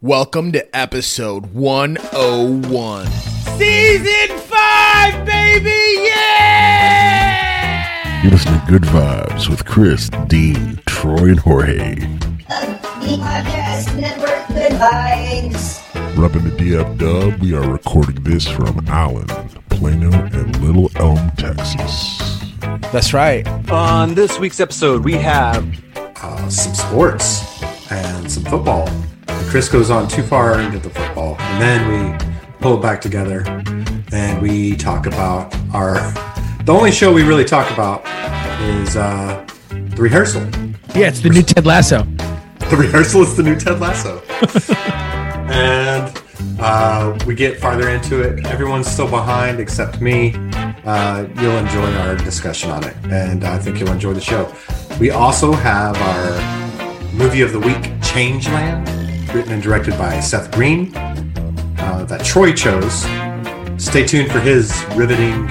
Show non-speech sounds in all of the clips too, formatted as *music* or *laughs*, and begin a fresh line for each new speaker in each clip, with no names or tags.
Welcome to episode 101.
Season 5, baby! Yeah!
You're listening to Good Vibes with Chris, Dean, Troy, and Jorge.
the podcast network good vibes
Rubbing the D up dub, we are recording this from Allen, Plano, and Little Elm, Texas.
That's right.
On this week's episode, we have
uh, some sports and some football. Chris goes on too far into the football, and then we pull it back together and we talk about our. The only show we really talk about is uh, the rehearsal.
Yeah, it's the new Ted Lasso.
*laughs* The rehearsal is the new Ted Lasso, *laughs* and uh, we get farther into it. Everyone's still behind except me. Uh, you'll enjoy our discussion on it, and I think you'll enjoy the show. We also have our movie of the week, Changeland, written and directed by Seth Green, uh, that Troy chose. Stay tuned for his riveting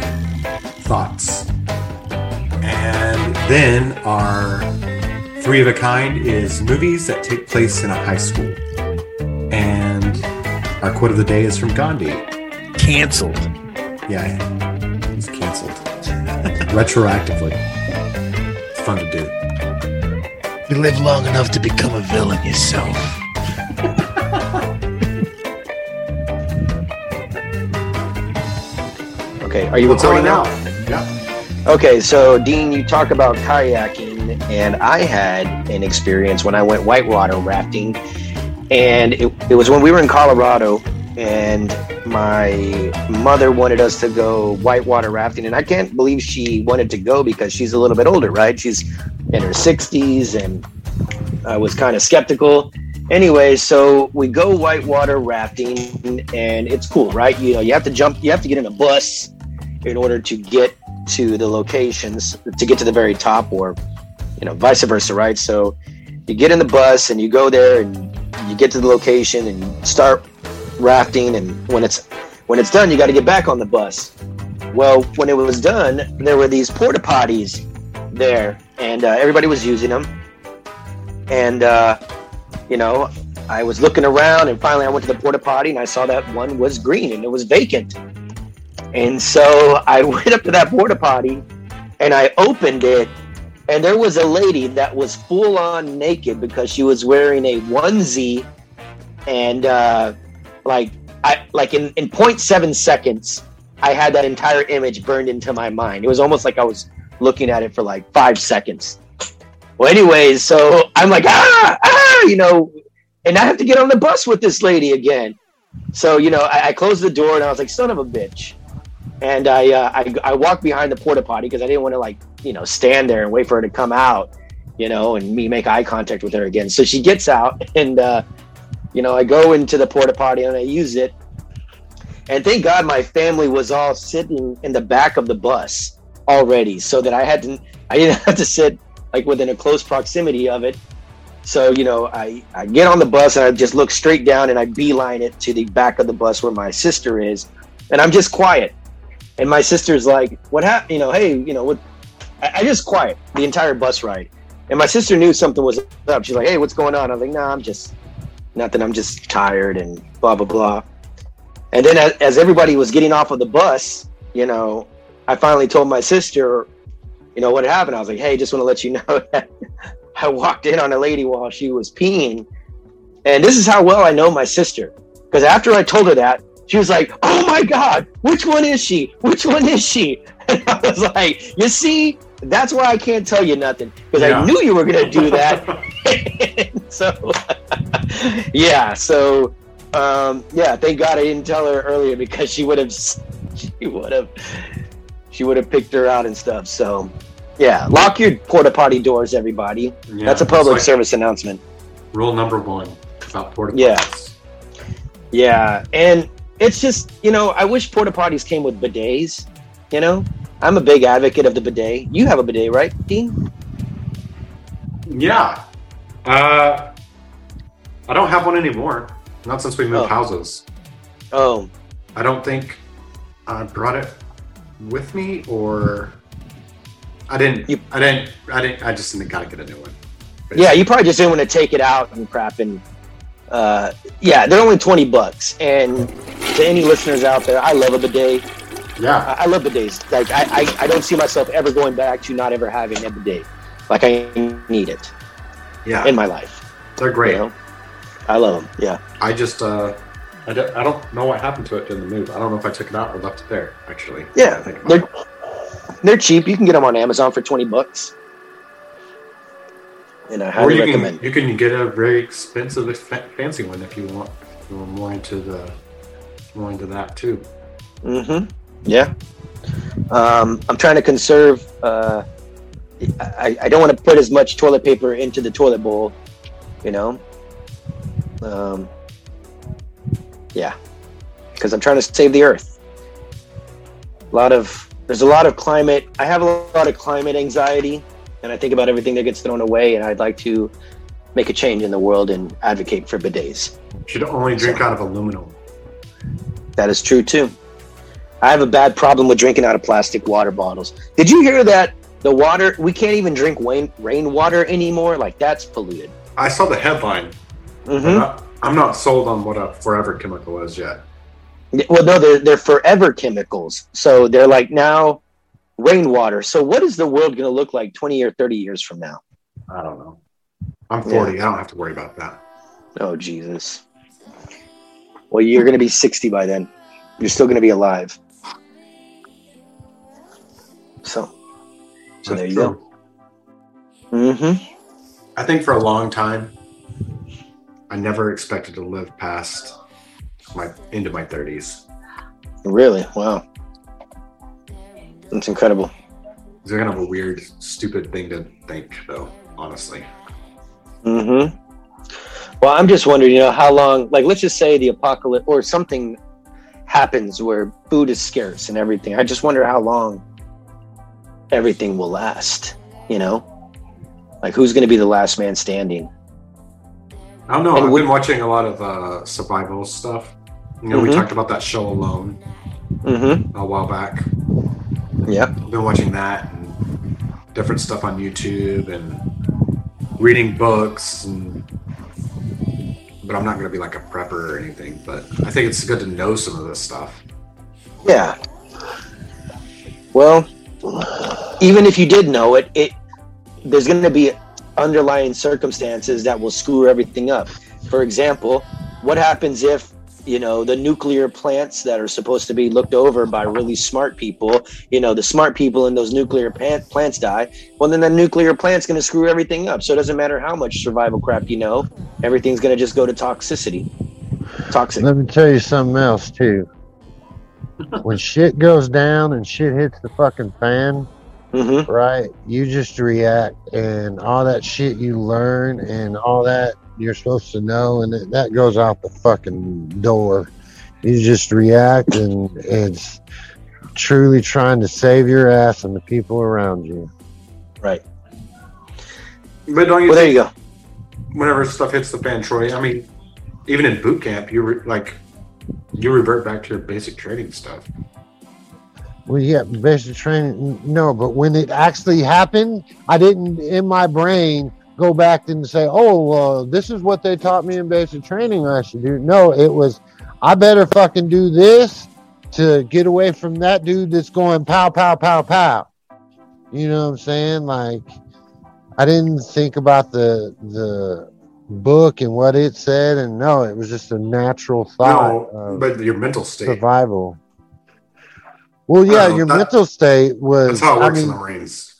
thoughts. And then our three of a kind is movies that take place in a high school. And our quote of the day is from Gandhi.
Canceled.
Yeah, it's canceled *laughs* retroactively. It's fun to do.
You live long enough to become a villain yourself.
Okay, are you recording now?
Yeah.
Okay, so Dean, you talk about kayaking, and I had an experience when I went whitewater rafting, and it, it was when we were in Colorado, and my mother wanted us to go whitewater rafting, and I can't believe she wanted to go because she's a little bit older, right? She's in her 60s, and I was kind of skeptical. Anyway, so we go whitewater rafting, and it's cool, right? You know, you have to jump, you have to get in a bus in order to get to the locations to get to the very top or you know vice versa right so you get in the bus and you go there and you get to the location and you start rafting and when it's when it's done you got to get back on the bus well when it was done there were these porta potties there and uh, everybody was using them and uh, you know i was looking around and finally i went to the porta potty and i saw that one was green and it was vacant and so I *laughs* went up to that porta potty and I opened it. And there was a lady that was full on naked because she was wearing a onesie. And uh, like, I, like in, in 0.7 seconds, I had that entire image burned into my mind. It was almost like I was looking at it for like five seconds. Well, anyways, so I'm like, ah, ah, you know, and I have to get on the bus with this lady again. So, you know, I, I closed the door and I was like, son of a bitch and I, uh, I I walked behind the porta potty because I didn't want to like you know stand there and wait for her to come out, you know, and me make eye contact with her again. So she gets out, *laughs* and uh, you know I go into the porta potty and I use it, and thank God my family was all sitting in the back of the bus already, so that I had to I didn't *laughs* have to sit like within a close proximity of it. So you know I I get on the bus and I just look straight down and I beeline it to the back of the bus where my sister is, and I'm just quiet. And my sister's like, "What happened? You know, hey, you know what?" I, I just quiet the entire bus ride. And my sister knew something was up. She's like, "Hey, what's going on?" I'm like, "Nah, I'm just nothing. I'm just tired and blah blah blah." And then as, as everybody was getting off of the bus, you know, I finally told my sister, you know, what had happened. I was like, "Hey, just want to let you *laughs* know that I walked in on a lady while she was peeing." And this is how well I know my sister, because after I told her that, she was like, "Oh my God, which one is she? Which one is she?" *laughs* And I was like, "You see, that's why I can't tell you nothing because
Yeah.
I knew you were gonna
*laughs*
do that." *laughs* so, yeah, so um, yeah, thank God I didn't tell her earlier because she would have, she would have, she would have picked her out and stuff. So, yeah, lock your porta potty doors, everybody.
Yeah,
that's a
it's
public
like
service announcement.
Rule number one about porta potties.
Yeah. Yeah, and it's just you know I wish porta potties came with bidets. You know, I'm a big advocate of the bidet. You have a bidet, right, Dean?
Yeah. Uh, I don't have one anymore. Not since we moved
Oh.
houses.
Oh,
I don't think I brought it with me, or I didn't.
You-
I didn't. I didn't. I just didn't gotta get a new one.
yeah. You probably just didn't want to take it out and crap and uh, yeah, they're only 20 bucks. And to any listeners out there, I love a bidet.
Yeah.
I, I love bidets. Like, I, I, I don't see myself ever going back to not ever having a bidet. Like, I need it
Yeah.
in my life.
They're
You
great.
know? I love them. Yeah.
I just, uh, I don't, I don't know what happened to it in the move. I don't know if I took it out or left it there, actually.
Yeah.
Think about
They're,
it.
they're cheap. You can get them on Amazon for 20 bucks. And uh, I
Or
highly
you
recommend.
can, you can get a very expensive, fa- fancy one if you want. If you're more into the, more into that too.
Mm-hmm. Yeah. Um, I'm trying to conserve. Uh, I, I don't want to put as much toilet paper into the toilet bowl. You know. Um, yeah, because I'm trying to save the earth. A lot of there's a lot of climate. I have a lot of climate anxiety, and I think about everything that gets thrown away. And I'd like to make a change in the world and advocate for bidets.
You should only drink out of aluminum.
That is true too. I have a bad problem with drinking out of plastic water bottles. Did you hear that? The water we can't even drink rain rainwater anymore. Like that's polluted.
I saw the headline.
hmm
but I- I'm not sold on what a forever chemical is yet.
Well, no, they're they're forever chemicals. So they're like now rainwater. So what is the world going to look like twenty or thirty years from now?
I don't know. I'm 40. I don't have to worry about that.
Oh Jesus. Well, you're going to be sixty by then. You're still going to be alive. So, so there you go. Mm-hmm.
I think for a long time, I never expected to live past my into my 30s.
Really? Wow. That's incredible.
It's kind of a weird, stupid thing to think, though. Honestly,
Mm-hmm. Well, I'm just wondering, you know, how long, like, let's just say the apocalypse or something happens where food is scarce and everything. I just wonder how long everything will last, you know? Like, who's going to be the last man standing?
I don't know.
And
I've
we-
been watching a lot of uh, survival stuff. You know,
Mhm.
we talked about that show Alone
Mm-hmm.
a while back.
Yeah.
I've been watching that and different stuff on YouTube and reading books and but I'm not gonna be like a prepper or anything, but I think it's good to know some of this stuff.
Yeah. Well, even if you did know it, it there's going to be underlying circumstances that will screw everything up. For example, what happens if you know the nuclear plants that are supposed to be looked over by really smart people, you know, the smart people in those nuclear plant, plants die. Well, then the nuclear plant's going to screw everything up. So it doesn't matter how much survival crap you know, everything's going to just go to toxicity. Toxic.
Let me tell you something else too. when shit goes down and shit hits the fucking fan,
hmm
right? You just react, and all that shit you learn and all that you're supposed to know, and that- that goes out the fucking door. You just react, and it's truly trying to save your ass and the people around you.
Right.
But don't you
Well, there
think
you go.
whenever stuff hits the fan, Troy, I mean, even in boot camp, you re- like you revert back to your basic training stuff.
Well, yeah, basic training. No, but when it actually happened, I didn't in my brain go back and say, "Oh, well, this is what they taught me in basic training. I should do." No, it was, I better fucking do this to get away from that dude that's going pow, pow, pow, pow. You know what I'm saying? Like, I didn't think about the the book and what it said, and no, it was just a natural thought.
no,
of- uh,
but your mental state.
survival. Well, yeah,
Well,
your
that-
mental state was.
That's how it
I
works
mean,
in the Marines.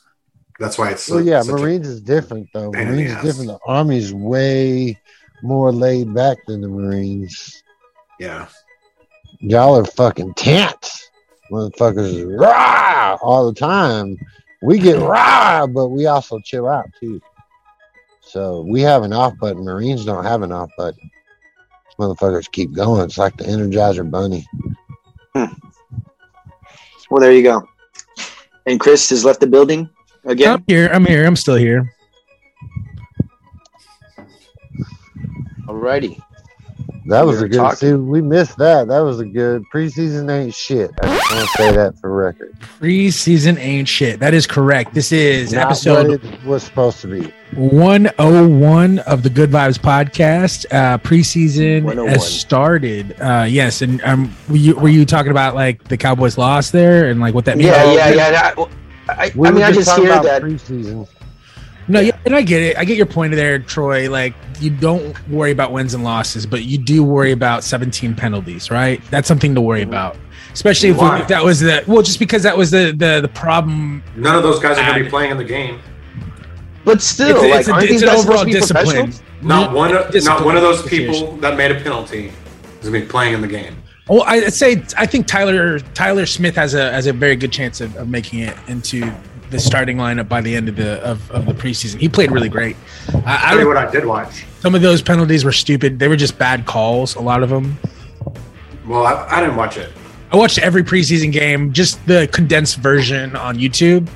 That's why it's so
well, yeah,
such a-
Marines is different though.
pain in the
Marines is
ass.
different. The Army's way more laid back than the Marines.
yeah.
Y'all are fucking tense, motherfuckers. Rah all the time.
*laughs*
We get rah, but we also chill out too. So we have an off button. Marines don't have an off button. Motherfuckers keep going. It's like the Energizer Bunny.
Well, there you go. And Chris has left the building again.
I'm here. I'm here. I'm still here.
Alrighty.
That was
You're
a good.
talking-
See, we missed that. That was a good preseason. Ain't shit. I just want to say that for record.
Preseason ain't shit. That is correct. This is
Not
episode
what it was supposed to be.
101 of the Good Vibes podcast. Uh,
oh
preseason
101.
has started. Uh, yes, and um, were you were you talking about like the Cowboys lost there and like what that means?
Yeah,
Oh,
yeah,
we-
yeah. and I, I,
We
I mean,
were
I just
talking
hear
about
that.
preseason.
No, yeah, and I get it. I get your point there, Troy. Like you don't worry about wins and losses, but you do worry about 17 penalties, right? That's something to
Mm-hmm.
worry about. Especially if, we,
Why?
if that was the well, just because that was the the, the problem.
None of those guys are going to be playing in the game.
But still,
It's,
like,
it's, a-
aren't
it's
these
an
guys
overall
supposed to be
discipline.
professionals?
Not one. Of, not
Discipline
one of those
association.
people that made a penalty is going to be playing in the game.
Well, I- I'd say I think Tyler Tyler Smith has a has a very good chance of, of making it into the starting lineup by the end of the of, of the preseason. He played really great. I, I
Tell you
don't,
what I did watch.
some of those penalties were stupid. They were just bad calls. A lot of them.
Well, I, I didn't watch it.
I watched every preseason game, just the condensed version on YouTube,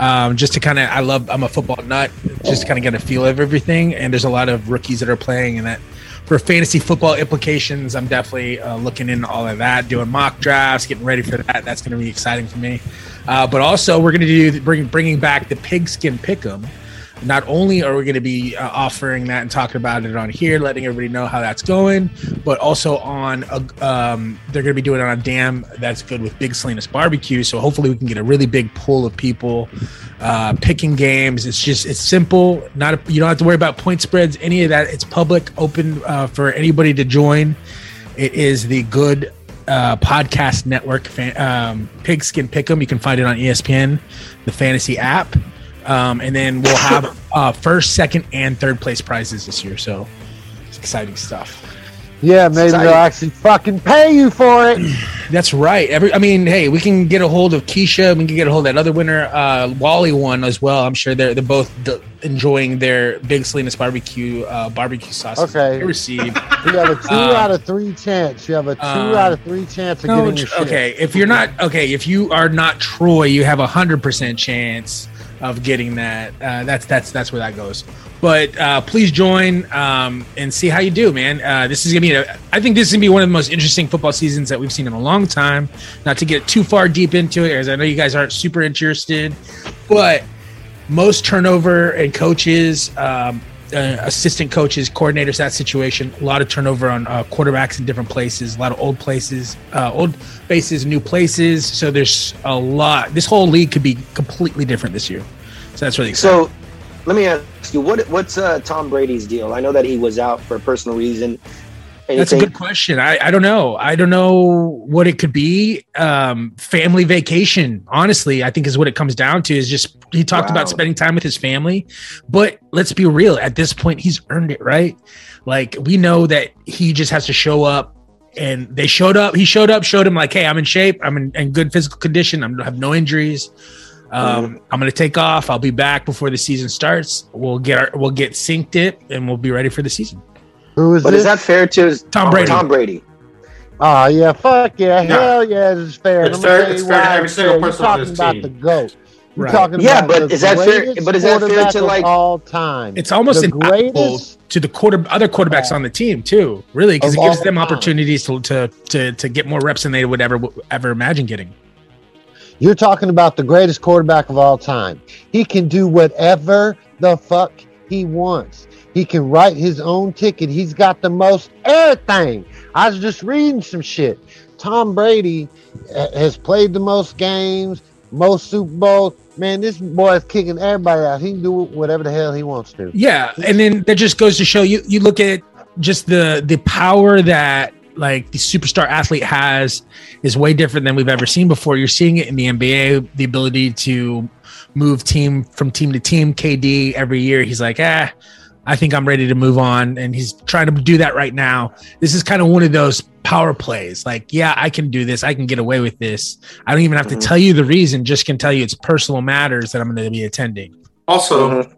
um, just to kind of. I love. I'm a football nut, just to kind of get a feel of everything. And there's a lot of rookies that are playing, and that for fantasy football implications, I'm definitely uh, looking into all of that, doing mock drafts, getting ready for that. That's going to be exciting for me. Uh, but also, we're going to do bring bringing back the pigskin pick'em. Not only are we going to be uh, offering that and talking about it on here, letting everybody know how that's going, but also on a, um, they're going to be doing it on a dam that's good with Big Salinas Barbecue. So hopefully we can get a really big pool of people uh, picking games. It's just it's simple. Not a, you don't have to worry about point spreads, any of that. It's public, open uh, for anybody to join. It is the good uh, podcast network, fan, um, Pigskin Pick'em. You can find it on E ESPN, the fantasy app, um, and then we'll have uh, first, second, and third place prizes this year. So it's exciting stuff.
Yeah, maybe
Exciting.
they'll actually fucking pay you for
*clears throat*
it.
That's right. Every, I mean, hey, we can get a hold of Keisha. We can get a hold of that other winner, uh, Wally won as well. I'm sure they're they're both d- enjoying their Big Salinas barbecue uh, barbecue sauce.
Okay.
they received.
You have a two
Um,
out of three chance. You have a two
um,
out of three chance of
No,
getting your shit.
okay, if you're not okay, if you are not Troy, you have a hundred percent chance of getting that. Uh, that's that's that's where that goes. But uh, please join um, and see how you do, man. Uh, this is gonna be, a, I think this is gonna be one of the most interesting football seasons that we've seen in a long time. Not to get too far deep into it, as I know you guys aren't super interested, but most turnover and coaches, um, uh, assistant coaches, coordinators, that situation. A lot of turnover on uh, quarterbacks in different places. A lot of old places, uh, old bases, new places. So there's a lot. This whole league could be completely different this year. So that's really exciting.
So, let me ask you, what what's uh, Tom Brady's deal? I know that he was out for a personal reason.
that's a
Anything?
good question. I, I don't know. I don't know what it could be. Um, family vacation, honestly, I think is what it comes down to. Is just he talked
Wow.
about spending time with his family, but let's be real. At this point, he's earned it, right? Like we know that he just has to show up. And they showed up. He showed up, showed him like, "Hey, I'm in shape. I'm in, in good physical condition. I'm have no injuries.
Mm-hmm.
Um, I'm gonna take off. I'll be back before the season starts. We'll get our, we'll get synced it, and we'll be ready for the season."
Who is
But
this?
is that fair to his,
Tom Brady.
Tom Brady?
Oh yeah, fuck yeah,
No.
hell yeah, this is fair.
It's
And I'm gonna
fair-
tell
it's
you
fair to
why
every
it's
single
fair. You're
person on
talking
this
about
team.
the goat. You're
Right.
talking
Yeah,
about
but
the
is that fair-
greatest
but is that fair to,
quarterback of
like-
all time?
It's almost
the
an apple
greatest.
to the quarter other quarterbacks on the team too, really, because it
Of
gives
all
them
time.
opportunities to, to to to get more reps than they would ever ever imagine getting.
You're talking about the greatest quarterback of all time. He can do whatever the fuck he wants. He can write his own ticket. He's got the most everything. I was just reading some shit. Tom Brady uh, has played the most games, most Super Bowls. Man, this boy is kicking everybody out. He can do whatever the hell he wants to.
Yeah, and then that just goes to show you. You look at just the the power that like the superstar athlete has is way different than we've ever seen before. You're seeing it in the NBA, the ability to move team from team to team. KD every year, he's like, ah, I think I'm ready to move on, and he's trying to do that right now. This is kind of one of those power plays. Like, yeah, I can do this. I can get away with this. I don't even have to
Mhm.
tell you the reason. Just can tell you it's personal matters that I'm going to be attending.
Also,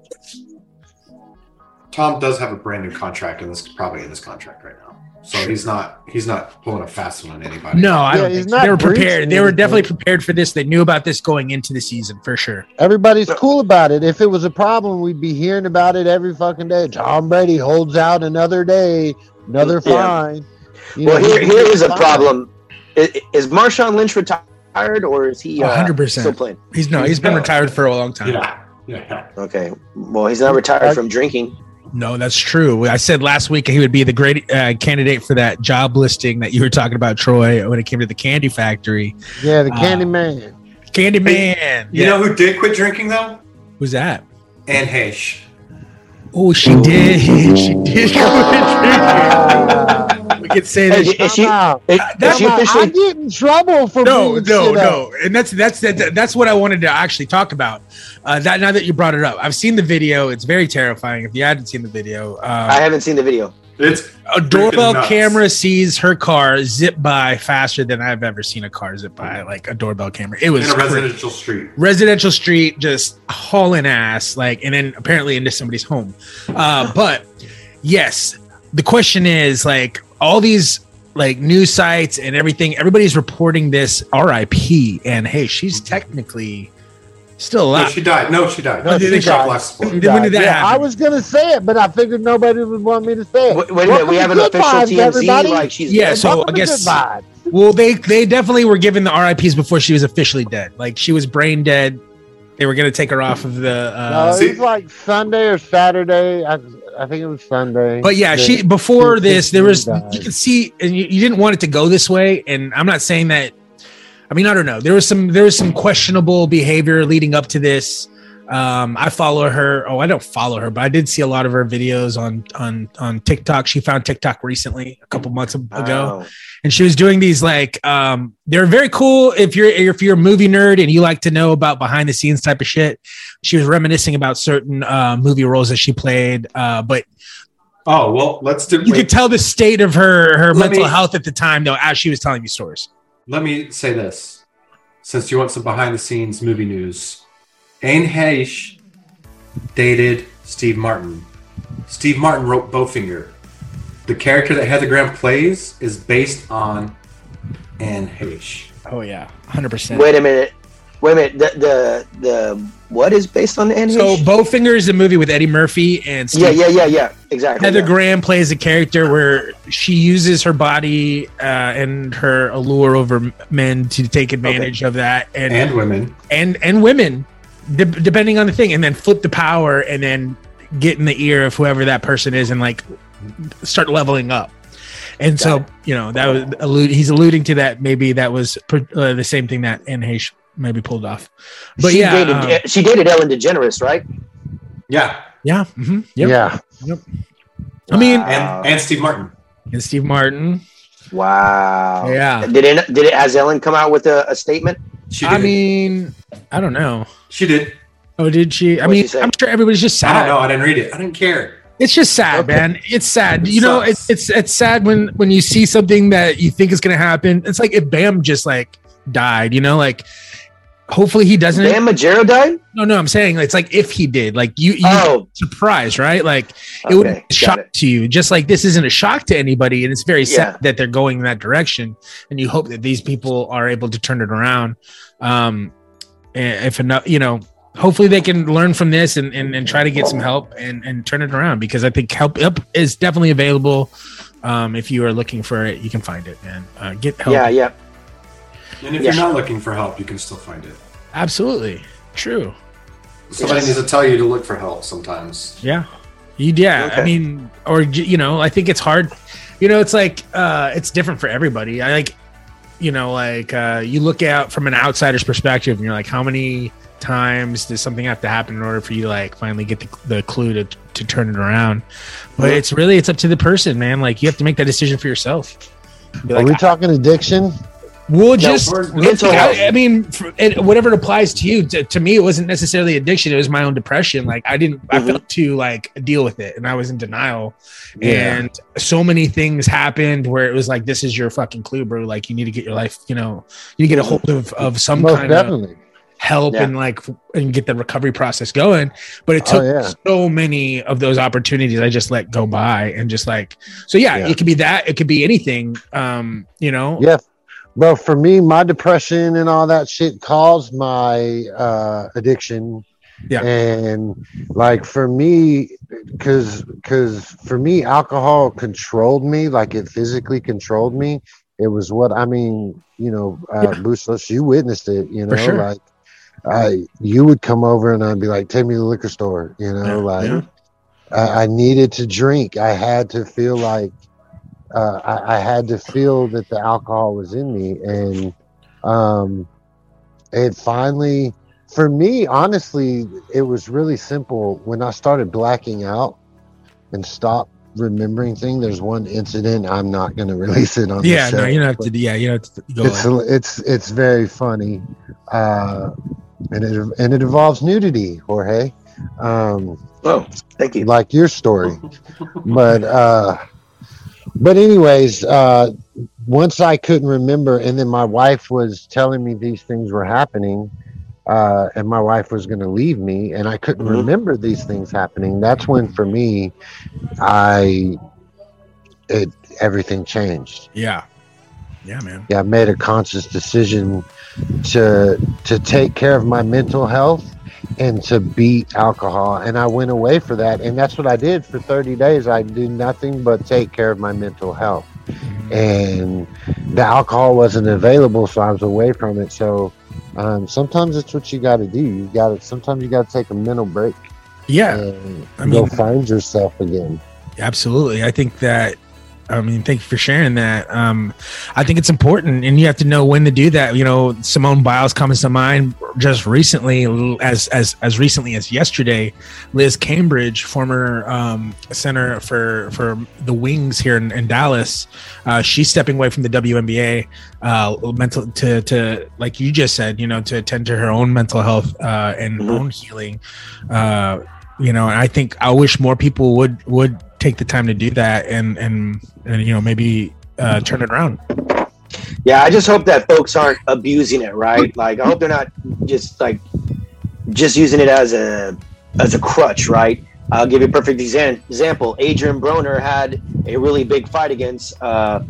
Tom does have a brand new contract, and this probably in this contract right now. So he's not he's not pulling a fast one on anybody.
No, I
Yeah,
don't.
he's
Think so.
not
They were
breaching
prepared. They were
anything.
definitely prepared for this. They knew about this going into the season for sure.
Everybody's cool about it. If it was a problem, we'd be hearing about it every fucking day. Tom Brady holds out another day, another
Yeah.
fine. You
well,
know,
here,
he's
here is a
fine.
problem. Is, is Marshawn Lynch retired or is he? uh,
100%.
still playing?
He's no, he's been retired for a long time.
Yeah. Yeah.
Okay. Well, he's not retired from drinking.
No, that's true. I said last week he would be the great uh, candidate for that job listing that you were talking about, Troy, when it came to the candy factory.
Yeah, the
Ah.
Candy Man.
Candy Man.
You know who did quit drinking though?
who's that?
Anne Heche.
Oh, she did. *laughs* She did. we could say that.
Hey, is she,
Come out.
is-
that
is she
Come out. I
officially?
get in trouble for
no,
being
no,
shit up.
no, and that's that's that, that's what I wanted to actually talk about. Uh, that now that you brought it up, I've seen the video. It's very terrifying. If you hadn't seen the video,
I
uh,
haven't seen the video.
It's
a doorbell
freaking nuts.
camera sees her car zip by faster than I've ever seen a car zip by, like a doorbell camera. It was
in a
crazy.
residential street.
residential street just hauling ass like and then apparently into somebody's home uh, but yes the question is like all these like news sites and everything everybody's reporting this rip and hey she's technically still
No,
alive
she died. No, she died.
No,
They
she
shot
died.
last
When
sport.
did that
yeah, I
happen?
was gonna say it, but I figured nobody would want me to say it.
Wait, wait a minute.
Welcome
We
to
have an
Good
official
Vibes,
TMZ.
everybody.
Like she's
Yeah, so
Welcome
I
to
guess-
Good Vibes.
well they they definitely were given the rips before she was officially dead like she was brain dead they were gonna take her off of the uh,
No,
see-
it was like Sunday or Saturday. I, I think it was Sunday.
But yeah,
that
she before
she-
this, there
she
was
died.
you could see, and you, you didn't want it to go this way. And I'm not saying that. I mean, I don't know. There was some there was some questionable behavior leading up to this. Um, I follow her. Oh, I don't follow her, but I did see a lot of her videos on on on TikTok. She found TikTok recently, a couple months ago
Oh.
and she was doing these like um they're very cool if you're if you're a movie nerd and you like to know about behind the scenes type of shit she was reminiscing about certain uh movie roles that she played uh but
Oh well, let's do.
you
wait,
could tell the state of her her
Let
mental
me-
health at the time though as she was telling me stories
let me say this, since you want some behind the scenes movie news, Anne Heche dated Steve Martin. Steve Martin wrote Bowfinger. The character that Heather Graham plays is based on Anne Heche.
oh yeah 100%
Wait a minute. Wait a minute. The the, the what is based on the anime?
so bowfinger is a movie with eddie murphy and Steve
yeah, yeah, yeah, yeah. Exactly.
Heather
yeah.
Graham plays a character where she uses her body uh, and her allure over men to take advantage of that, and
And women.
and and women, de- depending on the thing, and then flip the power and then get in the ear of whoever that person is and like start leveling up. And so you know that was allude. He's alluding to that. Maybe that was per- uh, the same thing that Anne Heche maybe pulled off. But
she
yeah,
dated,
um,
she dated Ellen DeGeneres, right?
Yeah.
yeah, mhm, yep.
Yeah,
I mean,
Wow.
And and Steve Martin.
and Steve Martin.
Wow.
Yeah.
Did it? Did it? Has Ellen come out with a, a statement?
She did.
I mean, I don't know.
she did.
Oh, did she? I
What'd
mean,
she say?
I'm sure everybody's just
I don't
sad.
know. I didn't read it. I didn't care.
It's just sad,
Okay.
man. It's sad.
It
you know,
sucks.
it's it's it's sad when when you see something that you think is gonna happen. It's like if Bam just like died. You know, like hopefully he doesn't.
Dan Majero died.
No, no, I'm saying it's like if he did, like you, you
Oh,
surprised, right? Like it
okay.
would be a
Got
shock
it.
to you, just like this isn't a shock to anybody, and it's very
Yeah.
sad that they're going in that direction. And you hope that these people are able to turn it around. Um, and if enough, you know, hopefully they can learn from this and and, and try to get some help and and turn it around because I think help up is definitely available. Um, if you are looking for it, you can find it and uh, get help.
Yeah, yeah.
And if
Yeah.
you're not looking for help, you can still find it.
absolutely true.
Somebody needs to tell you to look for help sometimes.
Yeah. You, yeah. I
Okay.
mean, or, j- you know, I think it's hard. You know, it's like, uh, it's different for everybody. I like, you know, like, uh, you look out from an outsider's perspective and you're like, how many times does something have to happen in order for you to like finally get the, the clue to, to turn it around? But it's really, it's up to the person, man. Like, you have to make that decision for yourself. Be
are
like,
we talking addiction?
We'll just
we're- we're
mental
mental health.
I, I mean, for, it, whatever it applies to you. To, to me, it wasn't necessarily addiction. It was my own depression. Like I didn't, I
Mhm.
felt to like deal with it, and I was in denial.
Yeah.
And so many things happened where it was like, "This is your fucking clue, bro. Like you need to get your life. You know, you need to get a hold of of some
Most
kind of
definitely.
help
Yeah.
and like f- and get the recovery process going. But it
Oh,
took
yeah.
so many of those opportunities I just let go by and just like so. Yeah,
Yeah.
it could be that. It could be anything. Um, you know.
Yeah. Well, for me, my depression and all that shit caused my uh, addiction.
Yeah.
And like for me, because because for me, alcohol controlled me. Like it physically controlled me. It was what I mean. You know, uh, Bustos, you witnessed it. You
For
know,
sure.
like I, you would come over and I'd be like, "Take me to the liquor store." You know,
Yeah,
like
yeah.
I, I needed to drink. I had to feel like uh, I, I had to feel that the alcohol was in me, and um, it finally, for me, honestly, it was really simple. When I started blacking out and stopped remembering things, there's one incident I'm not going to *laughs* release it on. the
yeah, no,
show,
you don't have
but-
to. Yeah, you don't have to go.
it's it's it's very funny, uh, and it and it involves nudity, Jorge, um,
Oh, thank you.
like your story. But uh, but anyways, uh, once I couldn't remember, and then my wife was telling me these things were happening. Uh, and my wife was going to leave me, and I couldn't
Mhm.
remember these things happening. That's when, for me, I it everything changed
yeah, yeah, man.
yeah, I made a conscious decision to to take care of my mental health and to beat alcohol and I went away for that and that's what I did for 30 days I did nothing but take care of my mental health and the alcohol wasn't available so I was away from it so um, sometimes it's what you got to do you got to sometimes you got to take a mental break
Yeah,
and
I mean-
go find yourself again
absolutely. I think that. I mean, thank you for sharing that. Um, I think it's important, and you have to know when to do that. You know, Simone Biles comes to mind just recently, as as as recently as yesterday. Liz Cambridge, former um, center for for the Wings here in, in Dallas, uh, she's stepping away from the WNBA uh, mental to to like you just said, you know, to attend to her own mental health uh, and
Mhm.
own healing. Uh, you know, and I think I wish more people would would take the time to do that and and and you know maybe uh, turn it around.
Yeah, I just hope that folks aren't abusing it, right? Like I hope they're not just like just using it as a as a crutch, right? I'll give you a perfect exam- example. Adrian Broner had a really big fight against uh,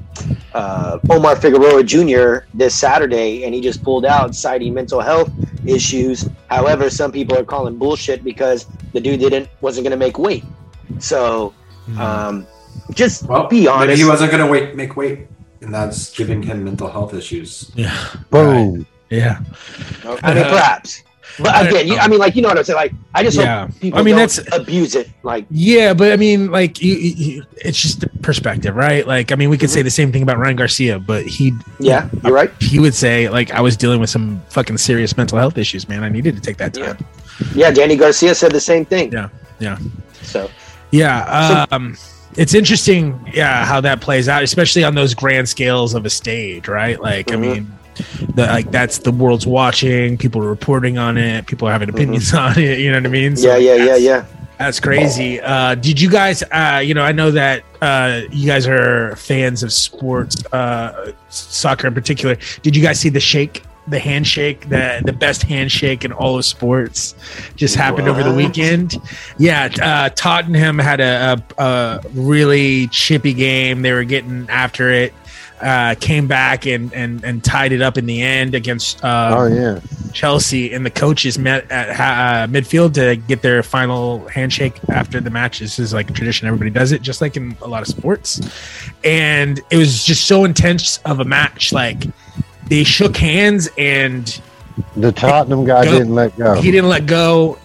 uh, Omar Figueroa Jr. this Saturday, and he just pulled out, citing mental health issues. However, some people are calling bullshit because the dude didn't wasn't going to make weight. So, um, just
Well,
be
maybe
honest.
he wasn't going to wait, make weight, and that's giving him mental health issues.
yeah,
boom
Um, yeah.
I mean, perhaps. But again, you, I mean, like you know what I'm saying. Like I just
Yeah.
hope people
I mean,
don't
that's-
abuse it. Like
Yeah, but I mean, like, you, you, you- it's just the perspective, right? Like, I mean, we could say the same thing about Ryan Garcia, but he
Mm-hmm. yeah, you're right.
he would say, like, I was dealing with some fucking serious mental health issues, man. I needed to take that
Yeah,
time.
yeah. Danny Garcia said the same thing.
Yeah, yeah.
So
Yeah, um, it's interesting, yeah, how that plays out, especially on those grand scales of a stage, right? Like, I
Mhm.
mean, the, like that's the world's watching, people are reporting on it, people are having opinions *laughs* on it. You know what I mean? So
yeah, Mm-hmm. yeah, yeah,
that's-
yeah.
That's crazy. Uh, did you guys, uh, you know, I know that uh, you guys are fans of sports, uh, soccer in particular. Did you guys see the shake, the handshake, the the best handshake in all of sports, just happened over the
What?
weekend? Yeah, uh, Tottenham had a, a, a really chippy game. They were getting after it. Uh, came back and, and and tied it up in the end against uh,
oh yeah
Chelsea and the coaches met at ha- uh, midfield to get their final handshake after the match. This is like a tradition; everybody does it, just like in a lot of sports. And it was just so intense of a match. Like they shook hands, and
the Tottenham guy
Go.
didn't let go
he didn't let go.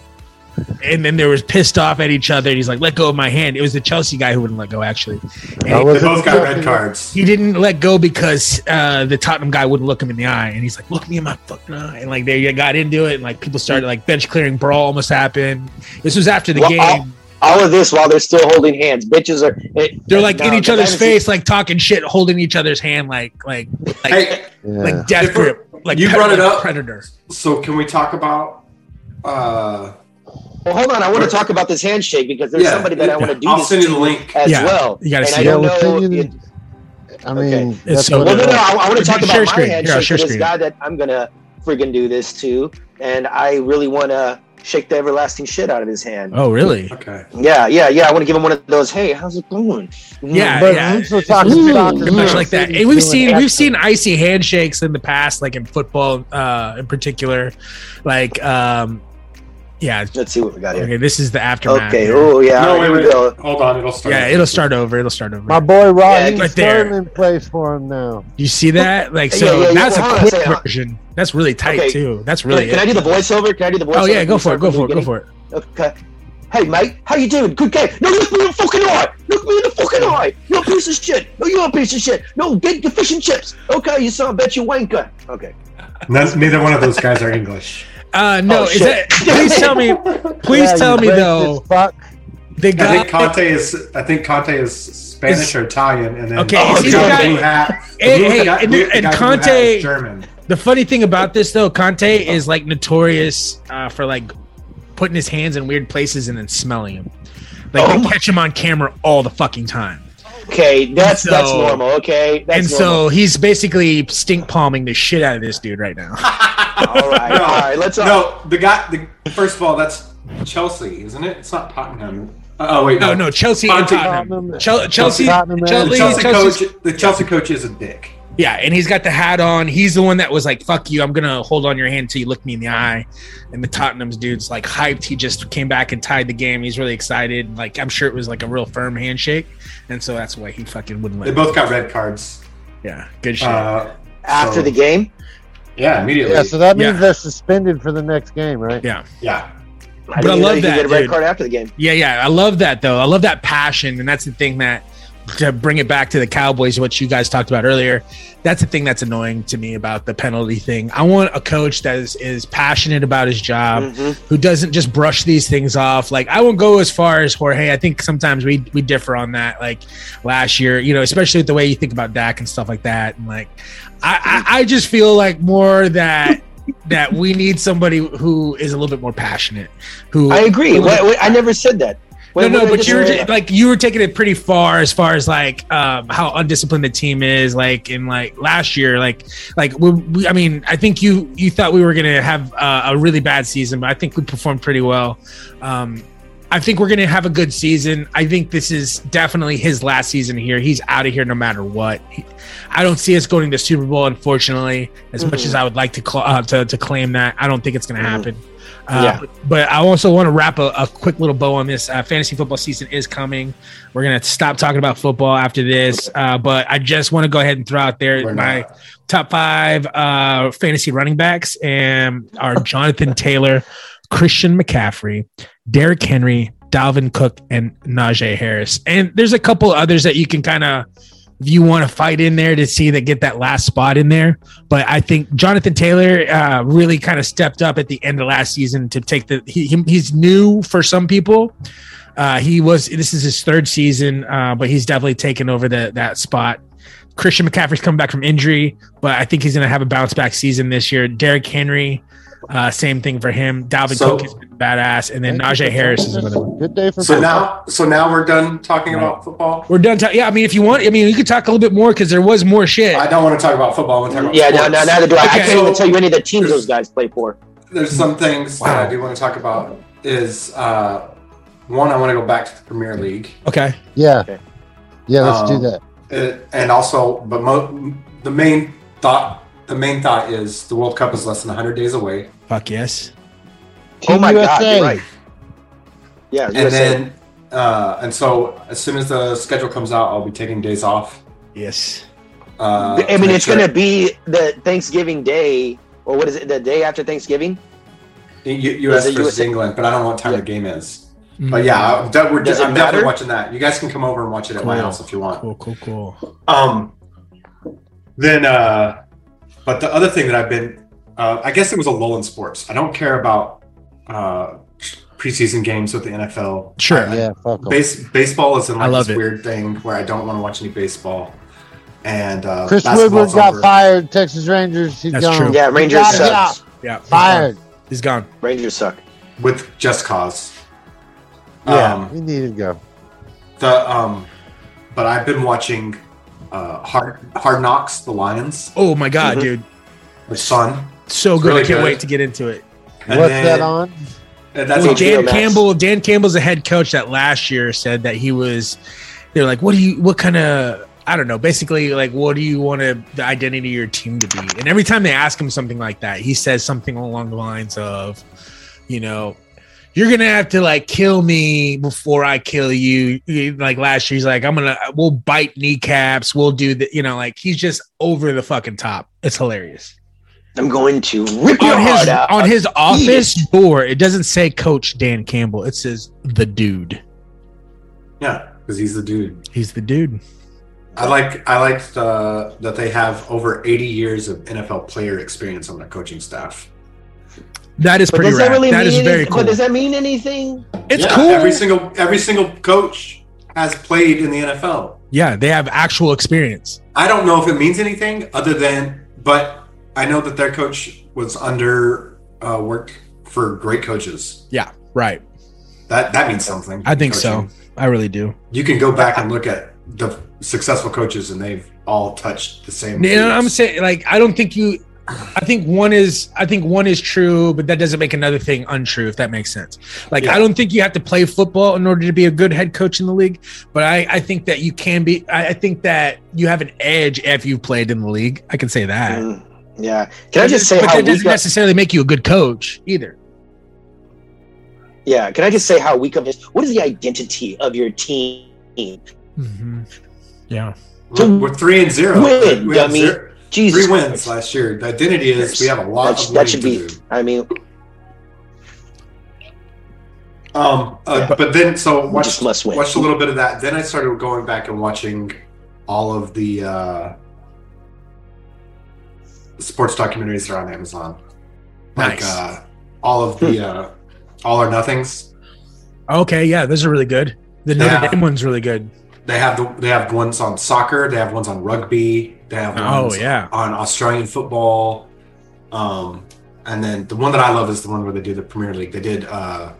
And then there was pissed off at each other. He's like, "Let go of my hand." It was the Chelsea guy who wouldn't let go. Actually, And
I
he-
They
wasn't
both got red
expecting-
cards.
he didn't let go because uh, the Tottenham guy wouldn't look him in the eye, and he's like, "Look me in my fucking eye," and like they got into it, and like people started like bench clearing brawl almost happened. This was after the
Well,
game.
oh,
I'll- All of this while they're still holding hands. Bitches are. eh, It,
They're like in
no,
each
that
other's
is-
face, like talking shit, holding each other's hand, like like like
Hey,
Yeah.
like death
If we're-
grip. Like
you brought it
predator-
up.
predator.
so can we talk about? Uh,
Well, hold on. I want to talk about this handshake because there's
Yeah,
somebody that I want to do
I'll
this
send you the link.
as
Yeah,
well.
you gotta
and
see
I
it.
don't
Yeah, we'll send
know.
you
It,
I mean,
Okay.
It's so
what
well, no,
it
no,
is.
no. I, I want to
Here,
talk about
share
my
screen. Here, I'll
handshake
share
to this
screen.
guy that I'm gonna freaking do this to, and I really want to shake the everlasting shit out of his hand.
Oh really?
Okay.
Yeah, yeah, yeah. I want to give him one of those. Hey, how's it going? Mm,
Yeah,
But
yeah.
I'm so
It's supposed
talking
to be
about
pretty much like that.
City
And we've
doing
seen we've
excellent.
seen icy handshakes in the past, like in football, uh, in particular, like um, Yeah.
Let's see what we got here.
Okay. This is the aftermath.
Okay. Oh yeah.
no, wait,
here we
wait.
go.
Hold on. It'll start.
Yeah. It'll start over. It'll start over.
My boy Rodney
right there.
Sterling plays for him now.
You see that? Like, so
Yeah, yeah, yeah.
that's
Hold on
a
a
quick
second.
version. That's really tight,
uh, Okay.
too. That's
Can-
really
Can, I
it.
do the voiceover? Can I do the voiceover?
Oh, yeah. Go for it. Go for it. Go for it.
Okay. Hey mate, how you doing? Good game. No, look me in the fucking eye. Look me in the fucking eye. You're a piece of shit. No, you're a piece of shit. No, get your fish and chips. Okay, you son of a bitch, you wanker. Okay.
None, neither one of those guys are English.
Uh, no.
Oh,
is that,
shit.
please tell
*laughs*
me. Please
Yeah,
tell
you
me,
racist
though.
Fuck.
The
I
guy. *laughs*
think Conte is. I think Conte is Spanish
It's-
or Italian, and then
Okay,
the
he's
guy
got-
with the blue hat. the
Hey,
blue
hey,
guy-
and-
blue- the
and
guy with the blue hat
Conte-
is German.
The funny thing about this, though, Conte is like notorious uh, for like putting his hands in weird places and then smelling him. Like
Oh
they
my-
catch him on camera all the fucking time.
Okay, that's
So-
that's normal. Okay, that's
and so he's basically stink palming the shit out of this dude right
*laughs*
now.
normal. all right,
No,
all right. Let's. uh,
*laughs*
no, the guy. The, first of all, that's Chelsea, isn't it? It's not Tottenham. Uh, oh wait,
No, no, Chelsea and
Conte-
Tottenham.
Tottenham.
Chel- Chelsea,
Tottenham and-
The
Chelsea,
Chelsea
Chelsea's-
coach. The Chelsea coach is a dick.
Yeah, and he's got the hat on. He's the one that was like, "Fuck you! I'm gonna hold on your hand until you look me in the eye." And the Tottenham's dude's like hyped. He just came back and tied the game. He's really excited. Like I'm sure it was like a real firm handshake, and so that's why he fucking wouldn't
They
let.
both got red cards.
yeah, good shit.
Uh,
After
so-
the game.
yeah, immediately.
Yeah, so that means
Yeah.
they're suspended for the next game, right?
Yeah.
yeah.
I
But I
didn't know
love
you could
that,
Get a red
dude.
card after the game.
Yeah, yeah, I love that though. I love that passion, and that's the thing that to bring it back to the Cowboys, what you guys talked about earlier. That's the thing that's annoying to me about the penalty thing. I want a coach that is, is passionate about his job,
Mm-hmm.
who doesn't just brush these things off. Like I won't go as far as Jorge. I think sometimes we we differ on that. Like last year, you know, especially with the way you think about Dak and stuff like that, and like I I, I just feel like more that. That we need somebody who is a little bit more passionate. Who
I agree.
who-
Wait, wait, I never said that. Wait,
no, no,
wait, wait,
but
just-
you were just, like you were taking it pretty far as far as like um, how undisciplined the team is. Like in like last year, like like we, we, I mean, I think you you thought we were gonna have uh, a really bad season, but I think we performed pretty well. Um, I think we're gonna have a good season. I think this is definitely his last season here. He's out of here no matter what. He- I don't see us going to the Super Bowl, unfortunately. As much
Mm-hmm.
as I would like to cla uh, to, to claim that, I don't think it's gonna happen. Uh,
Yeah.
but, but I also want to wrap a, a quick little bow on this. Uh, fantasy football season is coming. We're gonna stop talking about football after this, uh, but I just want to go ahead and throw out there
We're
my
not.
top five uh, fantasy running backs and are
*laughs*
Jonathan Taylor, Christian McCaffrey, Derrick Henry, Dalvin Cook, and Najee Harris. And there's a couple others that you can kind of if you want to fight in there to see that get that last spot in there. But I think Jonathan Taylor uh, really kind of stepped up at the end of last season to take the. He, he- he's new for some people. Uh, he was. This is his third season, uh, but he's definitely taken over the, that spot. Christian McCaffrey's coming back from injury, but I think he's going to have a bounce back season this year. Derrick Henry, uh, same thing for him. Dalvin
So-
Cook has been badass, and then
Thank you
Najee
for
Harris
telling
is
us.
another one.
Good day for
So
football.
now, so now we're done talking about football.
We're done. Ta- yeah, I mean, if you want, I mean, you could talk a little bit more because there was more shit.
I don't want to talk about football. I want to talk about
Yeah, no,
sports.
no, neither do I. I
Okay.
can't even tell you any of the teams those guys play for.
there's some things that I do want to talk about. Is uh, one, I want to go back to the Premier League,
Okay.
Yeah.
Okay.
Yeah, let's
Um,
do that.
Uh, and also, but mo- the main thought, the main thought is the World Cup is less than 100 days away,
Fuck yes.
Oh my god,
USA.
you're right. Yeah,
and
USA.
then, uh, and so as soon as the schedule comes out, I'll be taking days off.
Yes.
Uh,
I mean,
make
it's
sure-
going to be the Thanksgiving Day, or what is it? The day after Thanksgiving?
U- U.S.
Is it
versus
USA?
England, but I don't know what time
Yeah.
the game is. But yeah, I, that, we're
Does
just,
it
I'm definitely
matter?
watching that. You guys can come over and watch it at my
Cool.
house if you want.
Cool, cool, cool.
Um, then, uh, but the other thing that I've been, uh, I guess it was a lull in sports. I don't care about uh, preseason games with the NFL.
Sure.
I-
Yeah, fuck 'em.
Base, baseball is in
I
like
love
this
it.
weird thing where I don't want to watch any baseball. And uh,
Chris Woodward
basketball's
got
over.
fired. Texas Rangers. He's
That's
gone.
true.
Yeah, Rangers
Yeah,
sucks.
Mm. Yeah. he's
Fired.
gone. He's gone.
Rangers suck.
with just cause.
Yeah,
Um,
he needed to go.
the um, but I've been watching uh, Hard Hard Knocks, The Lions,
Oh my god,
Mhm.
dude.
It's fun.
So
Mm-hmm. It's
good.
really
I can't
good.
wait to get into it.
And
What's
then-
that on?
and That's
Ooh,
So
on
Jay-
Dan
HBO Max.
Campbell, Dan Campbell's a head coach that last year said that he was they're like, what do you what kind of I don't know, basically like what do you want to the identity of your team to be? And every time they ask him something like that, he says something along the lines of, you know, you're gonna have to like kill me before I kill you. Like last year, he's like, I'm gonna, we'll bite kneecaps, we'll do the, you know, like he's just over the fucking top. It's hilarious.
I'm going to rip your
On his
heart out.
on his office door, it doesn't say Coach Dan Campbell. It says the dude.
Yeah, because he's the dude.
He's the dude.
I like I liked uh, that they have over 80 years of NFL player experience on their coaching staff.
That is
But
pretty.
does that
rad.
really
that
mean
is
anything?
very cool.
But does that mean anything?
it's
Yeah,
cool.
Every single every single coach has played in the NFL.
yeah, they have actual experience.
I don't know if it means anything other than, but I know that their coach was under uh, worked for great coaches.
Yeah, right.
That that means something.
I think
Coaching.
so. I really do.
You can go back and look at the successful coaches, and they've all touched the same.
No,
foods.
I'm saying like I don't think you. I think one is I think one is true, but that doesn't make another thing untrue. If that makes sense, like
Yeah.
I don't think you have to play football in order to be a good head coach in the league, but I I think that you can be. I, I think that you have an edge if you've played in the league. I can say that.
Mm, yeah. Can I just say
but
how
that
we
doesn't
got,
necessarily make you a good coach either.
Yeah. Can I just say how weak of What is the identity of your team?
Mm-hmm. Yeah,
Look, we're three and zero.
Win,
we have
dummy.
zero-
Jesus.
three wins
Christ.
last year. The identity is we have a lot
That sh-
of
that
winning
should
to
be.
do.
I mean,
Um, uh, but then so
we
watch
just must win.
watched a little bit of that. Then I started going back and watching all of the uh, sports documentaries that are on Amazon. Like
Nice.
uh, all of the uh, All or Nothings.
Okay. Yeah, those are really good. The Notre
Yeah.
Dame one's really good.
They have the, they have ones on soccer. They have ones on rugby. They have
Oh
ones
yeah.
on Australian football. Um, and then the one that I love is the one where they do the Premier League. They did uh,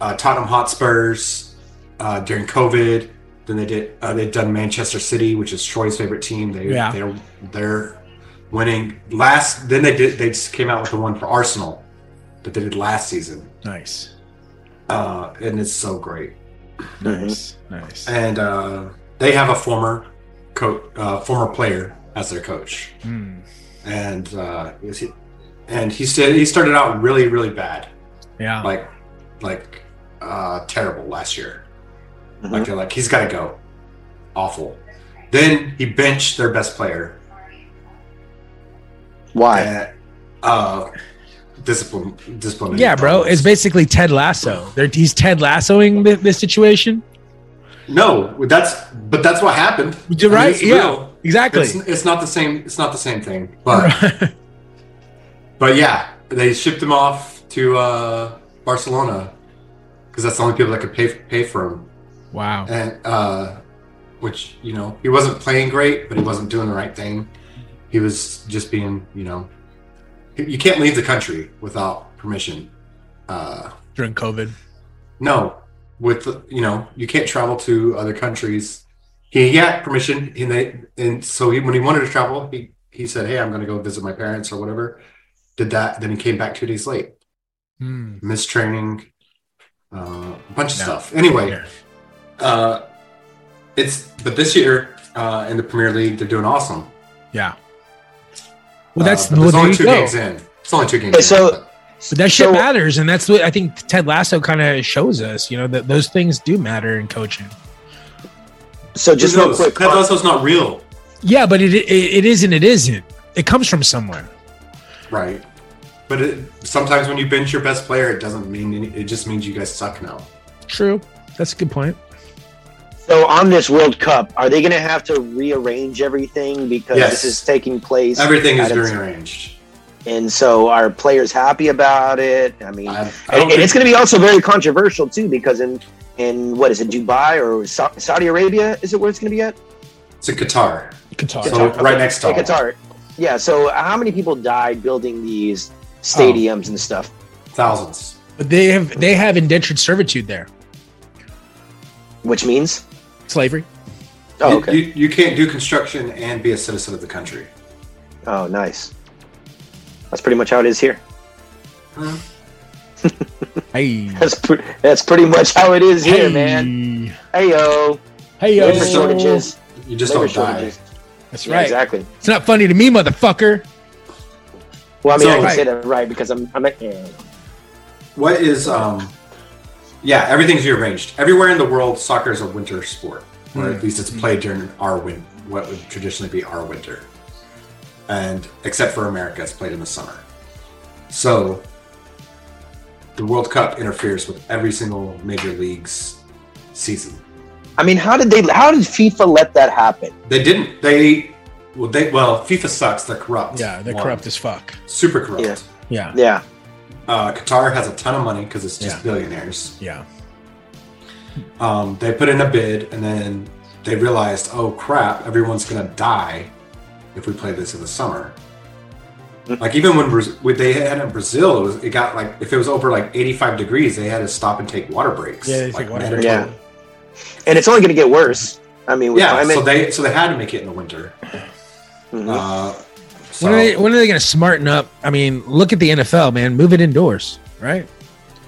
uh, Tottenham Hotspurs uh, during COVID. Then they did uh, they've done Manchester City, which is Troy's favorite team. They
Yeah.
they're they're winning last. Then they did they just came out with the one for Arsenal that they did last season,
Nice.
uh, and it's so great.
Nice. Nice.
And uh, they have a former coach, uh, former player as their coach.
Mm,
and uh, is he- and he said he started out really really bad,
yeah.
like like uh, terrible last year. Like
Mhm.
they're like he's got to go, awful. Then he benched their best player.
Why?
And, uh, discipline, discipline.
Yeah, bro. It's basically Ted Lasso. They're, he's Ted Lassoing the, this situation.
no. That's but that's what happened.
You're
I mean,
right,
it's
yeah.
real.
Exactly.
It's, it's not the same. It's not the same thing.
*laughs*
But But yeah, they shipped him off to uh, Barcelona because that's the only people that could pay pay for him.
wow.
And uh, which you know he wasn't playing great, but he wasn't doing the right thing. He was just being you know you can't leave the country without permission. Uh,
During COVID.
no, with you know you can't travel to other countries. He got permission, and they and so he, when he wanted to travel, he he said, "Hey, I'm going to go visit my parents or whatever." Did that, then he came back two days late
Mm.
missed training, uh, a bunch of
No.
stuff. Anyway,
Yeah.
uh, it's but this year uh, in the Premier League they're doing awesome.
Yeah. Well,
Uh,
that's
but
well,
there's
there
only
you
two
go.
games in. It's only two games. in.
Okay, so-
But that shit
So-
matters, and that's what I think Ted Lasso kind of shows us. You know that those things do matter in coaching.
So
Who
just real
knows?
quick. uh,
Ted Lasso's not real,
Yeah, but it, it it is and it isn't. It comes from somewhere.
right? But it, sometimes when you bench your best player, it doesn't mean any, it just means you guys suck now.
True. That's a good point.
So on this World Cup, are they going to have to rearrange everything because
Yes.
this is taking place?
Everything is
at a-
rearranged.
and so are players happy about it? I mean,
I, I
and,
don't
and
think,
it's going to be also very controversial too because in in what is it, Dubai or Sa- Saudi Arabia? Is it where it's going to be at?
it's in Qatar,
Qatar.
so
Qatar.
right next to
Like it's
all-
art. Yeah. So how many people died building these
Oh.
stadiums and stuff?
thousands.
But they have they have indentured servitude there.
Which means,
Slavery.
oh
You-
okay,
you, you can't do construction and be a citizen of the country.
oh nice. That's pretty much how it is here.
Hey.
That's pre- that's pretty much how it is here,
hey.
man. Hey yo,
Hey yo.
labor shortages.
You just
labor
don't die.
shortages.
That's
Yeah,
right.
Exactly.
It's not funny to me, motherfucker.
Well, I mean,
So-
I can
Right.
say that right because I'm. I'm a, yeah.
What is um Yeah, everything's rearranged. Everywhere in the world, soccer is a winter sport, or
Hmm.
at least it's played during our win, what would traditionally be our winter, and except for America, it's played in the summer. So, the World Cup interferes with every single major league's season.
I mean, how did they? How did FIFA let that happen?
They didn't. They well, they well, FIFA sucks. They're corrupt.
Yeah, they're
One.
corrupt as fuck.
Super corrupt.
Yeah.
Yeah,
Yeah,
Uh, Qatar has a ton of money because it's just
Yeah.
billionaires.
yeah.
um, they put in a bid and then they realized oh crap everyone's gonna die if we play this in the summer
Mm-hmm.
like even when, Braz- when they had in brazil it, was, it got like if it was over like 85 degrees they had to stop and take water breaks
Yeah, they
like,
take water
mandatory.
breaks.
yeah. And it's only going to get worse. I mean, with
yeah
climate.
so they so they had to make it in the winter
Mhm.
uh, so
When are they? When are they going to smarten up? I mean, look at the NFL, man. Move it indoors, right?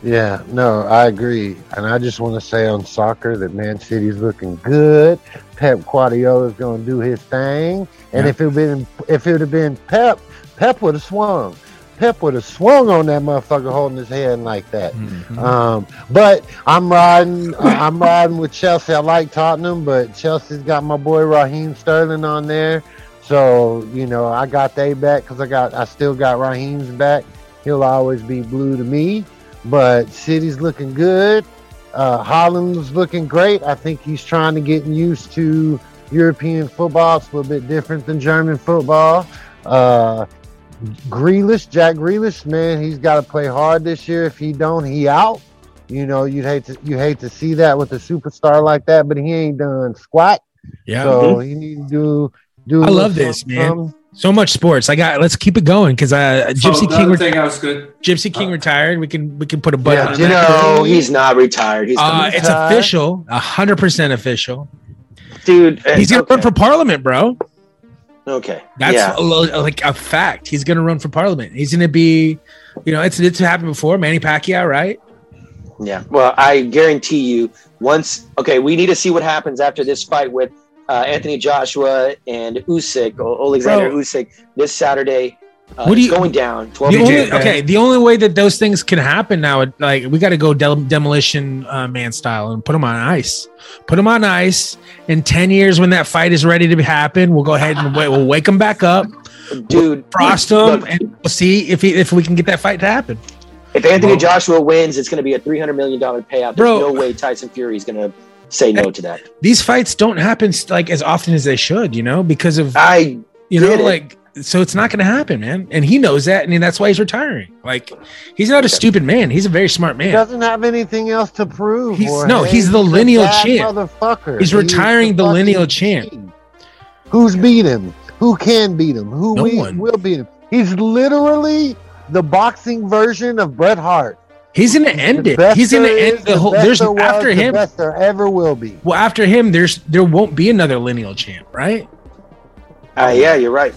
Yeah, no, I agree. And I just want to say on soccer that Man City's looking good. Pep Guardiola's going to do his thing. And if it would been if it would have been Pep, Pep would have swung. Pep would have swung on that motherfucker holding his hand like that.
Mm-hmm. Uh,
Um, but I'm riding. I'm riding with Chelsea. I like Tottenham, but Chelsea's got my boy Raheem Sterling on there. So you know, I got they back because I got I still got Raheem's back. He'll always be blue to me. But City's looking good. Uh, Holland's looking great. I think he's trying to get used to European football. It's a little bit different than German football. Uh, Grealish, Jack Grealish, man, he's got to play hard this year. If he don't, he out. You know, you hate to you hate to see that with a superstar like that, but he ain't done squat.
Yeah. Mm-hmm.
so he need to do do. a
I
little
love this,
something,
man.
something.
So much sports. I got. Let's keep it going because uh,
so
Gypsy
the
King.
other
Re-
thing i was gonna
Gypsy King
uh,
retired. We can. We can put a button.
Yeah,
on
you
that.
no, he's not retired. He's
Uh,
coming.
it's
retired.
official. hundred percent official.
dude. uh,
He's gonna
okay.
run for parliament, bro.
Okay,
That's
yeah.
a lo- like a fact. He's gonna run for parliament. He's gonna be, you know, it's it's happened before. Manny Pacquiao, right?
Yeah. Well, I guarantee you, once okay, we need to see what happens after this fight with uh, Anthony Joshua and Usyk, o- Alexander
Bro.
Usyk, this Saturday. Uh,
What do
it's
you-
going down? Twelve.
The
we
only,
did, man.
okay, the only way that those things can happen now, like we got to go del- demolition uh, man style and put him on ice. Put him on ice. In ten years, when that fight is ready to happen, we'll go ahead and wait, we'll wake him back up,
dude.
frost him,
*laughs* look,
and we'll see if he, if we can get that fight to happen.
if Anthony
Whoa.
Joshua wins, it's going to be a three hundred million dollar payout. There's
Bro.
no way Tyson Fury is going to say no to that.
These fights don't happen like as often as they should, you know, because of
I
you know
Get it.
like so it's not going to happen man and he knows that and that's why he's retiring like he's not a stupid man he's a very smart
He
man
doesn't have anything else to prove.
He's-
Jorge.
no, he's the
a
lineal
bad
champ.
Motherfucker.
He's
He is
retiring the
fucking
lineal champ.
king. Who's beat him? Who can beat him? Who
No
we-
one.
will beat him? He's literally the boxing version of Bret Hart.
he's going to end
The
it
best
he's going
there
to
is,
end the whole
best
there's
there was,
after
the
him
best there ever will be.
well after him there's there won't be another lineal champ right
uh, yeah, you're right.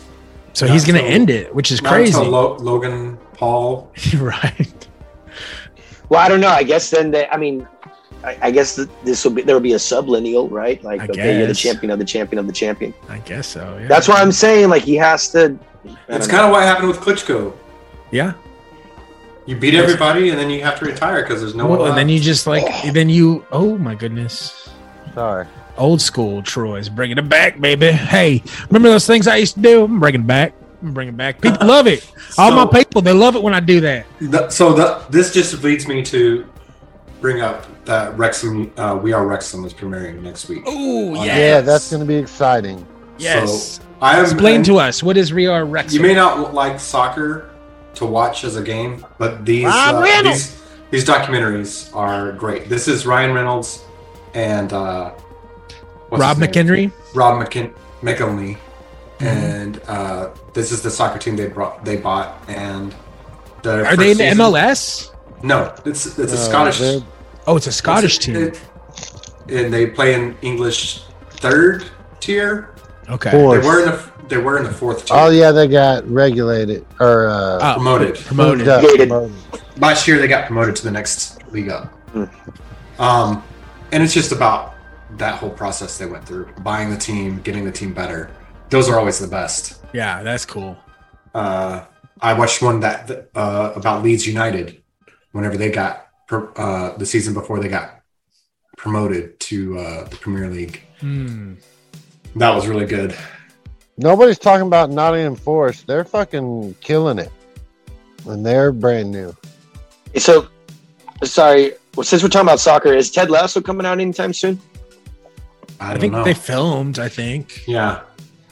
so
Yeah,
he's going to
so-
end it which is
not until
crazy
Lo- logan paul
*laughs* right
Well, I don't know. I guess then they. I mean, I, I guess th- this will be there will be a sublineal, right? Like
I
okay, you're the
guess.
champion of the champion of the champion.
i guess so yeah
That's why I'm saying like he has to. I
it's
don't know.
kind of what happened with klitschko
yeah
you beat everybody and then you have to retire because there's no
well,
one
and then
left.
you just like then you oh my goodness
Sorry.
old school Troy's bringing it back, baby. Hey, remember those things I used to do? I'm bringing it back. I'm bringing it back. People love it. All
Uh, So-
my people, they love it when I do that.
Th- so th this just leads me to bring up that Wrexham, uh, We Are Wrexham is premiering next week.
Oh
yeah.
Yeah, that's going to be exciting.
yes.
I am,
Explain to us what is Rio Rex?
You may not like soccer to watch as a game, but these
Ah,
Ryan
uh,
Reynolds!
these, these documentaries are great. This is Ryan Reynolds and uh, what's
Rob Mm-hmm.
his name?
McHenry.
Rob McKin- McElney, and uh, this is the soccer team they brought. They bought and. their
Are they in
first
the
season-
MLS?
No, it's it's a
Uh,
Scottish.
they're-
Oh, it's a Scottish
It's-
team.
it- and they play in English third tier.
Okay.
They
Force.
were in the they were in the fourth tier.
Oh yeah, they got regulated or uh,
Uh,
Promoted
moved
promoted.
up.
Gated.
promoted.
last year, they got promoted to the next league up.
Hmm.
Um, and it's just about that whole process they went through: buying the team, getting the team better. Those are always the best.
Yeah, that's cool.
Uh, I watched one that uh, about Leeds United. Whenever they got per, uh, the season before they got promoted to uh, the Premier League.
Hmm.
That was really good.
Nobody's talking about Nottingham Forest. They're fucking killing it, and they're brand new.
So, sorry. Well, since we're talking about soccer, is Ted Lasso coming out anytime soon?
I
I, don't
think
know.
they filmed. I think.
yeah,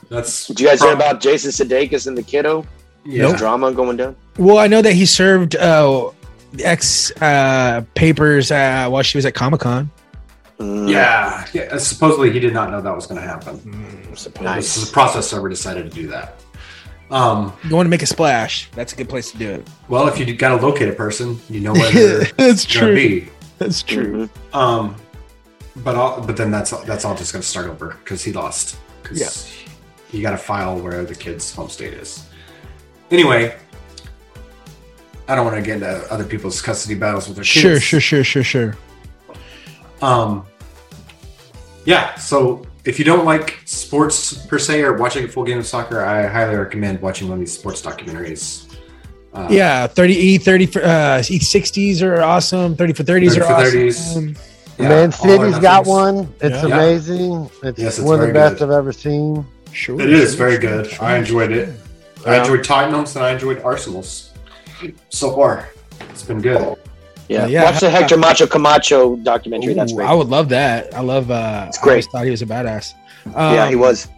that's.
Did you guys hear
prob-
about Jason Sudeikis and the kiddo?
Yeah,
The drama going down.
Well, I know that he served uh, ex uh, papers uh, while she was at Comic Con.
Mm,
yeah, yeah. Supposedly he did not know that was going to happen.
Hmm.
Nice.
The process server decided to do that. Um,
You want to make a splash? That's a good place to do it.
well, if you got to locate a person, you know
*laughs*
where they're *laughs*
That's
going to
true.
be.
That's true.
Mhm.
Um, but all, but then that's all- that's all just going to start over because he lost. Because you got to file where the kid's home state is. Anyway, I don't want to get into other people's custody battles with their
Sure,
kids.
sure, sure, sure, sure.
Um, yeah. So if you don't like sports per se or watching a full game of soccer, I highly recommend watching one of these sports documentaries. Uh,
Yeah, 30 E 30 for uh E 60s are awesome. 30 for 30s
30
are
for
awesome. Um,
yeah,
Man
All or
City's got
Nothings.
one. It's
Yeah.
amazing. It's,
Yes, it's
one of the
very
best
good.
I've ever seen.
Sure.
It is
sure,
very
sure,
good.
sure,
I enjoyed it. I
Yeah.
enjoyed Tottenham's and I enjoyed Arsenal's so far. It's been good.
Yeah.
Yeah.
Watch the Hector Macho Camacho documentary.
Ooh,
That's great.
I would love that. I love uh
It's great.
I always thought he was a badass. Um,
yeah, he was.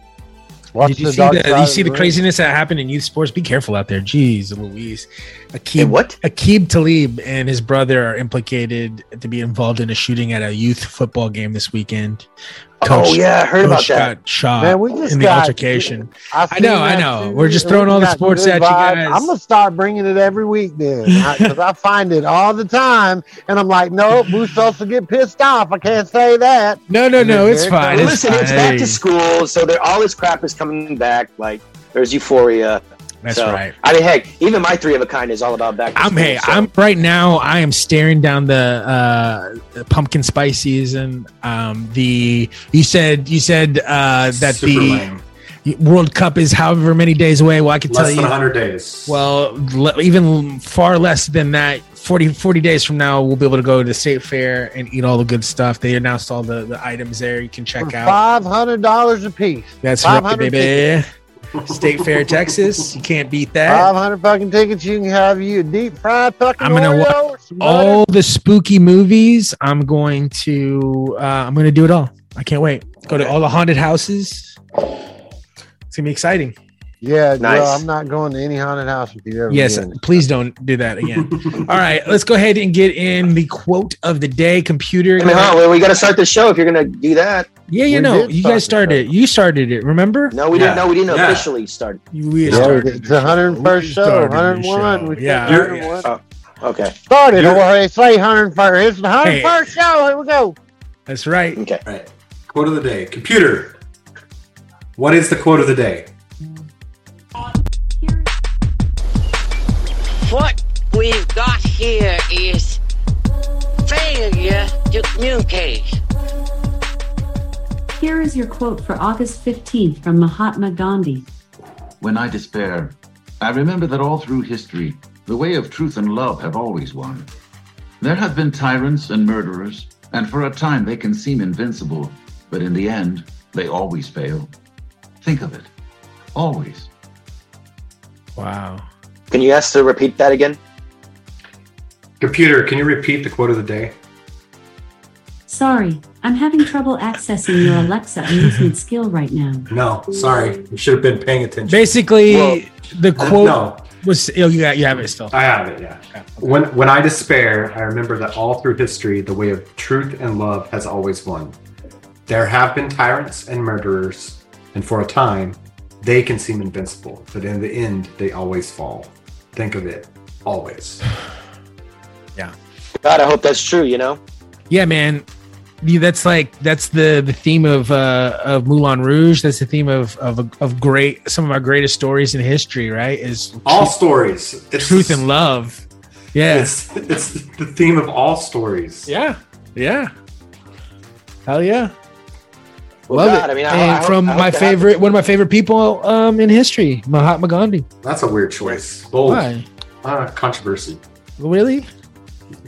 Watch
Did you
the
see
dark
the,
side
you
of
see the
ring.
craziness that happened in youth sports? Be careful out there. Jeez Louise. Akeem,
Hey, what?
Akib Talib and his brother are implicated to be involved in a shooting at a youth football game this weekend.
oh yeah, I heard about
Coach
that.
Got shot
Man, we just
Uh, in the
got-
altercation. I
seen
know, I
that
know.
too,
We're just
and
throwing
we
all the
got
sports
good
at you
vibes.
guys.
I'm gonna start bringing it every week then, because I find it all the time, and I'm like, no, Bustos will get pissed off. I can't say that.
No, no, no. It's
Yeah,
fine.
it's
Listen, it's back to
fine.
school, so they're- all this crap is coming back. Like there's Euphoria.
That's
so,
right.
I mean, heck, even my three of a kind is all about back. To
I'm
school,
hey,
so-
I'm right now. I am staring down the uh, pumpkin spice season. Um, the you said you said uh, that
Super
the
lame.
World Cup is however many days away. Well, I can
less
tell
than
you.
100 days.
Well, le- even far less than that. 40, 40 days from now, we'll be able to go to the state fair and eat all the good stuff. They announced all the, the items there. You can check
For
out.
five hundred dollars a piece,
That's right,
500
baby. State Fair, Texas. You can't beat that.
five hundred fucking tickets. You can have you a deep fried fucking
I'm gonna
Oreo. with some butter.
all the spooky movies. I'm going to uh, I'm going to do it all. I can't wait. Go to all the haunted houses. It's gonna be exciting.
yeah,
Nice.
well, I'm not going to any haunted house with you ever.
Yes,
again.
please don't do that again. all right, let's go ahead and get in the quote of the day. Computer,
I mean, huh, well, we got to start the show if you're gonna do that.
yeah, you
We
know,
did
you
start
guys
the
started it. You started it. Remember?
No, we
Yeah.
didn't. No, we didn't
Yeah.
officially start.
You- we
Yeah,
started
it's
the
the 101st
We
show,
started the
101.
show.
We
Yeah.
started 101.
Okay.
Started,
You're-
Jorge. Say 101st. It's the 101st show. Here we go.
That's right.
Okay.
All right. Quote of the day. Computer. What is the quote of the day?
What we've got here is failure to communicate.
Here is your quote for August 15th from Mahatma Gandhi.
When I despair, I remember that all through history, the way of truth and love have always won. There have been tyrants and murderers, and for a time they can seem invincible, but in the end, they always fail. Think of it. Always.
Wow.
Can you ask to repeat that again?
Computer, can you repeat the quote of the day?
Sorry, I'm having trouble accessing your Alexa amusement skill right now.
No, sorry. You should have been paying attention. Uh,
Basically,
Well,
the quote
No,
was oh, you got you have it still.
I have it, yeah. When when I despair, I remember that all through history, the way of truth and love has always won. There have been tyrants and murderers, and for a time, they can seem invincible, but in the end, they always fall. Think of it, always.
God, I hope that's true. You know.
Yeah, man. Yeah, That's like that's the the theme of uh of Moulin Rouge. That's the theme of of of great some of our greatest stories in history. Right? Is
All stories, it's,
truth and love. Yeah.
It's it's the theme of all stories.
Yeah. Yeah. Hell yeah.
Well,
Love
God,
it.
I mean, I-
and
I hope-
from
I hope
my
that
favorite, one of my favorite people um, in history, Mahatma Gandhi.
Oh.
That's a weird choice. Bold
Why?
uh, controversy.
Really?
Do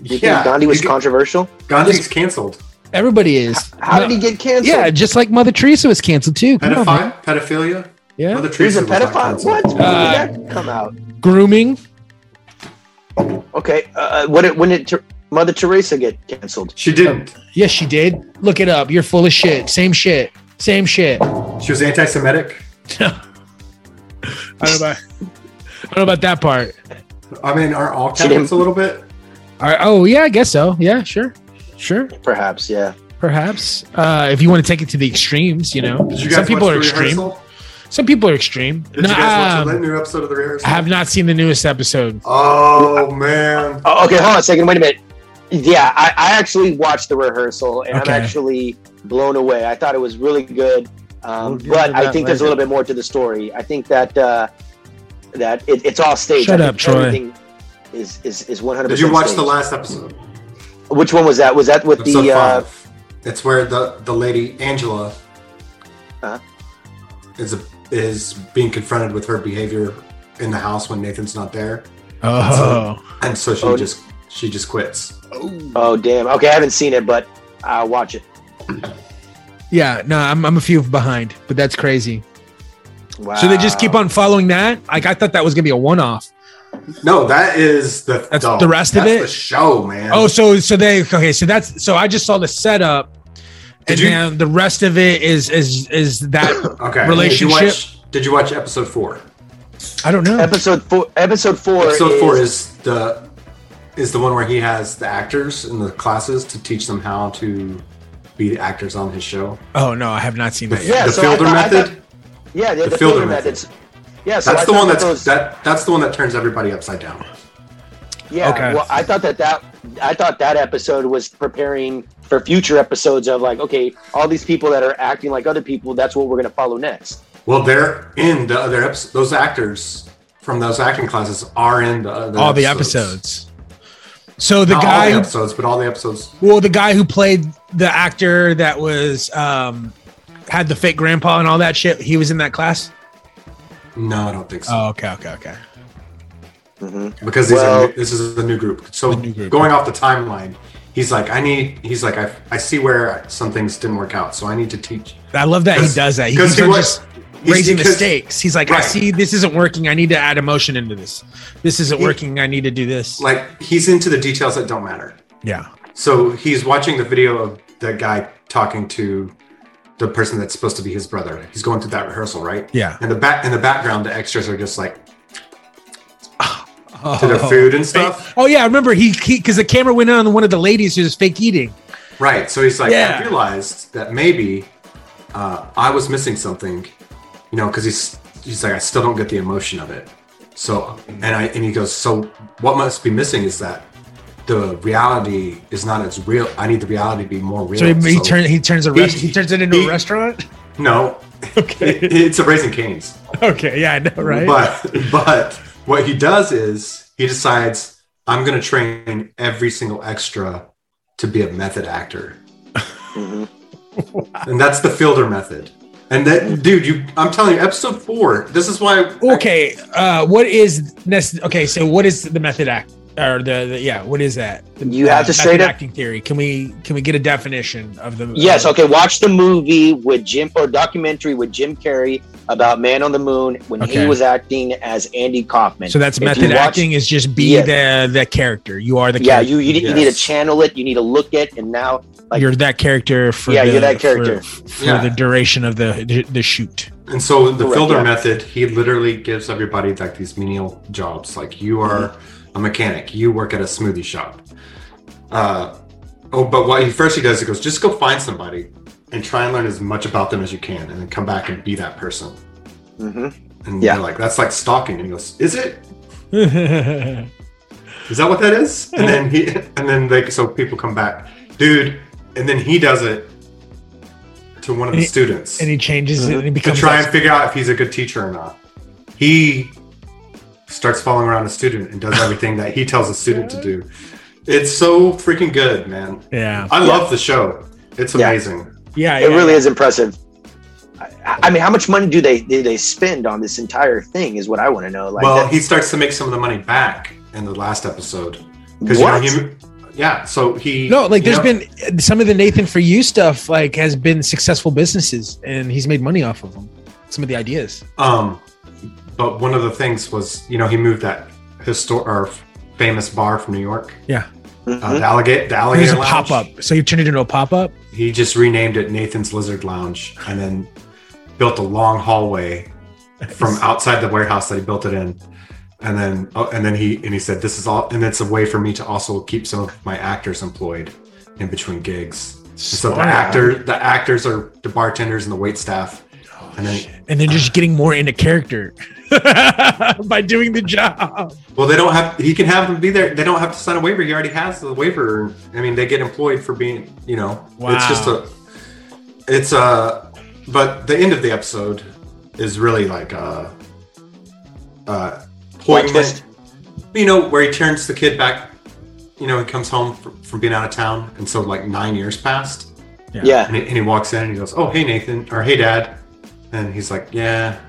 you think Gandhi was controversial?
Gandhi's canceled.
Everybody is.
How did he get canceled?
Yeah, just like Mother Teresa was canceled too. Come on, man.
Pedophile, pedophilia.
Yeah.
Mother
He was
Teresa
a
was not
pedophile.
canceled.
What? When did
Uh,
that come out?
Grooming.
Okay. Uh, what? When did Ter- Mother Teresa get canceled?
She didn't.
Yes, she did. Look it up. You're full of shit. Same shit. Same shit. I
She was anti-Semitic.
don't know about, I don't know about that part.
I mean, are all
She didn't-
Catholics a little bit?
All right. Oh yeah, I guess so. Yeah, sure, sure,
Perhaps. Yeah.
perhaps. Uh, if you want to take it to the extremes, you know,
Did you guys
some people
watch
are
the
extreme.
rehearsal?
Some people are extreme.
Did you guys watch
um,
the new episode of the rehearsal?
I have not seen the newest episode.
Oh man.
Oh, okay. Hold on a second. Wait a minute. Yeah, I, I actually watched the rehearsal, and
Okay.
I'm actually blown away. I thought it was really good, um,
We'll get
but
into
I
that
think there's a
later.
little bit more to the story. I think that uh, that it, it's all staged.
Shut
I
up,
think
Troy.
Everything is is is 100.
Did you watch the last episode?
Which one was that? Was that with
Episode
the? Uh,
five. It's where the the lady Angela
Uh-huh.
is a, is being confronted with her behavior in the house when Nathan's not there,
Oh,
and so she
Oh,
just she just quits.
oh damn. Okay, I haven't seen it, but I'll watch it.
yeah. No, I'm I'm a few behind, but that's crazy.
Wow.
So they just keep on following that. Like I thought that was gonna be a one off.
No, that is the
That's
no,
the rest of
that's
it?
The show, man.
Oh, so so they okay. So that's so I just saw the setup, and
Did you-
then the rest of it is is is that
okay.
relationship-
Did you watch, did you watch episode four?
I don't know.
Episode four. Episode four.
Episode
is,
four is the is the one where he has the actors in the classes to teach them how to be the actors on his show.
Oh no, I have not seen
The,
that. Yet.
Yeah,
the
so I
Fielder
thought- I
method.
yeah, the,
the
the
Fielder
filter methods. Yeah, so
that's
I
the
thought
one
that
that's
those-
that that's the one that turns everybody upside down.
Yeah.
Okay.
Well, I thought that that I thought that episode was preparing for future episodes of like, okay, all these people that are acting like other people, that's what we're gonna follow next.
Well, they're in the other episodes. Those acters from those acting classes are in the other
all the episodes. So the
Not
guy,
all the
who,
episodes, but all the episodes.
well, the guy who played the actor that was um had the fake grandpa and all that shit. He was in that class.
No, I don't think so.
Oh, okay, okay, okay.
because these
Well-
are new, this is a new group. So
new group.
going off the timeline, he's like, I need. He's like, I, I see where some things didn't work out, so I need to teach.
I love that he
'Cause-
does that. He
'cause
keeps
he
on
was-
just
he's-
raising the
because-
stakes. He's like, I
Right.
see this isn't working. I need to add emotion into this. This isn't
He-
working. I need to do this.
Like he's into the details that don't matter.
yeah.
So he's watching the video of the guy talking to the person that's supposed to be his brother. He's going through that rehearsal, right?
Yeah.
In the back, in the background, the extras are just like to their food and stuff.
Oh yeah, I remember he because the camera went on one of the ladies who was fake eating.
Right. So he's like,
Yeah.
I realized that maybe uh, I was missing something, you know, because he's he's like, I still don't get the emotion of it. So and I and he goes, so what must be missing is that the reality is not as real. I need the reality to be more real.
So he, he
So-
turns he turns a
He-
rest, he, turns it into
he-
a
*laughs*
restaurant. *laughs*
No, *laughs*
Okay.
It- it's a raising canes.
Okay, yeah, I know, right?
But but what he does is he decides I'm going to train every single extra to be a method actor,
Mm-hmm.
and that's the Fielder method. And that dude, you I'm telling you, episode four. This is why.
okay, uh, what is nec- okay? So what is the method act or the, the yeah? What is that? The,
You have
uh,
to
method
straight up-
acting theory. Can we can we get a definition of the?
Yes, okay, watch the movie with Jim or documentary with Jim Carrey about Man on the Moon when
Okay.
he was acting as Andy Kaufman.
So that's
If you
method
watch-
acting is just be the the character. You are the
Yeah,
character.
you you, need- you need to
Yes.
channel it, you need to look it, and now like-
you're that character for
Yeah,
the,
you're that
for-
character.
for,
Yeah.
the duration of the the shoot. *laughs*
And so the
Correct,
Fielder
yeah.
method, he literally gives everybody like these menial jobs. Like you are
Mm-hmm.
a mechanic, you work at a smoothie shop. Uh, oh, but what he first he does, he goes, just go find somebody and try and learn as much about them as you can, and then come back and be that person.
Mm-hmm.
Mhm.
And
Yeah.
you're like, that's like stalking. And he goes, is it?
yeah,
Is that what that is? And then he, and then like, so people come back, dude. And then he does it to one of
And
the
he-
students.
and he changes it and he
to
becomes
try and figure out if he's a good teacher or not. He starts following around a student and does everything that he tells a student to do. It's so freaking good, man.
yeah,
I love the show. It's
Yeah.
amazing.
yeah.
it
yeah.
really is impressive. I, I mean, how much money do they do they spend on this entire thing? Is what I want to know. Like,
well,
that-
he starts to make some of the money back in the last episode because you know
What?
he Yeah. So he
No, like
there's
there's been some of the Nathan for You stuff like has been successful businesses, and he's made money off of them. Some of the ideas.
Um, but one of the things was, you know, he moved that historic or famous bar from New York,
Yeah,
Mm-hmm.
uh, the Alligator, the
it was
Alligator
a
Lounge.
pop up. So you turned it into a pop up.
He just renamed it Nathan's Lizard Lounge, and then built a long hallway from outside the warehouse that he built it in. And then, oh, and then he and he said, "This is all, and it's a way for me to also keep some of my actors employed in between gigs." And So the
Smart.
actor, the actors are the bartenders and the wait staff, and then
and then just getting more into character *laughs* by doing the
*laughs*
job.
Well, they don't have. He can have them be there. They don't have to sign a waiver. He already has the waiver. I mean, they get employed for being. You know, it's just
Wow.
a. It's a. But the end of the episode is really like a. Uh, poignant. You know where he turns the kid back. You know he comes home fr- from being out of town, and so like nine years passed.
Yeah.
Yeah.
And he, and he walks in and he goes, "Oh, hey Nathan," or "Hey Dad," and he's like, "Yeah,"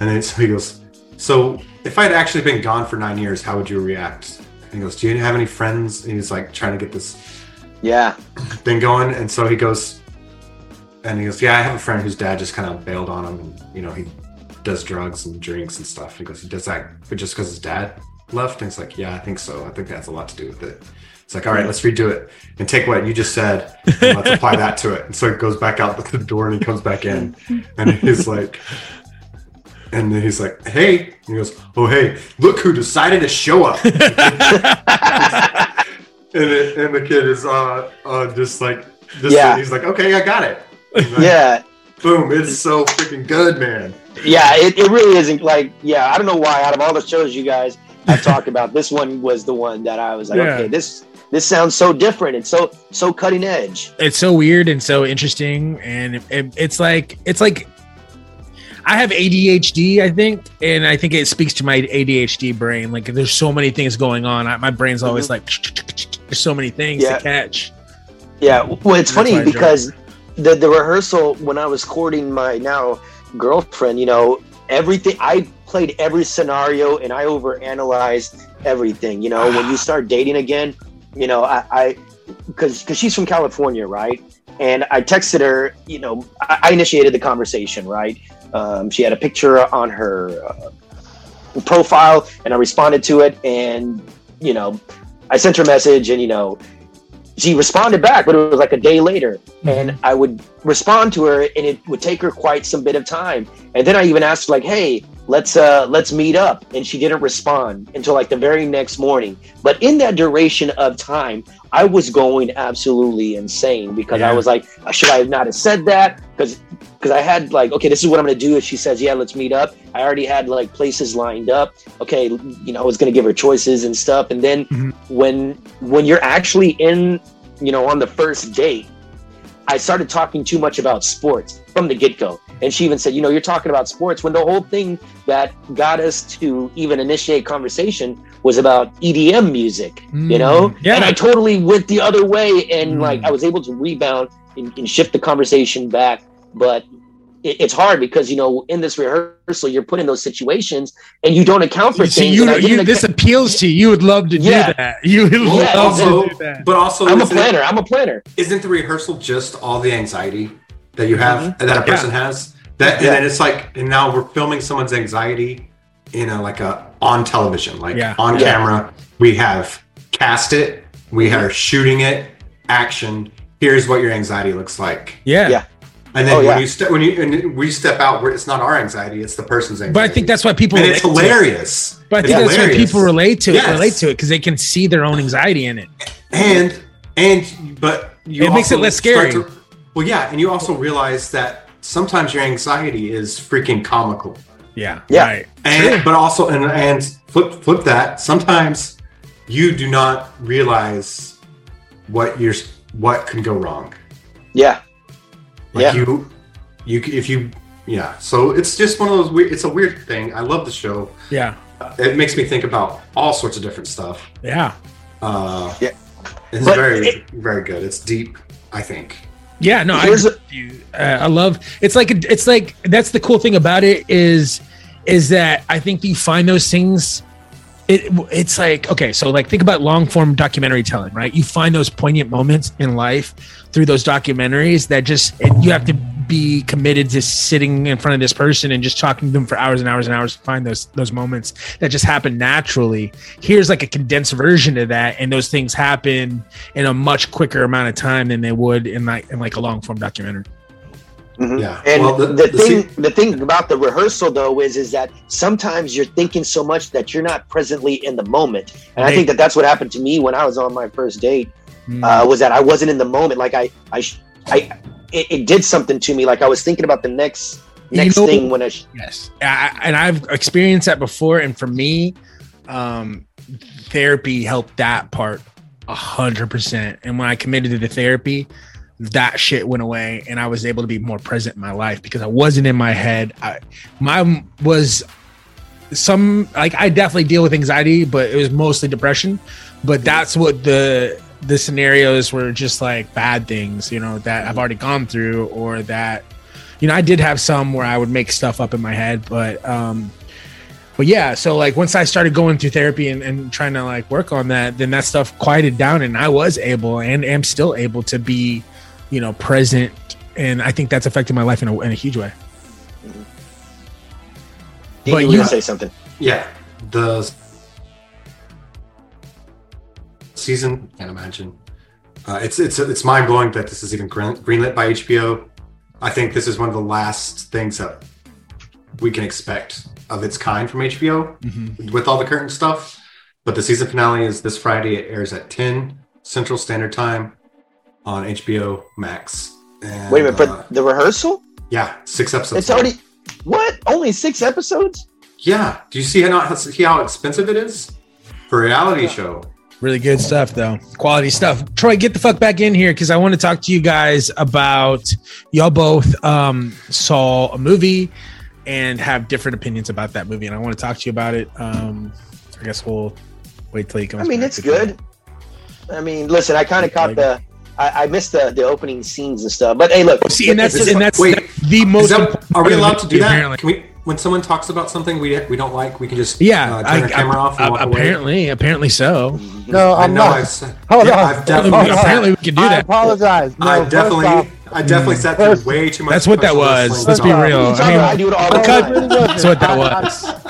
and then *laughs* so he goes, "So if I'd actually been gone for nine years, how would you react?" And he goes, "Do you have any friends?" And he's like trying to get this
Yeah.
thing going, and so he goes, and he goes, "Yeah, I have a friend whose dad just kind of bailed on him, and you know he does drugs and drinks and stuff." He goes, "He does that, but just because his dad left?" And he's like, "Yeah, I think so. I think that has a lot to do with it." It's like, all right, let's redo it and take what you just said and let's apply that to it. And so it goes back out the *laughs* door and he comes back in and he's like, and then he's like, hey. And he goes, oh, hey, look who decided to show up. *laughs* and, it, and the kid is uh, uh, just like, just
Yeah.
he's like, okay, I got it. He's like,
Yeah.
Boom, it's so freaking good, man.
Yeah. It, it really isn't like, yeah, I don't know why out of all the shows you guys have
*laughs*
talked about, this one was the one that I was like,
Yeah.
okay, this this sounds so different. It's so so cutting edge.
It's so weird and so interesting, and it- it- it's like it's like I have ADHD, I think, and I think it speaks to my ADHD brain. Like there's so many things going on. I, my brain's always like
Mm-hmm.
there's so many things
Yeah.
to catch.
Yeah. Well,
That's
it's
why
funny
I joke.
because the, the rehearsal when I was courting my now girlfriend, you know, everything I played every scenario and I overanalyzed everything. You know,
*sighs*
when you start dating again, you know, I, I because because she's from California, right? And I texted her, you know, I, I initiated the conversation, right? Um, she had a picture on her uh, profile, and I responded to it, and you know, I sent her a message, and you know, she responded back, but it was like a day later. And I would respond to her, and it would take her quite some bit of time. And then I even asked, like, "Hey, let's uh, let's meet up," and she didn't respond until like the very next morning. But in that duration of time, I was going absolutely insane because I
Yeah.
was like, "Should I not have said that?" Because because I had like, okay, this is what I'm gonna do if she says, yeah, let's meet up. I already had like places lined up. Okay, you know, I was gonna give her choices and stuff. And then
Mhm.
when when you're actually in, you know, on the first date, I started talking too much about sports from the get go. And she even said, you know, you're talking about sports when the whole thing that got us to even initiate conversation was about EDM music, you know?
Mm, yeah.
And I totally went the other way and
Mm.
like I was able to rebound and, and shift the conversation back. But it, it's hard because, you know, in this rehearsal, you're put in those situations and you don't account for
So
things.
you,
and I didn't
you
account-
this appeals to you. You would love to
Yeah.
do that. You would
Well,
love
also-
to do that.
But also,
I'm a
isn't it-
planner. I'm a planner.
isn't the rehearsal just all the anxiety that you have that a person has that and
Mm-hmm. Yeah.
then it's like and now we're filming someone's anxiety in a like a on television like
Yeah.
on
Yeah.
camera we have cast it we are shooting it action here's what your anxiety looks like
Yeah.
Yeah.
and then
Oh,
when
yeah.
you step when you and we step out we're, it's not our anxiety it's the person's anxiety
But I think that's why people
and it's
relate to it.
hilarious
But I
It's
think that's why
hilarious.
people relate to it,
Yes.
relate to it because they can see their own anxiety in it.
and and but you
It makes
also
it less
start
scary.
to- well, yeah, and you also realize that sometimes your anxiety is freaking comical,
Yeah.
Yeah.
Right.
and but also and and flip flip that. Sometimes you do not realize what you're what can go wrong.
Yeah.
Like
Yeah.
you, you if you yeah. So it's just one of those weird. It's a weird thing. I love the show.
Yeah.
It makes me think about all sorts of different stuff.
Yeah.
Uh,
Yeah.
it's
But
very
it-
very good. It's deep. I think.
Yeah. No, I,
Here's
agree with you. Uh, I love it's like it's like that's the cool thing about it is is that I think you find those things it it's like okay so like think about long form documentary telling right you find those poignant moments in life through those documentaries that just it, you have to be committed to sitting in front of this person and just talking to them for hours and hours and hours to find those those moments that just happen naturally here's like a condensed version of that and those things happen in a much quicker amount of time than they would in like in like a long form documentary
Mhm.
Yeah.
And
Well,
the,
the- the
thing, the thing about the rehearsal though is, is that sometimes you're thinking so much that you're not presently in the moment. And I
Hey.
think that that's what happened to me when I was on my first date. uh, was that I wasn't in the moment. Like I, I, sh- I, it, it did something to me. Like I was thinking about the next
You
next
know-
thing when I. Sh-
Yes, I, I- and I've experienced that before, and for me, um, therapy helped that part a hundred percent. And when I committed to the therapy, that shit went away, and I was able to be more present in my life because I wasn't in my head. I, my was some like I definitely deal with anxiety, but it was mostly depression. But that's what the the scenarios were just like bad things, you know, that I've already gone through or that you know, I did have some where I would make stuff up in my head, but um but yeah, so like once I started going through therapy and, and trying to like work on that, then that stuff quieted down and I was able and am still able to be, you know, present and I think that's affected my life in a, in a huge way.
Dean,
But
you were
you-
gonna say something.
Yeah, the season. Can't imagine. Uh, it's it's it's mind blowing that this is even green- greenlit by HBO. I think this is one of the last things that we can expect of its kind from HBO
Mm-hmm.
with all the current stuff. But the season finale is this Friday. It airs at 10 Central Standard Time on HBO Max. And,
Wait a minute,
uh,
but the rehearsal?
yeah, six episodes.
It's already what? Only six episodes?
Yeah. Do you see how see how expensive it is for a reality show?
Really good stuff, though. Quality stuff. Troy, get the fuck back in here because I want to talk to you guys about y'all both um, saw a movie and have different opinions about that movie, and I want to talk to you about it. Um, I guess we'll wait till he comes.
I mean,
back
it's
to talk.
good. I mean, listen, I kind of caught the. I, I missed the, the opening scenes and stuff, but hey, look.
Well, see, and that's
Is this-
and that's,
wait,
that's the
Is
most.
that, are
important
we allowed to do
movie,
that?
Apparently,
Can we? When someone talks about something we we don't like, we can just
yeah.
uh, turn
I,
our camera
I-
off and
I-
walk away.
apparently, apparently so.
No,
I
I'm
know.
not.
I've, said-
Hold
yeah,
on.
I've
Hold
definitely,
on.
apparently, we can do
I
that.
apologize. No,
I
first off,
definitely, I definitely sat through
First-
way too much.
That's what that
professional
was.
wrestling
Let's be
talk.
real.
What are you talking about? I do it all the
Cut.
time.
really wasn't.
That's what that
I- I-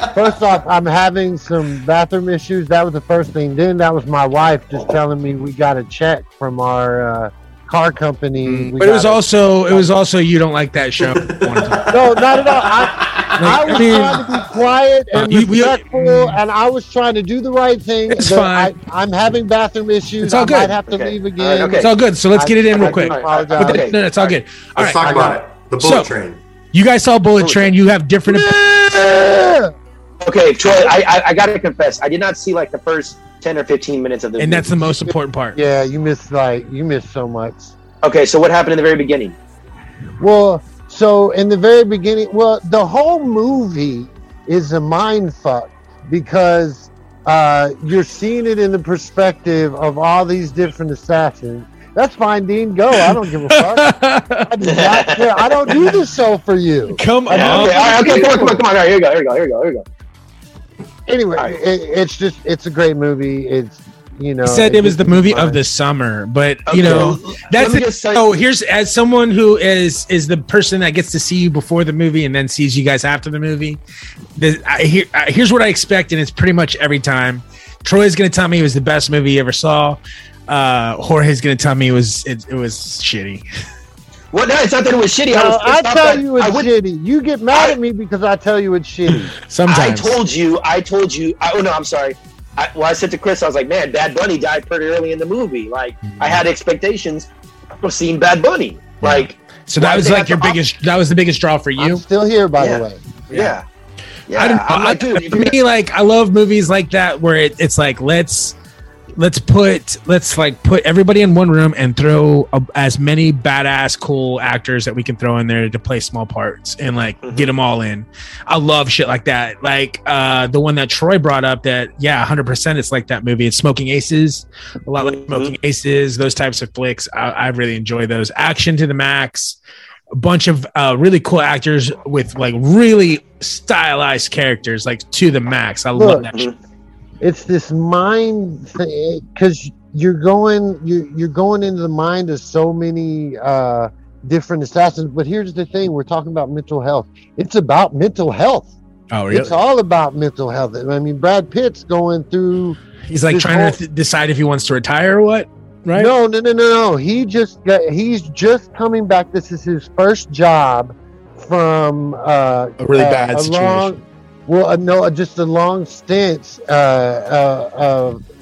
was.
First off, I'm having some bathroom issues. That was the first thing. Then that was my wife just telling me we got a check from our uh, car company. We
Mm, But it
got
was
a-
also it was also you don't like that show. *laughs* Like,
no, not at all.
*laughs*
I, I was
mean,
trying to be quiet and
Uh, you- you-
respectful, and I was trying to do the right thing.
It's
but
fine.
I, I'm having bathroom issues.
It's all
I
good.
might have to
Okay.
leave
All right,
again.
okay.
it's all good. So let's get it in
I-
real
I
quick.
do
All right,
apologize.
But
okay.
that- no, it's all good. All
Let's
right.
talk about it. The
So-
bullet train.
You guys saw Bullet Train. You have different.
Okay, Troy, I, I, I got to confess, I did not see like the first 10 or 15 minutes of the
and that's the most important part.
Yeah, you missed like you missed so much.
Okay, so what happened in the very beginning?
Well, so in the very beginning, well, the whole movie is a mind fuck because uh, you're seeing it in the perspective of all these different assassins. That's fine, Dean. Go. I don't give a fuck. I, do not care. I don't do this show for you.
*laughs* Come on.
Yeah, okay, all right, okay, come on, come on, come on. All right, here we go, here we go, here we go, here we go.
Anyway,
All right.
it, it's just it's a great movie. It's you know
He said it was the movie of
the.
the summer, but
Okay,
you know
let
that's
me
the,
just say-
so. Here's as someone who is is the person that gets to see you before the movie and then sees you guys after the movie. The, I, here, I, here's what I expect, and it's pretty much every time. Troy's gonna tell me it was the best movie he ever saw. Uh, Jorge's gonna tell me it was it, it was shitty.
Well, no, it's not that it was shitty. I
No,
was
I
pissed off
tell
that
you it's
I wouldn't-
shitty. You get mad
I-
at me because I tell you it's shitty.
I
Sometimes
told you, I told you. I, oh no, I'm sorry. I, well, I said to Chris, I was like, man, Bad Bunny died pretty early in the movie. Like, I had expectations of seeing Bad Bunny. Like,
so. That
Why
was
they
like
have
your
to op-
biggest. That was the biggest draw for
I'm
you.
still here, by
Yeah.
the way.
yeah, yeah.
I don't know.
I'm
I,
like, dude, if
for
you're
me, like I love movies like that where it, it's like let's let's put let's like put everybody in one room and throw a, as many badass cool actors that we can throw in there to play small parts and like
Mm-hmm.
get them all in. I love shit like that. Like uh the one that Troy brought up that yeah, 100% it's like that movie. It's Smoking Aces. A lot
Mm-hmm.
like Smoking Aces, those types of flicks. I, I really enjoy those. Action to the max a bunch of uh, really cool actors with like really stylized characters, like to the max. I love
Look,
that. shit.
it's this mind thing because you're going you you're going into the mind of so many uh, different assassins. But here's the thing: we're talking about mental health. It's about mental health.
Oh, really?
It's all about mental health. I mean, Brad Pitt's going through.
He's like
this
trying
whole-
to th- decide if he wants to retire or what, right?
No, no, no, no, no. He just got, he's just coming back. This is his first job from uh,
A really
uh,
bad situation.
Long, well, uh, no, uh, just a long stint uh, uh,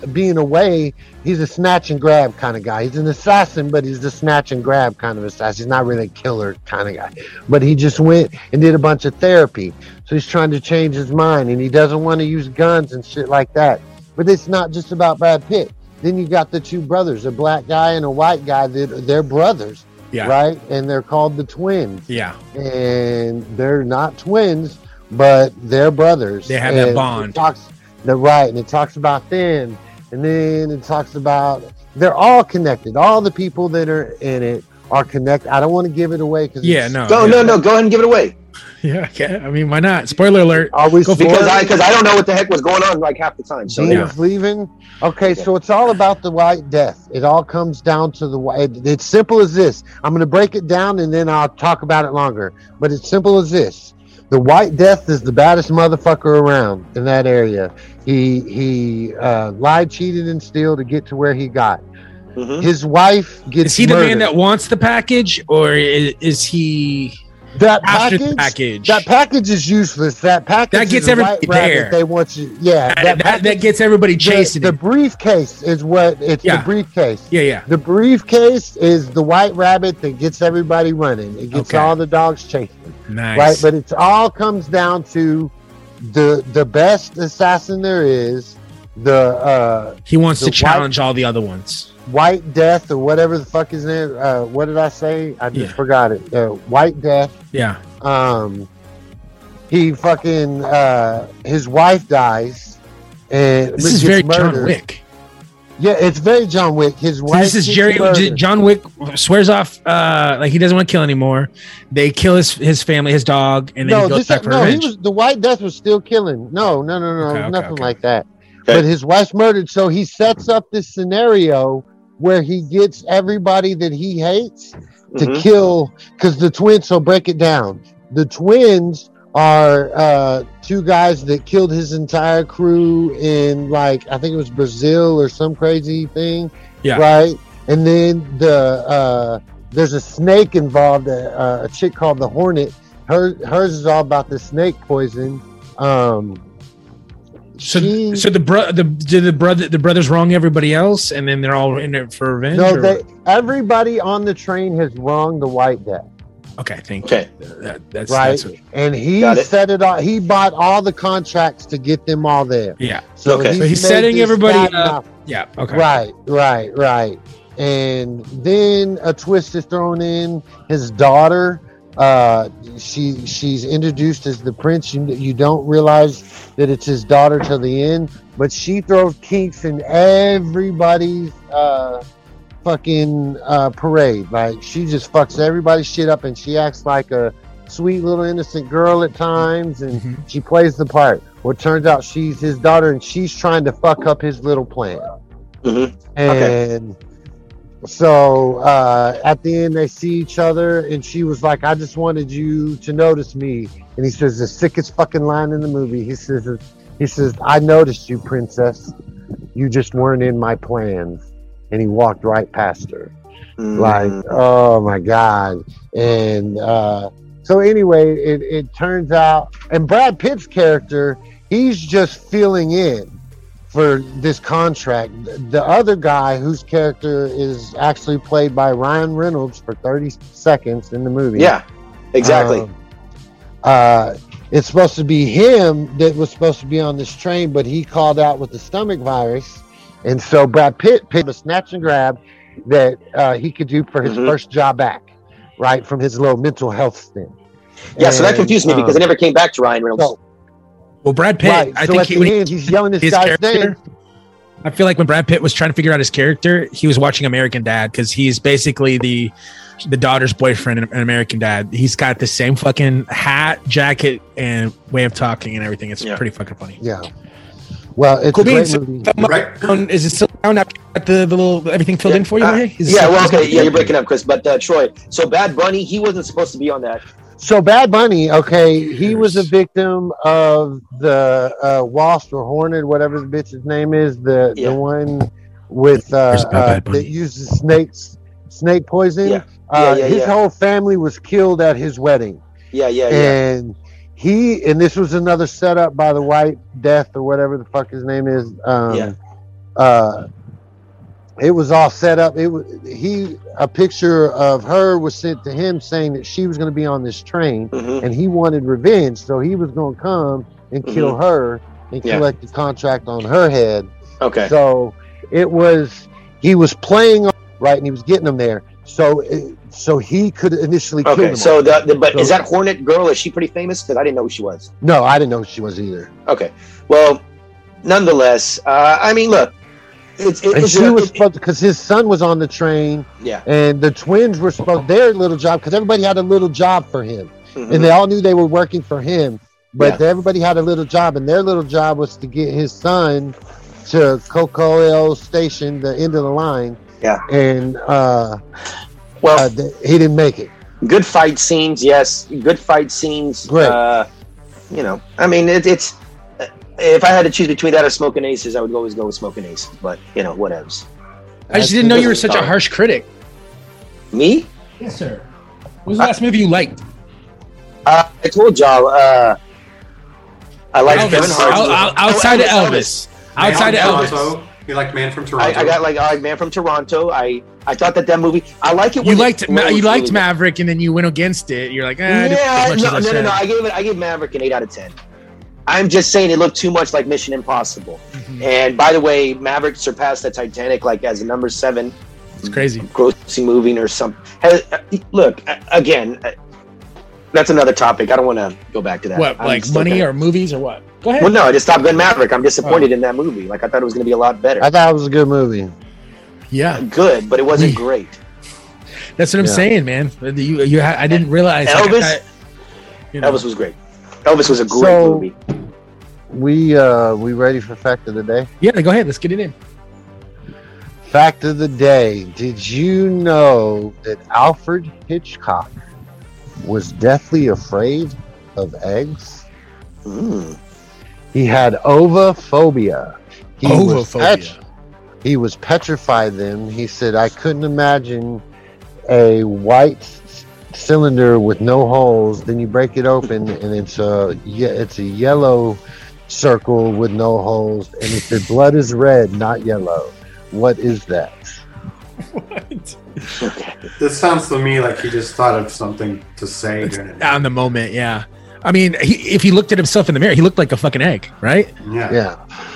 of being away. He's a snatch and grab kind of guy. He's an assassin, but he's a snatch and grab kind of assassin. He's not really a killer kind of guy. But he just went and did a bunch of therapy. So he's trying to change his mind, and he doesn't want to use guns and shit like that. But it's not just about Brad Pitt. Then you got the two brothers, a black guy and a white guy. That they're brothers,
Yeah.
right? And they're called the twins
Yeah.
and they're not twins, but they're brothers.
They have that
And
bond.
It talks, they're right, and it talks about them, and then it talks about they're all connected. All the people that are in it are connected. I don't want to give it away because
Yeah, no.
Go,
yeah.
no, no, go ahead and give it away
*laughs* Yeah, okay. I mean, why not? Spoiler alert.
always
Go for
because I because I don't know what the heck was going on like half the time. So
Dean's
Yeah.
leaving. Okay, so it's all about the White Death. It all comes down to the White. It, it's simple as this. I'm going to break it down and then I'll talk about it longer. But it's simple as this: the White Death is the baddest motherfucker around in that area. He he uh, lied, cheated, and stole to get to where he got.
Mhm.
His wife gets
Is he the man
murdered.
that wants the package, or is, is he
that
after
package?
the package?
That package is useless. That package
That gets
is a
everybody
white rabbit
there.
They want you.
that,
Yeah,
that, that,
package-
gets everybody chasing
the,
it.
the briefcase is what it's
Yeah.
the briefcase.
yeah, yeah.
The briefcase is the white rabbit that gets everybody running. It gets
Okay.
all the dogs chasing,
Nice.
right? But it's all comes down to the the best assassin there is, the uh,
he wants
the
to
white-
challenge all the other ones.
White Death or whatever the fuck his name. Uh, what did I say? I just
Yeah.
forgot it. Uh, white Death.
Yeah.
um he fucking uh his wife dies and
This is
gets
very John
murdered.
Wick.
yeah it's very john wick his
So
wife
this is
gets
Jerry.
murdered.
John Wick swears off, uh, like he doesn't want to kill anymore. They kill his his family, his dog, and then
no
he goes
this
back for
no he
revenge.
was the white death was still killing no no no no
Okay, okay,
nothing
okay.
like that but his wife's murdered so he sets up this scenario where he gets everybody that he hates to
Mhm.
kill because the twins so break it down the twins are uh, two guys that killed his entire crew in like i think it was brazil or some crazy thing
Yeah.
right and then the uh, there's a snake involved uh, a chick called the hornet her, hers is all about the snake poison um
so,
she-
so the bro, the did the brother, the brothers wrong everybody else, and then they're all in it for revenge.
no
or-
they, everybody on the train has wronged the white death
okay, thank
okay,
you. That, that's
Right.
that's what-
and he
Got it.
set it all. He bought all the contracts to get them all there.
yeah,
So
Okay.
he
So he's
made
setting
this
everybody
bad
up. yeah, okay,
Right, right, right. And then a twist is thrown in. His daughter, uh, she she's introduced as the prince. You, you don't realize that it's his daughter till the end, but she throws kinks in everybody's uh, fucking uh, parade. Like she just fucks everybody's shit up, and she acts like a sweet little innocent girl at times, and
Mhm.
she plays the part. Well, it turns out she's his daughter, and she's trying to fuck up his little plan.
Mhm. Okay.
And so uh, at the end, they see each other, and she was like, "I just wanted you to notice me." And he says the sickest fucking line in the movie. He says, "He says I noticed you, princess. You just weren't in my plans." And he walked right past her like
Mm.
oh my god and uh so anyway it, it turns out and brad pitt's character he's just filling in for this contract the other guy whose character is actually played by ryan reynolds for 30 seconds in the movie
yeah, exactly.
um, uh, it's supposed to be him that was supposed to be on this train, but he called out with the stomach virus, and so Brad Pitt picked a snatch and grab that uh, he could do for his
Mhm.
first job back, right from his little mental health stint.
yeah, so that
And,
confused me because
um,
it never came back to Ryan Reynolds.
so,
Well, Brad Pitt,
right,
I
so
think
at
he,
the
when he *laughs*
end, he's yelling this
his
guy's
character.
name.
I feel like when Brad Pitt was trying to figure out his character, he was watching American Dad because he's basically the the daughter's boyfriend in in American Dad. He's got the same fucking hat, jacket, and way of talking and everything. It's
Yeah.
pretty fucking funny.
Yeah. Well, it's
Cool
a great
beans. So,
movie.
thumb up, down. Is it still down after you got the, the little everything filled in for you?
Uh,
Jorge? Is it
yeah,
still-
well,
it's gonna
okay,
be-
yeah, you're breaking up, Chris. But uh, Troy, so Bad Bunny, he wasn't supposed to be on that.
So Bad Bunny, okay, he was a victim of the uh, wasp or hornet, whatever the bitch's name is, the
Yeah.
the one with uh,
There's no
uh,
Bad Bunny.
that uses snakes snake poison.
Yeah.
Uh,
Yeah, yeah,
his
yeah.
whole family was killed at his wedding,
Yeah, yeah, yeah.
and he and this was another setup by the White Death or whatever the fuck his name is. Um,
Yeah.
Uh, it was all set up. It was he a picture of her was sent to him saying that she was going to be on this train
Mhm.
and he wanted revenge, so he was going to come and kill her and
Mm-hmm. Yeah.
collect the contract on her head.
Okay.
So it was he was playing right, and he was getting them there. So it, so he could initially kill
Okay.
them.
So
all.
the, the but is
So-
that Hornet girl? Is she pretty famous? Because I didn't know who she was.
no, I didn't know she was either.
Okay. Well, nonetheless, uh, I mean, look, it's it,
And
it's
she
a-
was
it-
supposed because his son was on the train,
yeah.
and the twins were supposed their little job because everybody had a little job for him.
mhm.
and they all knew they were working for him. But everybody had a little job, and their little job was to get his son to Cocoa Station, the end of the line.
Yeah.
and uh,
well,
uh, th- he didn't make it.
good fight scenes yes good fight scenes
Great.
uh you know i mean it, it's if i had to choose between that or smoking aces i would always go with smoking aces but you know whatevs
I just didn't know you were such a harsh critic.
me
Yes, sir. What was the last movie you liked?
uh, i told y'all uh i like
Elvis.
kevin hart
Out- out- outside
Oh,
of Elvis. Outside of
Man from
Elvis.
Toronto. You like Man from
I,
Toronto?
I got like I like man from toronto i i thought that that movie i like it *laughs*
You
when it-
liked
when
Ma-
it
you
was
liked
really-
Maverick, and then you went against it. You're like, eh, I didn't
yeah,
like it as much
no,
as
no, no,
said.
no. I gave it. I gave Maverick an eight out of ten. I'm just saying it looked too much like Mission Impossible.
Mm-hmm.
And by the way, Maverick surpassed the Titanic like as a number seven
It's crazy.
grossing movie or something. Hey, uh, Look uh, again. uh, That's another topic. I don't want to go back to that.
What,
I'm
like
still
money
kinda-
or movies or Oh. what? Go ahead.
Well, no, just Top Gun Maverick. I'm disappointed in that movie. Like I thought it was going to be a lot better.
I thought it was a good movie.
yeah,
Good, but it wasn't
Yeah.
great.
that's what I'm
Yeah.
saying, man. You, you, ha- I didn't realize like,
Elvis?
I thought- you know.
Elvis was great. Elvis was a great
So-
movie.
We uh, we ready for fact of the day?
Yeah, go ahead. Let's get it in.
Fact of the day: Did you know that Alfred Hitchcock was deathly afraid of eggs?
Mm.
He had ovophobia. He was
Ovophobia.
pet- he was petrified them. He said, I couldn't imagine a white c- cylinder with no holes. Then you break it open and it's a, ye- it's a yellow circle with no holes. And he said, blood is red, not yellow. What is that?
this sounds to me like he just thought of something to say. during it.
on the moment. Yeah, I mean, he, if he looked at himself in the mirror, he looked like a fucking egg, right?
Yeah.
Yeah.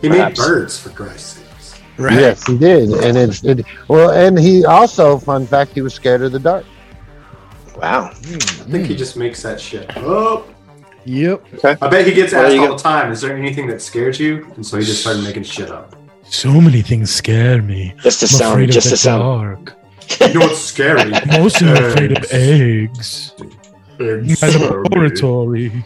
He made
Perhaps.
birds for Christ's sakes.
Right.
Yes, he did. And it's, it, well, and he also, fun fact, he was scared of the dark.
Wow.
I think
Hmm.
he just makes that shit up.
Yep.
I bet he gets
Well, there
asked
you
all
go.
the time, is there anything that scares you? And so he just started making shit up.
So many things scare me.
Just to sound. Just to sound.
dark.
You know
*laughs*
what's scary?
Mostly
afraid of
eggs.
Eggs scare me.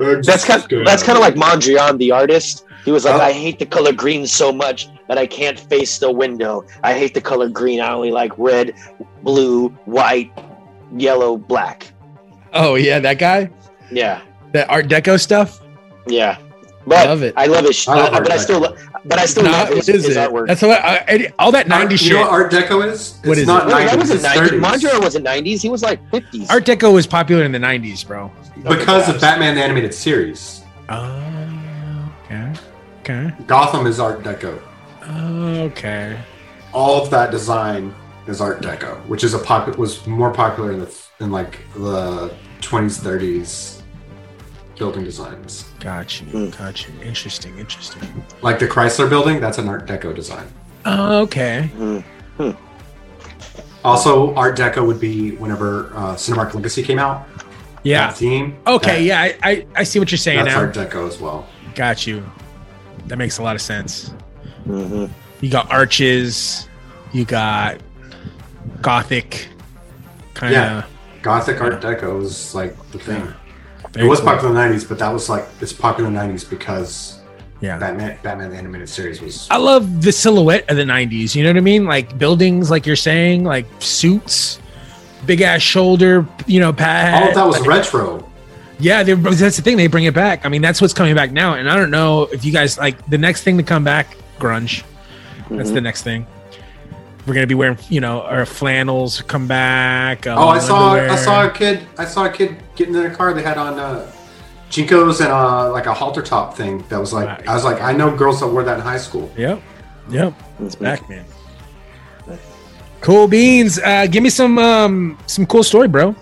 Eggs
That's kind.
scare
That's kind
me.
of like Mondrian, the artist. He was like,
Oh.
"I hate the color green so much that I can't face the window. I hate the color green. I only like red, blue, white, yellow, black."
Oh yeah, that guy.
Yeah,
That Art Deco stuff.
yeah. But I
Love
love,
it.
his. sh
I love
uh,
Art
but I still.
Deco.
lo- But I still
Nah,
love his,
what is
his
it?
artworart.
That's what I, I- all that
Art-
'90s
You know
shit.
what Art Deco is?
What is
it's
it?
not
No, that
90s,
wasn't
it's
90s.
30s.
Mondrian wasn't 90s. He was like 50s.
Art Deco was popular in the '90s, bro.
Because of Batman the Animated Series,
Oh, okay, okay,
Gotham is Art Deco.
okay.
All of that design is Art Deco, which is a pop- was more popular in the in like the 20s, 30s building designs.
Got
Hmm.
you, got you. Interesting, interesting.
Like the Chrysler Building, that's an Art Deco design.
Oh, okay.
Also, Art Deco would be whenever uh, Cinemark Legacy came out.
Yeah.
that theme.
Okay.
that-
Yeah, I, I, I see what you're saying
That's
now.
Art Deco as well.
Got you. That makes a lot of sense.
Mhm.
You got arches. You got gothic. Kind of.
Yeah. Gothic Art Deco was like the thing. It was popular in the 90s, but that was like it's popular in the 90s because
Yeah.
Batman, Batman the animated series was.
I love the silhouette of the 90s. You know what I mean? Like buildings, like you're saying, like suits, big ass shoulder, you know, pad.
All of that was
like-
retro.
Yeah, they, that's the thing. They bring it back. I mean, that's what's coming back now. And I don't know if you guys like the next thing to come back, grunge. That's
Mm-hmm.
the next thing. We're gonna be wearing, you know, our flannels come back. uh,
Oh, I saw I saw a kid I saw a kid getting in a car. They had on uh, jinkos and uh, like a halter top thing that was like I was like I know girls that wore that in high school.
Yep, yep, it's back, man. Cool beans. Uh, give me some um, some cool story, bro.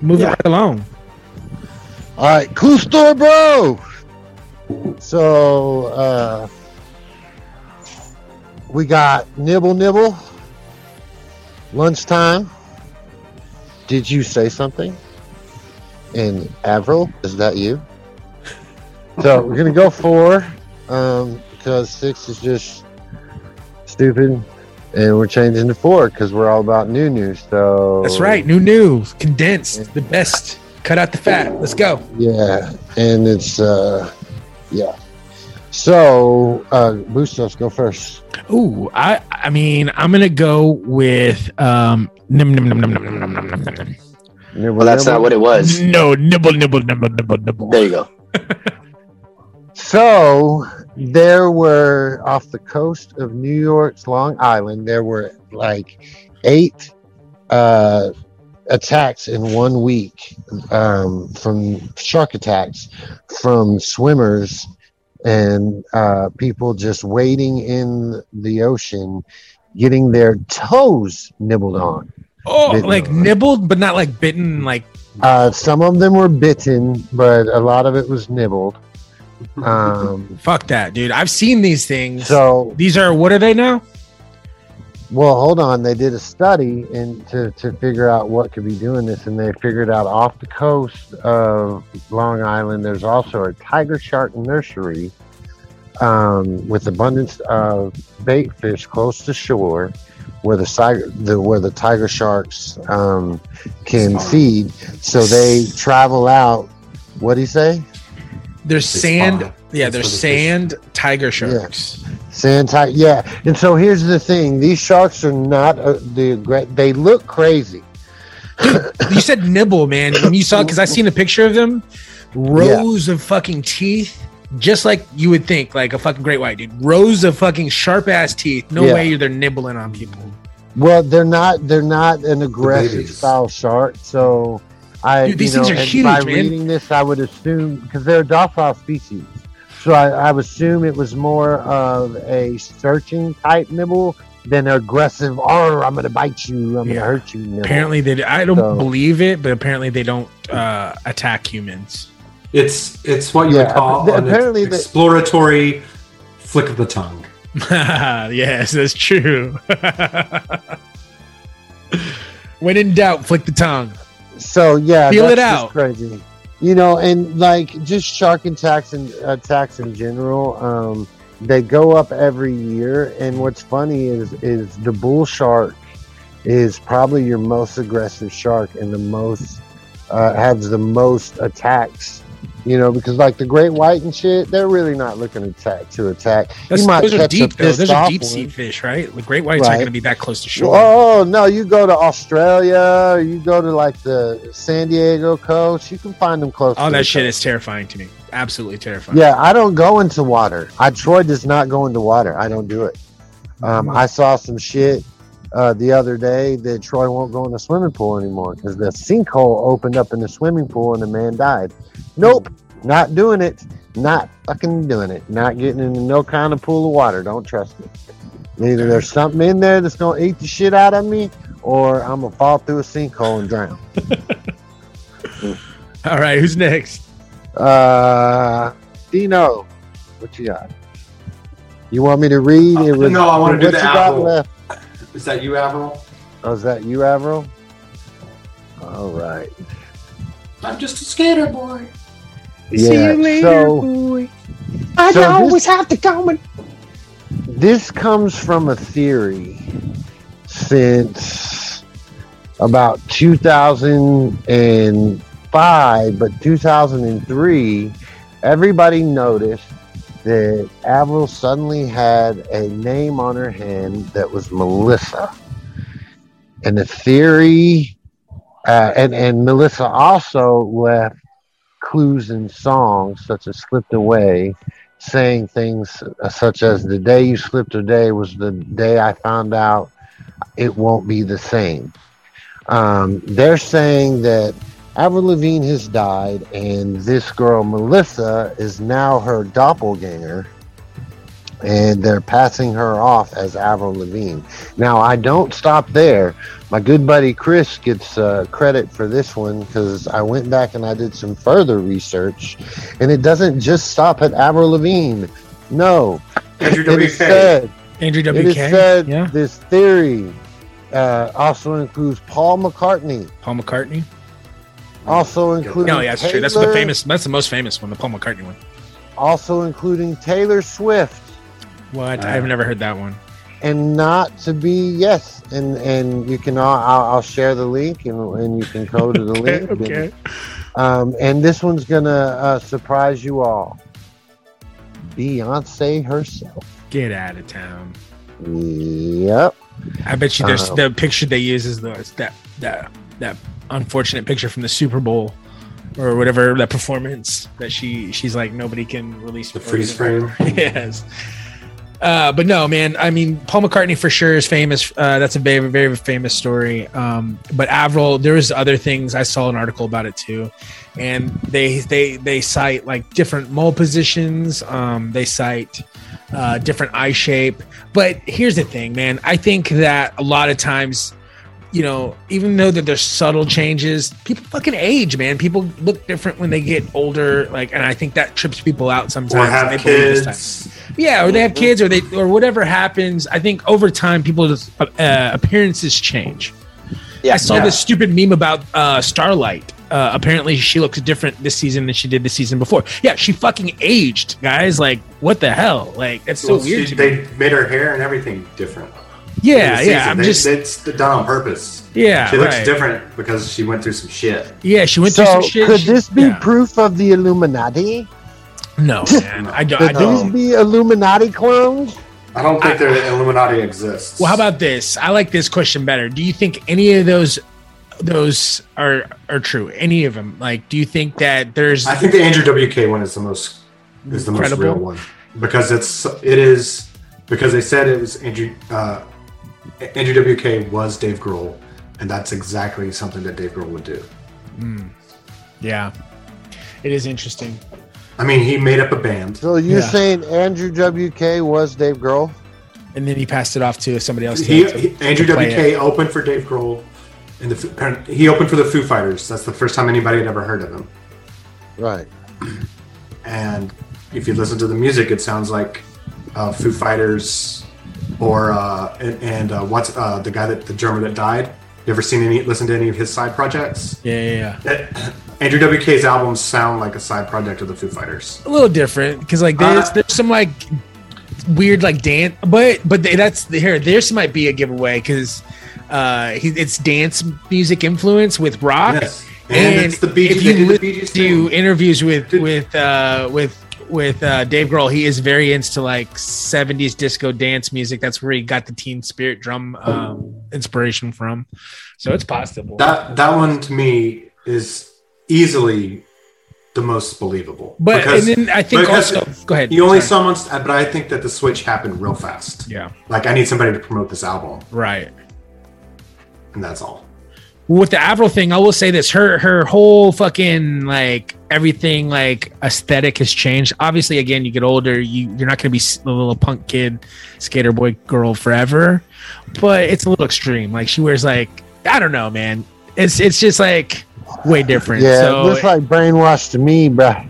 Move it right along.
All right, cool story, bro. So uh, we got nibble nibble. Lunchtime. Did you say something? And Avril, is that you? So we're gonna go four um, because six is just stupid, and we're changing to four because we're all about new news. So
Oh.
That's right. New news, condensed, the best. Cut out the fat. Let's go.
Yeah, and it's uh, yeah. So uh, Bustos, go first.
Ooh, I I mean, I'm gonna go with um num num num num num num num num num num.
Nibble,
Well, that's
nibble.
not what it was.
No, nibble nibble nibble nibble nibble.
There you go.
So there were off the coast of New York's Long Island. There were like eight uh, attacks in one week um, from shark attacks from swimmers and uh, people just wading in the ocean, getting their toes nibbled on.
Oh,
Bitten.
like nibbled, but not like bitten. Like
Uh, some of them were bitten, but a lot of it was nibbled.
Uh.
Um,
fuck that, dude. I've seen these things.
so,
These are what are they now?
well, hold on. They did a study and to, to figure out what could be doing this, and they figured out off the coast of Long Island, there's also a tiger shark nursery um, with abundance of bait fish close to shore, where the, si- the where the tiger sharks um, can feed. So they travel out. What do you say?
There's
They
sand.
spawn.
Yeah, there's
That's what it is.
sand tiger sharks.
Sand tiger, yeah. And so here's the thing: these sharks are not uh, the great. They look crazy.
you said nibble, man. When you saw, because I seen a picture of them, rows of fucking teeth, just like you would think, like a fucking great white dude. Rows of fucking sharp ass teeth. No
Yeah.
way they're nibbling on people.
Well, they're not. They're not an aggressive
babies.
style shark. So, I
Dude, these
you know,
things are
and
huge,
by
man.
reading this, I would assume because they're a docile species. So I, I would assume it was more of a searching type nibble than aggressive. Oh, I'm going to bite you. I'm going to
Yeah.
hurt you. Nibble.
Apparently, they. I don't
So-
believe it, but apparently they don't uh, attack humans. *laughs*
It's it's what you
Yeah,
would call
ap-
an
apparently the-
exploratory flick of the tongue.
yes, that's true. *laughs* when in doubt, flick the tongue.
So yeah,
Feel it
just
out.
Crazy, you know, and like just shark attacks and attacks in general. Um, they go up every year, and what's funny is is the bull shark is probably your most aggressive shark and the most uh, has the most attacks. You know, because like the great white and shit, they're really not looking to attack to attack.
That's,
you might
those are
catch a
deep. Though. Those
pissed
are
off
deep
one.
sea fish, right? The great whites aren't
Right.
going to be that close to shore.
Oh no, you go to Australia, you go to like the San Diego coast, you can find them close.
All
to the
that shit
coast.
is terrifying to me. Absolutely terrifying.
Yeah, I don't go into water. I Troy does not go into water. I don't do it. Um, I saw some shit uh, the other day that Troy won't go in the swimming pool anymore because the sinkhole opened up in the swimming pool and a man died. Nope, not doing it. Not fucking doing it. Not getting into no kind of pool of water. Don't trust me. Either there's something in there that's gonna eat the shit out of me, or I'm gonna fall through a sinkhole and drown.
All right, who's next?
Uh, Dino, what you got? You want me to read?
Uh, no, I wanna do the
you got
Avril.
left?
Is that you, Avril?
Oh, is that you, Avril? All right.
I'm just a skater boy.
yeah. so, I always have to come. This comes from a theory since about 2005, but 2003, everybody noticed that Avril suddenly had a name on her hand that was Melissa. And the theory, uh, and, and Melissa also left clues in songs such as Slipped Away, saying things uh, such as, The day you slipped away was the day I found out it won't be the same. Um, they're saying that Avril Lavigne has died, and this girl Melissa is now her doppelganger, and they're passing her off as Avril Lavigne. Now, I don't stop there. My good buddy Chris gets uh, credit for this one because I went back and I did some further research, and it doesn't just stop at Avril Lavigne. No,
Andrew
it is
WK.
said.
Andrew
It is
WK.
said
yeah.
this theory uh, also includes Paul McCartney.
Paul McCartney.
Also including
No, yeah, that's true. That's the
Taylor-
famous. That's the most famous one, the Paul McCartney one.
also including Taylor Swift,
What?
Ah.
I've never heard that one.
and not to be yes, and and you can all, I'll, I'll share the link and, and you can go to
*laughs*
the link. and- Um, and this one's gonna uh, surprise you all. Beyonce herself.
Get out of town.
Yep.
I bet you there's
Uh,
the picture they use is the it's that that that unfortunate picture from the Super Bowl or whatever that performance that she she's like nobody can release
The freeze frame.
*laughs* yes. Uh, but no, man. I mean, Paul McCartney for sure is famous. Uh, that's a very, very famous story. Um, but Avril, there was other things. I saw an article about it too, and they they they cite like different mole positions. Um, they cite uh, different eye shape. But here's the thing, man. I think that a lot of times, you know, even though that there's subtle changes, people fucking age, man. People look different when they get older. Like, and I think that trips people out sometimes.
Or
They
have
believe this
kids.
time. Yeah, or they have kids, or they or whatever happens. I think over time, people's uh, appearances change.
Yeah.
I saw this stupid meme about uh, Starlight. Uh, apparently, she looks different this season than she did the season before. Yeah, she fucking aged, guys. Like, what the hell? Like, that's so
Well, she-
weird. to me.
they made her hair and everything different.
Yeah,
This
yeah.
season,
I'm
they-
just
It's done on purpose.
yeah.
she looks
right.
different because she went through some shit.
Yeah, she went
so
through some shit.
could
She-
this be
yeah.
proof of the Illuminati? *laughs*
No, man. I don't. I
Could
don't.
these be Illuminati clones?
I don't think the Illuminati exists.
Well, how about this? I like this question better. Do you think any of those those are are true? Any of them? Like, do you think that there's
I think the Andrew WK one is the most is the
Credible?
most real one because it's it is because they said it was Andrew uh, Andrew WK was Dave Grohl, and that's exactly something that Dave Grohl would do.
yeah? It is interesting.
I mean, he made up a band.
So you're
Yeah.
saying Andrew WK was Dave Grohl?
And then he passed it off to somebody else. to-
He,
to-
he- Andrew
to play
WK opened for Dave Grohl, and the he opened for the Foo Fighters. That's the first time anybody had ever heard of him.
Right.
And if you listen to the music, it sounds like uh, Foo Fighters or uh, and, and uh, what's uh, the guy that the drummer that died. You ever seen any? Listen to any of his side
*coughs*
projects?
Yeah, yeah, yeah.
Andrew WK's albums sound like a side project of the Foo Fighters.
a little different because like there's
Uh,
there's some like weird like dance, but but they, that's here. This might be a giveaway because uh, he- it's dance music influence with rock.
Yes. And it's the Bee
if
Gees-
you
they did the
listen
Bee Gees
to
too.
interviews with
Did-
with uh, with with uh, Dave Grohl, he is very into like '70s disco dance music. That's where he got the Teen Spirit drum um, inspiration from. So it's possible.
That that one to me is easily the most believable.
but
Because-
and then I think
because
also go ahead.
you only
Sorry.
saw months, but I think that the switch happened real fast.
yeah
Like I need somebody to promote this album,
right.
and that's all.
with the Avril thing, I will say this: her her whole fucking like everything like aesthetic has changed. Obviously, again, you get older, you you're not gonna be s- the little punk kid, skater boy girl forever. But it's a little extreme. Like she wears like I don't know, man. It's it's just like way different.
Yeah,
so
looks like brainwashed to me, bruh.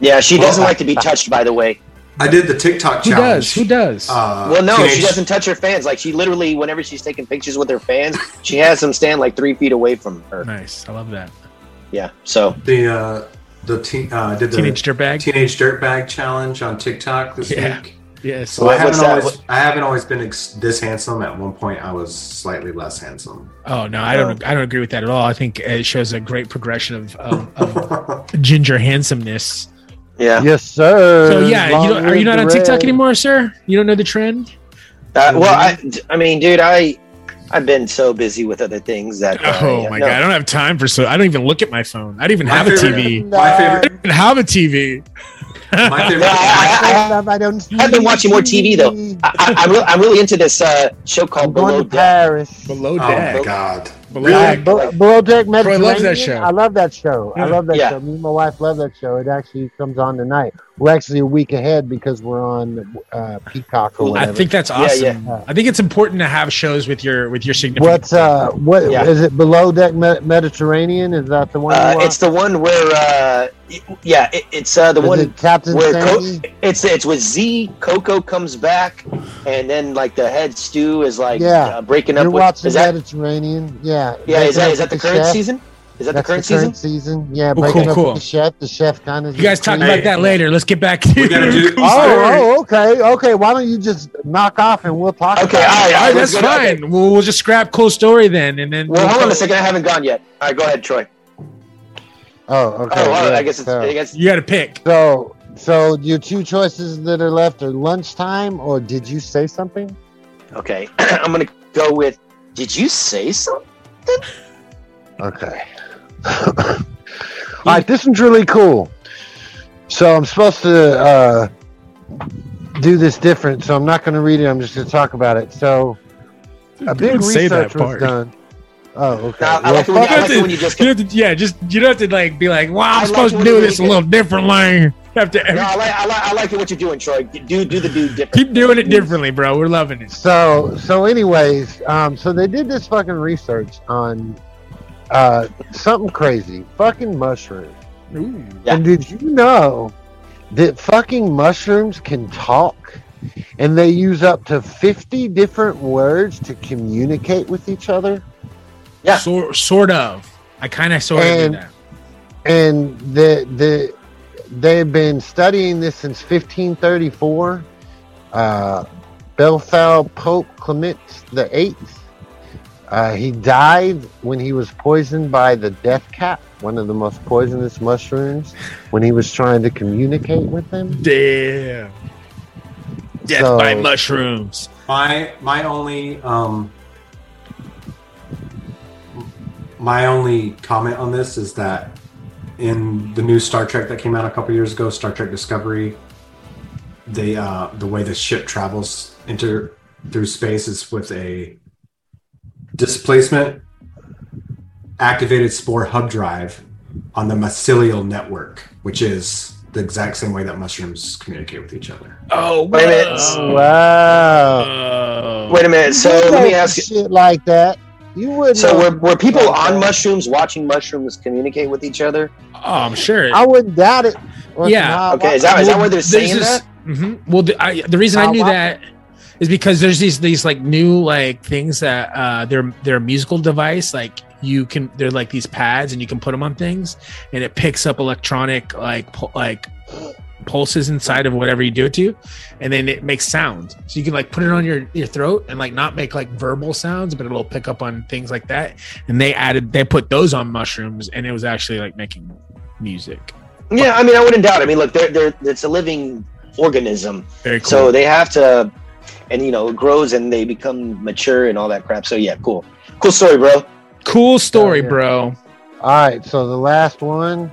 Yeah, she doesn't like to be touched, by the way.
I did the TikTok
who
challenge.
does? Who does?
Uh,
Well, no, she
teenage-
doesn't touch her fans. Like she literally, whenever she's taking pictures with her fans, she has them stand like three feet away from her.
nice, I love that.
Yeah. So
The uh, the teen uh, I did the
Teenage dirtbag.
teenage dirtbag challenge on TikTok this
Yeah.
week.
yes.
So
What-
I haven't
what's that?
always I haven't always been ex- this handsome. At one point, I was slightly less handsome.
Oh no, I
uh,
don't. I don't agree with Oh. that at all. I think it shows a great progression of, of, of ginger handsomeness
Yeah.
Yes, sir.
So yeah, you don't, are you not on TikTok anymore, sir? You don't know the trend?
Uh, well, I,
Mm-hmm.
I mean, dude, I I've been so busy with other things that uh,
Oh
yeah,
my
no.
god, I don't have time for so. I don't even look at my phone. I don't even
My
have a
favorite-
TV.
My
I don't
favorite.
even have a TV.
*laughs* My
*laughs*
favorite.
I, don't
I've been watching more TV though. I, I, I'm, really, I'm really into this uh, show
I'm
called Below
going to
Deck.
Paris.
Below
Oh
deck.
God.
Below
Yeah,
deck.
Be- Below Deck
Troy
Mediterranean.
loves that show.
I love that show. I
Yeah.
love that
Yeah.
show. Me and my wife love that show. It actually comes on tonight. We're actually a week ahead because we're on uh, Peacock or
I
whatever.
think that's
Yeah,
awesome.
yeah.
I think it's important to have shows with your with your significant.
What's uh what is
Yeah.
it below deck Med- Mediterranean? Is that the one?
Uh,
you want?
it's the one where, uh, y- yeah, it, it's uh, the
Is
one
it Captain
where Co-
Sandy?
it's it's with Z. Coco comes back, and then like the head stew is like
Yeah.
uh, breaking up.
You're
with,
watching
is that
Mediterranean. Yeah.
yeah? Is that is that the
Breaking
current
up with
season? Is that
That's
the current
the
season?
current season. Yeah,
Cool,
breaking
cool,
up
cool.
with the chef. The chef kind of.
you guys talk
Hey.
about that later. Let's get back to.
We gotta do-
Oh, oh, okay, okay. Why don't you just knock off and we'll talk?
Okay, all
about
right,
All right,
let's
that's
go to- okay.
fine. We'll, we'll just scrap cool story then, and then.
Well, hold on a second. I haven't gone yet. All right, go ahead, Troy.
it. Oh, okay.
Oh, all right,
yeah,
I guess it's
so-
I guess
You got to pick.
So, so your two choices that are left are lunchtime, or did you say something?
okay. *clears throat* I'm gonna go with. Did you say something?
Okay. *laughs* All right, this one's really cool. So I'm supposed to uh, do this different, so I'm not going to read it. I'm just going to talk about it. So a big
Don't say that
research was
part.
done. Oh, okay.
No, I like the one-
fuck
I
it.
like the one you just.
You have to, yeah, just you don't have to like be like, wow, I'm
I like
supposed to
when
do
you
this a
make it-
little differently. You have to
No, I like, I like I like what you're doing, Troy. Do do the dude different.
keep doing it differently, bro. We're loving it.
So, so, anyways, um, so they did this fucking research on uh, something crazy, fucking mushrooms.
Ooh.
Yeah.
And did you know that fucking mushrooms can talk? And they use up to 50 different words to communicate with each other.
Yeah.
Sor- sort of. I kind of sort of did
And-
that.
And the, the, they've been studying this since 1534. Uh, Belfal Pope Clement the Eighth. Uh, he died when he was poisoned by the death cap, one of the most poisonous mushrooms, when he was trying to communicate with them.
Damn. Death
So-
by mushrooms.
My my only um my only comment on this is that in the new Star Trek that came out a couple years ago, Star Trek Discovery, they uh the way the ship travels into through space is with a displacement activated spore hub drive on the mycelial network, which is the exact same way that mushrooms communicate with each other.
Oh,
Wait a minute.
whoa.
Wow.
Whoa.
Wait a minute. So
You
let me
know
ask you.
shit like that. You wouldn't.
So
know-
were, were people on
Okay.
mushrooms watching mushrooms communicate with each other?
Oh, I'm sure.
I wouldn't doubt it.
Yeah.
Nah,
Okay,
why-
is that is that
Well,
where they're
there's
saying
this-
that?
Mhm. Well, the, I, the reason I
How
knew
often?
that is because there's these these like new like things that uh, they're they're a musical device. Like you can they're like these pads and you can put them on things and it picks up electronic like pu- like pulses inside of whatever you do it to and then it makes sound so you can like put it on your your throat and like not make like verbal sounds but it'll pick up on things like that and they added they put those on mushrooms and it was actually like making music
Yeah, I mean, I wouldn't doubt. it. I mean, look, they're, they're, it's a living organism,
very cool
so they have to, and you know, it grows and they become mature and all that crap. So yeah, cool, cool story, bro.
cool story
yeah.
bro
All right, so the last one.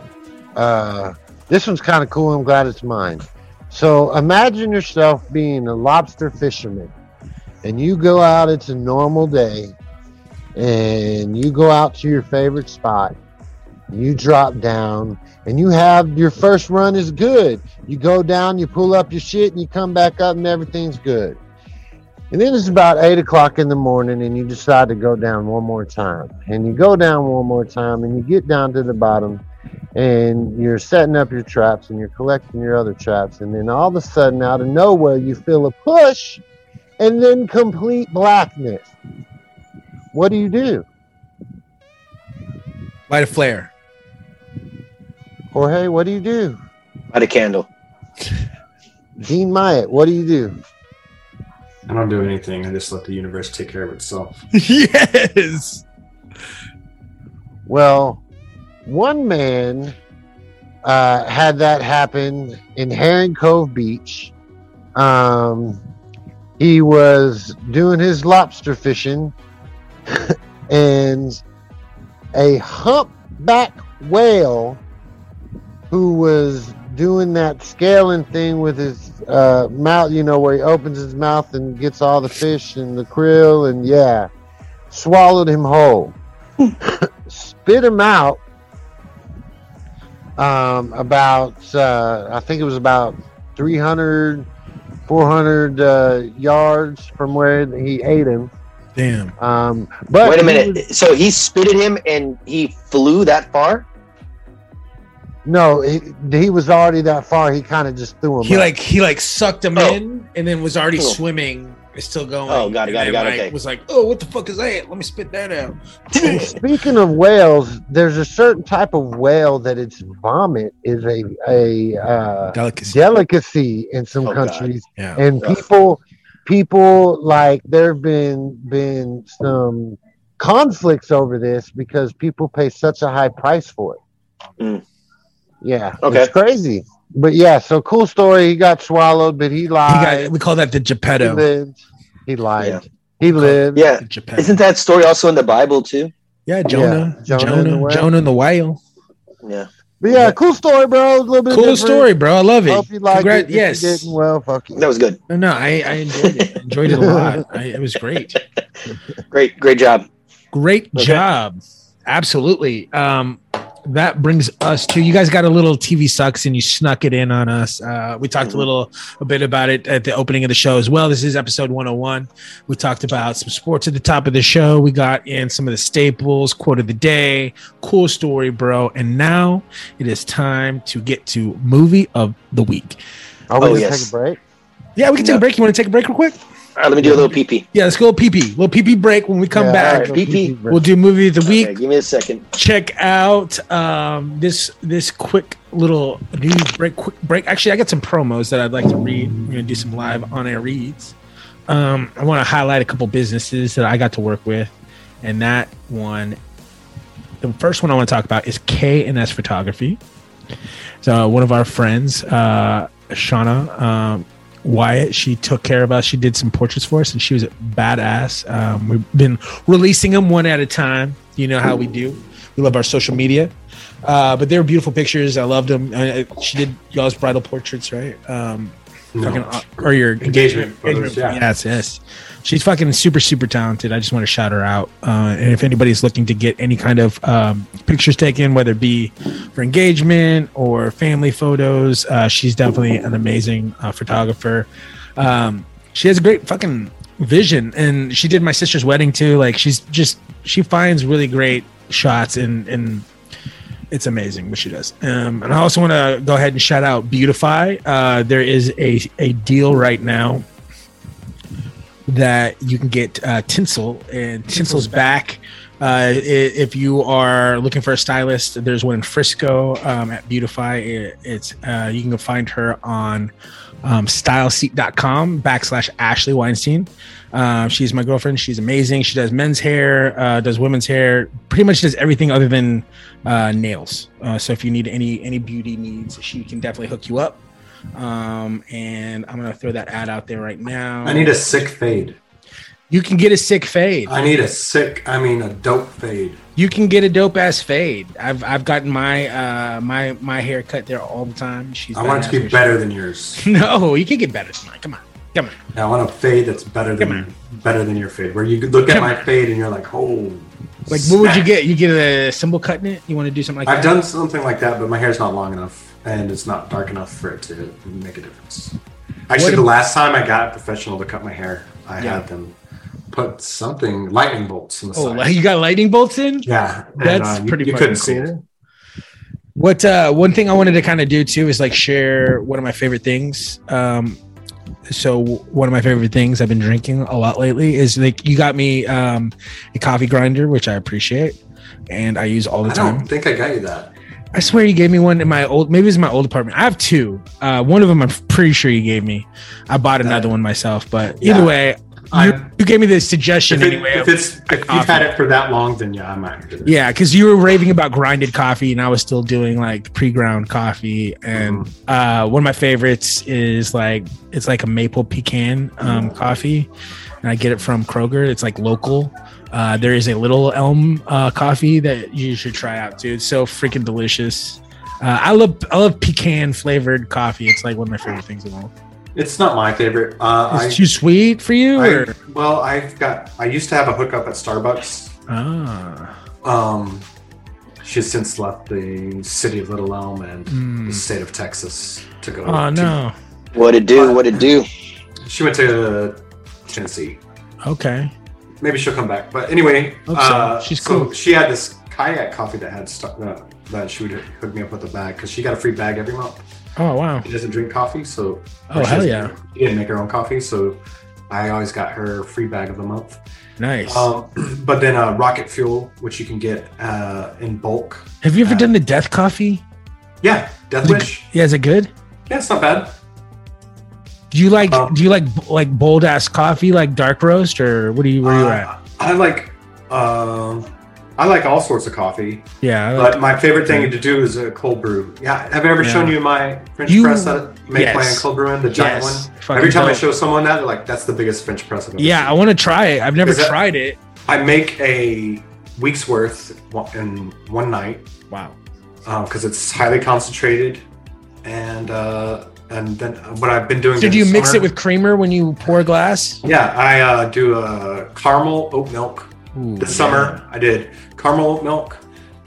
Uh, this one's kind of cool. I'm glad it's mine. So imagine yourself being a lobster fisherman, and you go out. It's a normal day, and you go out to your favorite spot. You drop down, and you have your first run is good. You go down, you pull up your shit, and you come back up, and everything's good. And then it's about eight o'clock in the morning, and you decide to go down one more time. And you go down one more time, and you get down to the bottom, and you're setting up your traps and you're collecting your other traps. And then all of a sudden, out of nowhere, you feel a push and then complete blackness. What do you do?
light a flare
Jorge, what do you do?
Light a candle.
Dean Myatt, what do you do?
I don't do anything. I just let the universe take care of itself.
*laughs* yes.
Well, one man uh, had that happen in Herring Cove Beach. Um, he was doing his lobster fishing, *laughs* and a humpback whale who was doing that scaling thing with his uh, mouth, you know, where he opens his mouth and gets all the fish and the krill, and yeah, swallowed him whole, spit him out. Um, about uh, I think it was about 300, 400 uh, yards from where he ate him.
Damn.
Um, but
Wait a
he
minute.
was-
so he spitted him and he flew that far?
no, he, he was already that far. He kind of just threw him.
He
up.
like he like sucked him
Oh.
in and then was already
Cool.
swimming. It's still going.
Oh, got it,
And
got it,
then,
got it,
like,
okay.
Was like, oh, what the fuck is that? Let me spit that *laughs* out.
And speaking of whales, there's a certain type of whale that its vomit is a a uh,
Delicacy.
delicacy in some
Oh, God.
countries,
Yeah.
and
Ugh.
people people like there have been been some conflicts over this because people pay such a high price for it.
Mm.
Yeah,
Okay.
it's crazy, but yeah. So cool story. He got swallowed, but he
He
lied.
got- we call that the
He,
Geppetto.
lived. He lied.
Yeah.
He lived.
Yeah.
The Geppetto.
Isn't that story also in the Bible too?
yeah, Jonah.
Yeah, Jonah
Jonah.
and the
Jonah,
whale.
and the whale.
Yeah.
But yeah, cool story, bro. A little bit
Cool
different.
story, bro. I love it.
Hope you liked
Congrat-
it. If you
yes.
didn't, well, fuck you.
That was good.
No, no, I, I enjoyed it. enjoyed it a lot. I, it was great.
Great, great job.
Great job. Absolutely. Um, that brings us to you guys got a little TV sucks and you snuck it in on us. Uh, we
Mm-hmm.
talked a little a bit about it at the opening of the show as well. This is episode 101. We talked about some sports at the top of the show. We got in some of the staples, quote of the day, cool story, bro. And now it is time to get to movie of the week.
Are we
Oh,
gonna
yes.
take a break?
Yeah, we can take a break. You want to take a break real quick?
All right, let me do a little pee pee.
Yeah, let's go a pee pee. Little pee pee break. When we come
Yeah,
back,
all right,
PP.
PP break.
we'll do movie of the week.
Okay, give me a second.
check out um, this this quick little news break. Quick break. Actually, I got some promos that I'd like to read. I'm gonna do some live on air reads. Um, I want to highlight a couple businesses that I got to work with, and that one, the first one I want to talk about is K and S Photography. So one of our friends, uh, Shauna um, Wyatt, she took care of us. She did some portraits for us, and she was badass. Um, we've been releasing them one at a time. You know how we do. We love our social media, uh, but they were beautiful pictures. I loved them. I, I- she did y'all's bridal portraits, right? Um, fucking,
No.
uh, or your
Engagement photos, yeah.
Yes, yes. She's fucking super, super talented. I just want to shout her out. Uh, and if anybody's looking to get any kind of um, pictures taken, whether it be for engagement or family photos, uh, she's definitely an amazing uh, photographer. Um, she has a great fucking vision, and she did my sister's wedding too. Like she's just she finds really great shots and and it's amazing what she does. Um, and I also want to go ahead and shout out Beautify. Uh, there is a, a deal right now that you can get uh, tinsel and tinsel's back. Uh, i- if you are looking for a stylist, there's one in Frisco um, at Beautify. It, it's uh, you can go find her on um, styleseek.com backslash Ashley Weinstein. Uh, she's my girlfriend. She's amazing. She does men's hair, uh, does women's hair, pretty much does everything other than uh, nails. Uh, so if you need any any beauty needs, she can definitely hook you up. Um, and I'm gonna throw that ad out there right now.
I need a sick fade.
You can get a sick fade.
I need a sick, I mean, a dope fade.
You can get a dope ass fade. I've I've gotten my uh my my hair cut there all the time. She's
I want
badass
it to be
when she-
better
*laughs*
than yours.
No, you can get better than mine. Come on, come on.
I want a fade that's better than better than your fade. Where you look at
Come
my fade and you're like, oh.
Like, what would you
snap.
get? You get a symbol cut in it. You want to do something like
I've
that?
done something like that, but my hair's not long enough and it's not dark enough for it to make a difference. Actually,
What
the
ab-
last time I got a professional to cut my hair, I
Yeah.
had them put something lightning bolts in the
Oh,
side.
like you got lightning bolts in.
yeah,
That's
uh,
pretty
You, you
fucking
couldn't see
cool.
it.
What uh, one thing I wanted to kind of do too is like share one of my favorite things. Um, so one of my favorite things I've been drinking a lot lately is like you got me um, a coffee grinder, which I appreciate, and I use all the
I
time.
don't think I got you that.
I swear you gave me one in my old. Maybe it's my old apartment. I have two. Uh, one of them I'm pretty sure you gave me. I bought another one myself, but
Yeah.
either way, you, you gave me the suggestion
If, it-
anyway.
if
of-
it's if you've had it for that long, then yeah, I might. agree.
yeah, because you were raving about grinded coffee, and I was still doing like pre-ground coffee. And
Mm-hmm.
uh, one of my favorites is like it's like a maple pecan
Mm.
um, coffee, and I get it from Kroger. It's like local. Uh, there is a Little Elm uh, coffee that you should try out too. It's so freaking delicious. Uh, I love I love pecan flavored coffee. It's like one of my favorite things in the world.
It's not my favorite. Uh,
It's
I,
too sweet for you.
I-
or?
well, I've got. I used to have a hookup at Starbucks.
Ah,
Um, she's since left the city of Little Elm and
Hmm.
the state of Texas to go.
oh
to-
no.
What it do? What it do?
She went to Tennessee.
Okay.
Maybe she'll come back. But anyway,
Hope so.
uh,
She's
so
cool.
She had this kayak coffee that had stuff uh, that she would hook me up with a bag because she got a free bag every month.
Oh wow.
She doesn't drink coffee, so
Oh,
or she
hell
doesn't-
yeah.
She didn't make her own coffee, so I always got her free bag of the month.
Nice.
Um, *clears throat* but then uh, rocket fuel, which you can get uh, in bulk.
Have you ever done the death coffee?
Yeah, Death Wish.
Yeah, is it good?
Yeah, it's not bad.
Do you like
Um,
do you like b- like bold ass coffee like dark roast or what do you where you at?
Uh, I like um, I like all sorts of coffee,
Yeah, I like-
but my favorite thing to do is a cold brew. Yeah, have I ever
Yeah.
shown you my French
You-
press that I make my own
yes.
cold brew in the giant
Yes.
one?
Fucking
Every time I
dope.
show someone that, they're like, "That's the biggest French press I've ever
yeah. I
seen."
want to try it. I've never
Is that-
tried it.
I make a week's worth wa- in one night
Wow.
because Um, it's highly concentrated, and uh, and then what I've been doing.
So do you
this
mix it
summer-
with creamer when you pour a glass?
Yeah, I uh, do a caramel oat milk.
Ooh,
This summer, I did caramel oat milk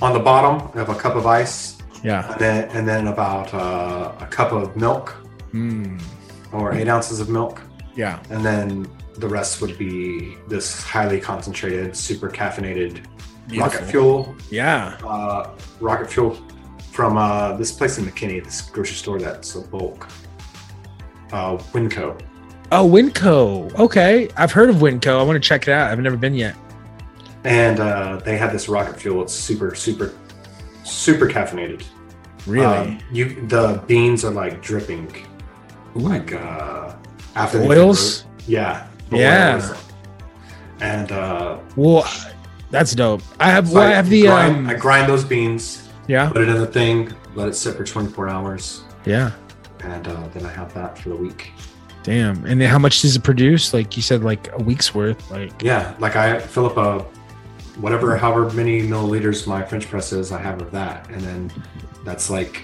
on the bottom. I have a cup of ice,
Yeah.
and then, and then about uh, a cup of milk
Mm,
or eight ounces of milk,
yeah.
and then the rest would be this highly concentrated, super caffeinated rocket
Beautiful.
fuel.
Yeah.
Uh, rocket fuel from uh, this place in McKinney, this grocery store that's a bulk. Uh, Winco.
Oh, Winco. Okay, I've heard of Winco. I want to check it out. I've never been yet.
and uh, they have this rocket fuel. It's super, super, super caffeinated.
Really?
Um, you the beans are like dripping,
Ooh.
like uh, after they've been
Oh Oils?
ro- Yeah.
Yeah.
oils. And uh,
well, that's dope. I have.
so
well, I have the.
grind,
um,
I grind those beans,
yeah.
put it in the thing, let it sit for 24 hours,
Yeah.
and uh, then I have that for the week.
Damn. And then how much does it produce? Like you said, like a week's worth. Like.
Yeah, like I fill up a whatever, however many milliliters my French press is, I have of that, and then that's like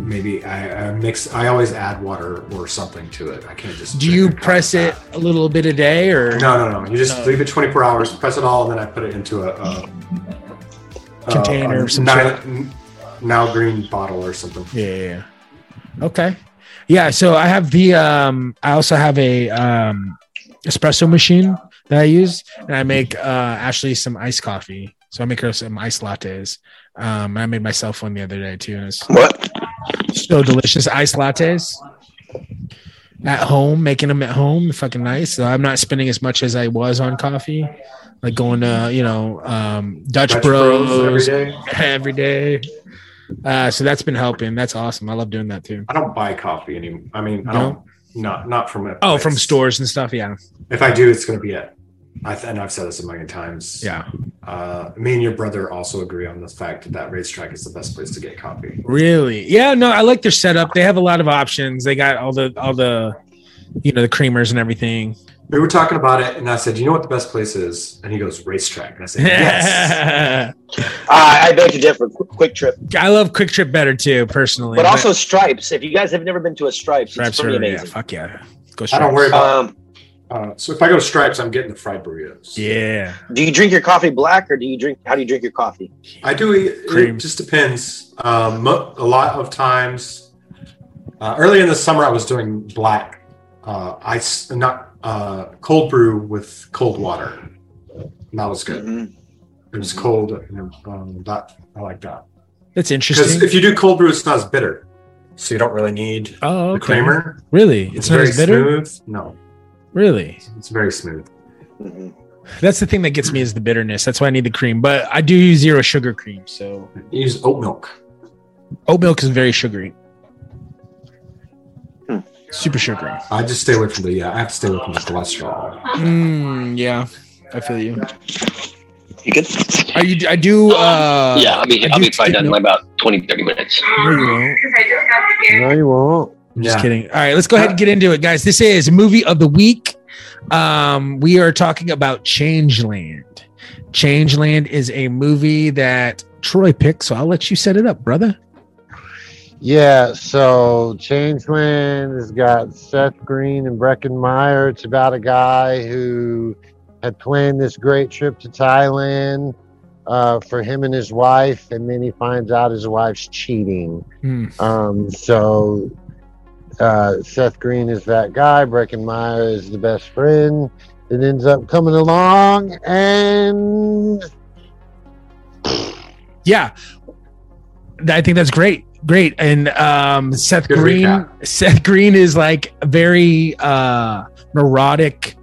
maybe I, I mix. I always add water or something to it. I can't just.
Do
drink
you
a cup of
press it
that.
a little bit a day or
No, no, no. You just
No.
leave it 24 hours, press it all, and then I put it into a, a a-
Container
a
of some
Nile- Nile green bottle or something.
Yeah, yeah, yeah. Okay. Yeah. So I have the um I also have a um espresso machine that I use and I make uh Ashley some iced coffee. So I make her some iced lattes. Um I made myself one the other day too, and it's
What?
so delicious. Iced lattes at home, making them at home, fucking nice. So I'm not spending as much as I was on coffee. Like going to, you know, um Dutch,
Dutch
Bros,
every day.
every day. *laughs* Uh, so that's been helping. That's awesome. I love doing that too.
I don't buy coffee anymore. I mean, I
No?
don't. Not not from a
Oh, from
place.
stores and stuff. Yeah,
If I do, it's going to be it. I th- and I've said this a million times.
yeah.
Uh, me and your brother also agree on the fact that that racetrack is the best place to get coffee.
Really? Yeah. No, I like their setup. They have a lot of options. They got all the all the you know the creamers and everything.
We were talking about it, and I said, "You know what the best place is?" And he goes, "Racetrack." And I said,
*laughs*
"Yes."
Ah, I I beg to differ. Qu- Quick trip,
I love Quick Trip better too, personally.
but also stripes. If you guys have never been to a stripes,
Stripes
it's pretty
are- yeah,
amazing.
fuck yeah. Go
I don't
Stripes.
worry about.
Um,
Uh, so if I go to Stripes, I'm getting the fried burritos.
Yeah.
do you drink your coffee black or do you drink? How do you drink your coffee?
I do. Eat,
Cream.
it just depends. Um, mo- a lot of times, uh, early in the summer, I was doing black uh, ice, not uh, cold brew with cold water. And that was good.
Mhm.
It was cold, and um, that I like that.
That's
Because
interesting.
if you do cold brew, it's not as bitter, so you don't really need
oh,
the
okay.
creamer.
Really?
It's,
It's, not
very
as bitter.
smooth. No,
Really?
it's very smooth.
Mhm.
That's the thing that gets me is the bitterness. That's why I need the cream. But I do use zero sugar cream, so
You use oat milk.
oat milk is very sugary.
Hmm.
Super
*laughs*
sugary.
I just stay away from the yeah. I have to stay away from the cholesterol.
Mm, yeah, I feel you.
You good?
Are you? I do. Uh,
Um, yeah, I'll be,
I
I'll
do
be probably
take
done in
note-
about 20, 30 minutes.
No, you won't.
No, you won't.
I'm just kidding. All right, let's go ahead and get into it, guys. This is movie of the week. Um, we are talking about Changeland. Changeland is a movie that Troy picked, so I'll let you set it up, brother.
Yeah, so Changeland has got Seth Green and Brecken Meyer. It's about a guy who had planned this great trip to Thailand uh, for him and his wife, and then he finds out his wife's cheating. Um, so uh, Seth Green is that guy. Brecken Meyer is the best friend that ends up coming along, and
Yeah, I think that's great. Great. And um, Seth
Good
Green,
recap.
Seth Green is like very uh, neurotic,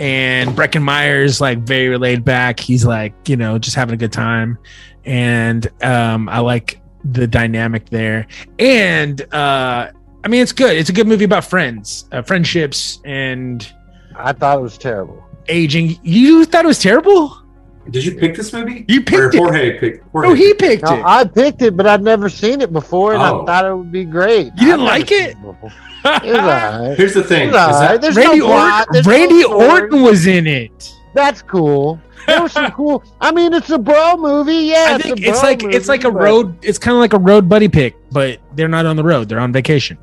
and Brecken Myers like very laid back. He's like you know just having a good time, and um, I like the dynamic there. And uh, I mean, it's good. It's a good movie about friends, uh, friendships, and
I thought it was terrible.
aging. You thought it was terrible?
Did you pick this movie?
You
Or
picked it.
Jorge picked. Jorge
No, he picked
Now,
it.
I picked it, but I'd never seen it before, and
Oh.
I thought it would be great.
You didn't
I've
like
never
it?
seen before. It was
*laughs*
alright.
Here's the thing.
It
Is
was alright.
that,
There's
Randy,
no plot,
Orton,
there's no
Randy
story.
Orton was in it.
That's cool. There was some cool. I mean, it's a bro movie. Yeah,
I
a
think
bro
it's like
movie,
it's like a
but-
road. It's kind of like a road buddy pick, but they're not on the road. They're on vacation.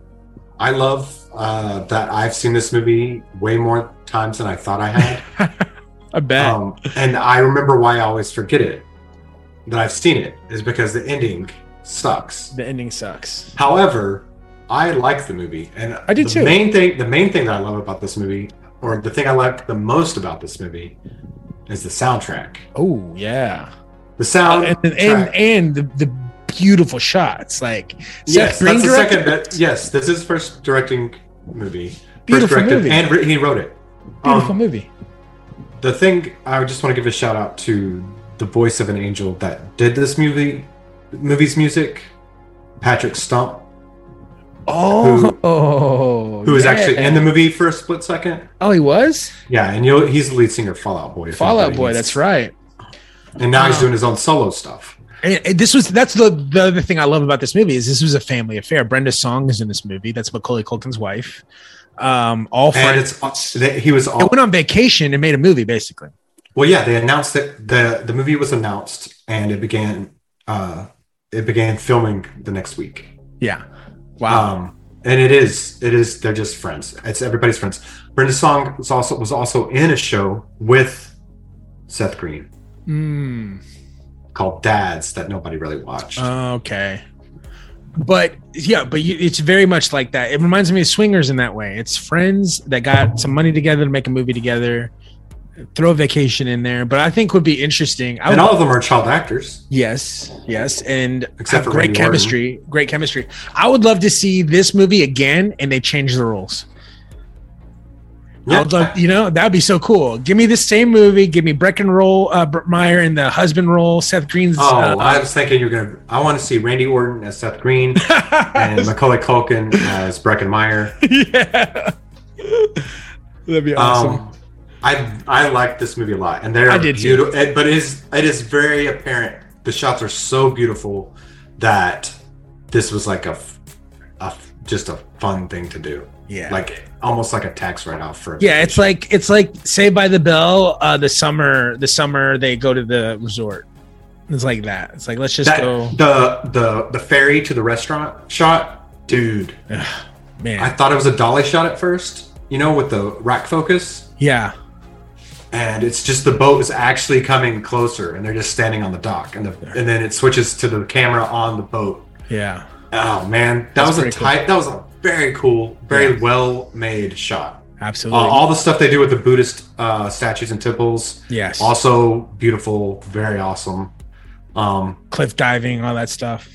I love uh, that I've seen this movie way more times than I thought
*laughs*
I had.
I bet.
um, and I remember why I always forget it that I've seen it is because the ending sucks.
the ending sucks.
However, I like the movie, and
I do
the
too.
Main thing, the main thing that I love about this movie, or the thing I like the most about this movie, is the soundtrack.
Oh yeah,
The
Uh,
sound
and and, and, and the, the beautiful shots like Seth
yes,
Green
that's the
directed
second. That, yes, this is first directing movie. First
Beautiful
directed,
movie.
and wri- he wrote it.
beautiful
Um,
movie.
the thing I just want to give a shout out to the voice of an angel that did this movie, movie's music, Patrick Stump,
Oh, oh,
who was actually in the movie for a split second.
Oh, he was
Yeah, and you he's the lead singer of Fallout Boy. if
Fallout
anybody
Boy.
needs-
That's right.
And now he's
Wow.
doing his own solo stuff.
And and this was that's the the other thing I love about this movie is this was a family affair. Brenda Song is in this movie. That's Macaulay Culkin's wife. Um, all
And
friends.
it's they- he was
They
all
went on vacation and made a movie basically.
well. Yeah, they announced that the the movie was announced and it began uh it began filming the next week.
Yeah. Wow.
Um, and it is, it is. They're just friends. It's everybody's friends. Brenda Song was also was also in a show with Seth Green
Mm,
called Dads that nobody really watched.
Uh, okay. But yeah, but you, it's very much like that. It reminds me of Swingers in that way. It's friends that got some money together to make a movie together, throw a vacation in there. But I think would be interesting. I would,
and all of them are child actors.
yes, yes, and
Except
have
for
great
Randy Orton.
chemistry. Great chemistry. I would love to see this movie again, and they change the rules. I would love, you know, that'd be so cool. Give me the same movie. Give me Brecken role, uh, Br- Meyer in the husband role, Seth Green's.
Oh,
uh, *laughs*
I was thinking you're gonna. I want to see Randy Orton as Seth Green and Macaulay Culkin as Brecken Meyer.
yeah. That'd be awesome.
Um, I I like this movie a lot, and they're
I did too.
beautiful. But it is it is very apparent. The shots are so beautiful that this was like a, f- a f- just a fun thing to do,
yeah.
like almost like a tax write off for. a
yeah, it's
vacation.
like it's like Saved by the Bell, uh the summer the summer they go to the resort. It's like that. It's like let's just
That-
go
the the the ferry to the restaurant shot, dude.
man.
I thought it was a dolly shot at first, you know, with the rack focus,
yeah.
and it's just the boat is actually coming closer, and they're just standing on the dock, and the, and then it switches to the camera on the boat.
Yeah.
Oh man, that
That's
was a
pretty cool.
tight. That was a very cool, very well made shot. Uh,
Absolutely.
all the stuff they do with the Buddhist uh, statues and temples,
yes.
also beautiful, very awesome. Um,
Cliff diving, all that stuff.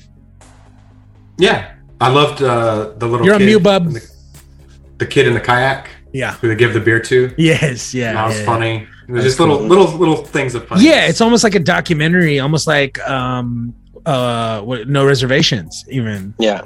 yeah, I loved uh, the little.
You're on
kid,
mute, bub.
The, the kid in the kayak
Yeah.
who they give the beer to.
Yes, yeah.
that was
yeah,
funny. It
That's
was just little,
cool.
little, little things of fun.
Yeah, it's almost like a documentary, almost like um uh what, no reservations even.
Yeah.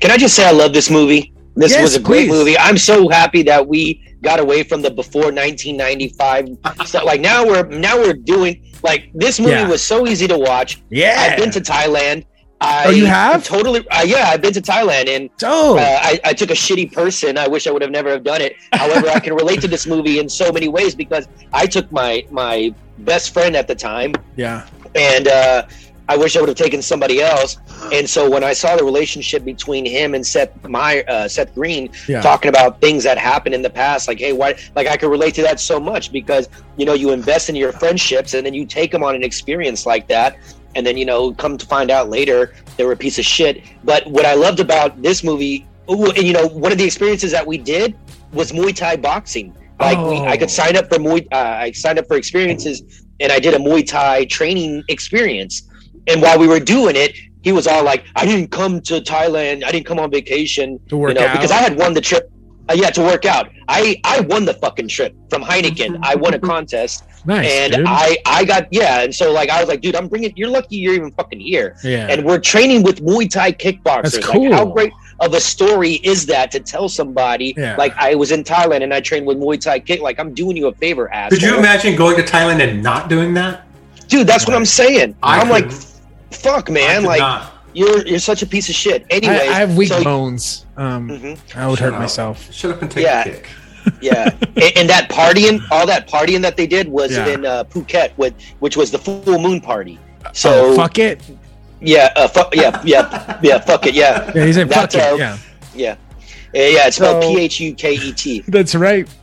Can I just say I love this movie?
This
Yes,
was a great
please.
movie. I'm so happy that we got away from the before
*laughs*
1995 stuff. Like now we're now we're doing like this movie
Yeah.
was so easy to watch.
Yeah.
I've been to Thailand. I
Oh, you have?
totally. Uh, yeah, I've been to Thailand and uh, I, I took a shitty person. I wish I would have never have done it. However, I can relate to this movie in so many ways because I took my my best friend at the time
Yeah.
and uh, I wish I would have taken somebody else. And so when I saw the relationship between him and Seth Meyer, uh, Seth Green
Yeah.
talking about things that happened in the past, like hey, why? Like I could relate to that so much because you know you invest in your friendships and then you take them on an experience like that. And then you know, come to find out later, they were a piece of shit. But what I loved about this movie, ooh, and you know, one of the experiences that we did was Muay Thai boxing. Like we, I could sign up for Muay, uh, I signed up for experiences, and I did a Muay Thai training experience. And while we were doing it, he was all like, "I didn't come to Thailand. I didn't come on vacation
To work
you know,
out.
because I had won the trip. Uh, yeah, to work out. I I won the fucking trip from Heineken. I won a contest,
Mm-hmm. Nice,
and
dude.
I I got yeah. And so like I was like, dude, I'm bringing. You're lucky you're even fucking here.
Yeah.
And we're training with Muay Thai kickboxers.
That's
Like, how
cool.
great of a story is that to tell somebody
Yeah.
like I was in Thailand and I trained with Muay Thai kick. Like I'm doing you a favor, asshole.
Could you imagine going to Thailand and not doing that?
dude? That's what I'm saying.
I
am like,
couldn't.
fuck, man.
could
Like
not.
you're you're such a piece of shit. Anyways,
I, I have weak
so- Mm-hmm.
bones. Um, I would
Shut
hurt
up.
myself.
Shut up and
take a Yeah. kick.
*laughs*
yeah and, and that partying all that partying that they did was
Yeah.
in uh, phuket with, which was the full moon party so
So Oh, fuck it.
yeah uh, fu- yeah yeah yeah fuck
*laughs*
it yeah
Yeah, he said fuck
That's, uh,
it. Yeah,
yeah yeah, yeah it's spelled
So-
p-h-u-k-e-t
that's right. *laughs*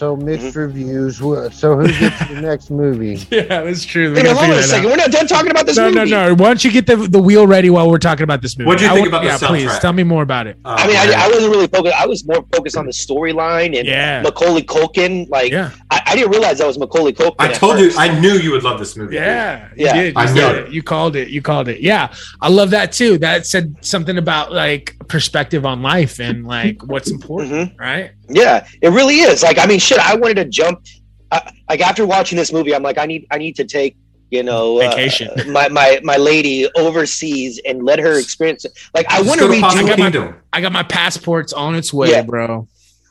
So mixed reviews. Wh- So who gets
*laughs*
the next movie?
Yeah, that's true.
Wait, hold on a second. We're not done talking about this
no,
movie.
no, no. Why don't you get the, the wheel ready while we're talking about this movie?
What'd you
I
think
want-
about the
yeah, please
soundtrack?
tell me more about it.
I
Uh,
mean, I, I wasn't really focused. I was more focused on the storyline and
Yeah.
Macaulay Culkin. Like, I, I didn't realize that was Macaulay Culkin.
I
at
told you,
first.
I knew you would love this movie.
Yeah,
dude.
you did. You
I
said
know
it. You called it. You called it. Yeah, I love that too. That said something about like perspective on life and like what's
*laughs*
important,
Mm-hmm.
right?
Yeah, it really is. Like, I mean, shit. I wanted to jump. I, like after watching this movie, I'm like, I need, I need to take, you know, uh,
Vacation.
*laughs* my my my lady overseas and let her experience. It. Like, I
Just
want to
go to Possible
redo.
Kingdom. I got my passports on its way,
Yeah.
bro.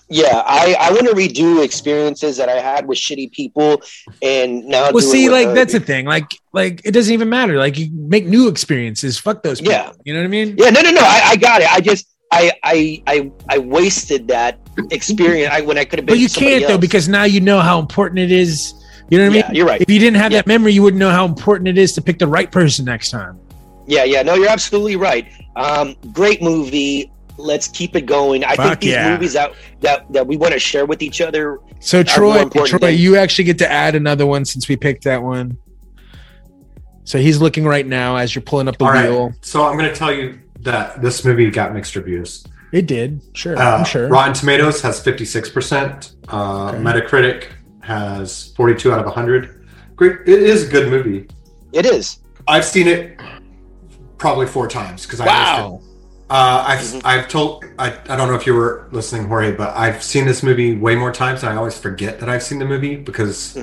Yeah, I I want to redo experiences that I had with shitty people, and now.
well,
do it
see,
with
like
her.
that's the thing. Like, like it doesn't even matter. Like, you make new experiences. Fuck those. People,
Yeah.
you know what I mean.
Yeah, no, no, no. I, I got it. I just, I, I, I, I wasted that experience. I when I could have been.
But you
somebody
can't though
else.
because now you know how important it is. You know what I
Yeah,
mean?
you're right.
If you didn't have that memory, you wouldn't know how important it is to pick the right person next time.
Yeah, yeah. No, you're absolutely right. Um, great movie. Let's keep it going. I
Fuck
think these
yeah.
movies that that that we want to share with each other.
So
are more
Troy,
important
Troy,
than-
you actually get to add another one since we picked that one. So he's looking right now as you're pulling up the
All right.
wheel.
So I'm going to tell you that this movie got mixed reviews.
It did, sure,
Uh,
I'm sure.
Rotten Tomatoes has 56%. Uh, Metacritic has 42 out of 100. Great. It is a good movie.
It is.
I've seen it probably four times because I
wow.
Uh, I've I've told I, I don't know if you were listening, Jorge, but I've seen this movie way more times, and I always forget that I've seen the movie because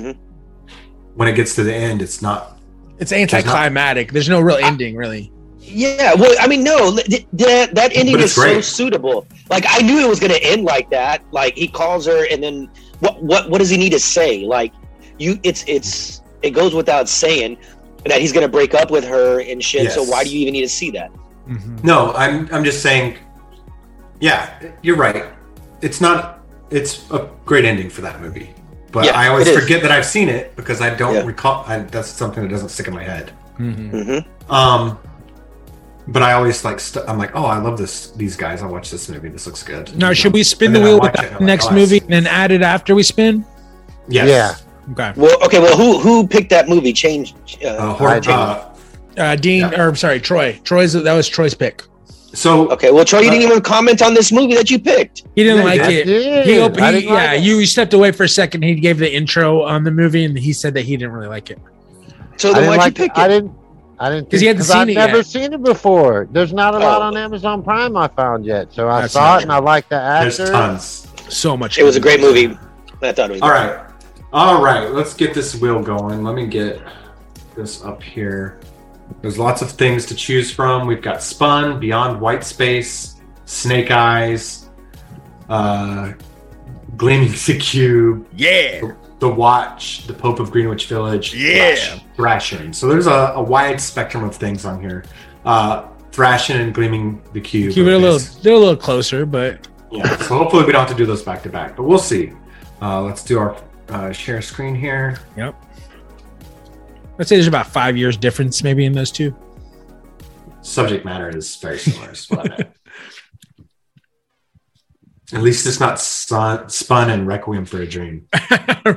when it gets to the end, it's not.
It's anticlimactic. There's no real ending, really.
Yeah. Well, I mean, no. th- That that ending
But
is
it's
so
great.
suitable. Like I knew it was going to end like that. Like he calls her, and then what? What? What does he need to say? Like you, it's it's it goes without saying that he's going to break up with her and shit. So
Yes.
why do you even need to see that?
Mm-hmm.
No, I'm I'm just saying. Yeah, you're right. It's not. It's a great ending for that movie, but
Yeah,
I always
it is.
forget that I've seen it because I don't recall. I, that's something that doesn't stick in my head.
Mm-hmm.
Um, but I always like. St- I'm like, oh, I love this. These guys. I'll watch this movie. This looks good.
Now, should we spin
And
the
then I
wheel
watch
with
it and
the
I'm like,
next
oh, I
movie and then add it after we spin?
Yes.
Yeah. Okay.
Well, okay. Well, who who picked that movie? Change. Uh,
Oh,
Hor-
change.
uh,
Uh, Dean, or I'm sorry, Troy. Troy's that was Troy's pick.
So
okay. Well, Troy, you
Uh,
didn't even comment on this movie that you picked.
He didn't
Yeah,
like
I
it.
did.
He opened,
I
he-
didn't like
yeah,
it.
you stepped away for a second. He gave the intro on the movie, and he said that he didn't really like it.
So
I didn't like- I didn't. I didn't
'Cause he hadn't
I've
seen it
never
yet.
seen it before. There's not a lot
Oh.
on Amazon Prime I found yet, so I
That's
saw
not
it and I liked the actor.
So much.
It was a great movie. I thought it was.
All right. All right. Let's get this wheel going. Let me get this up here. There's lots of things to choose from. We've got Spun, Beyond White Space, Snake Eyes, uh, Gleaming *laughs* the Cube,
yeah,
The Watch, The Pope of Greenwich Village,
Yeah.
Thrash- Thrashing. So there's a, a wide spectrum of things on here. Uh, Thrashing and Gleaming the Cube.
They're a
are
little,
bas-
they're a little closer, but
yeah, so hopefully we don't have to do those back to back, but we'll see. Uh, let's do our uh, share screen here.
Yep. I'd say there's about five years difference maybe in those two. *laughs*
Subject matter is very similar. is what I meant. At least it's not sun, spun in Requiem for
*laughs*
a Dream.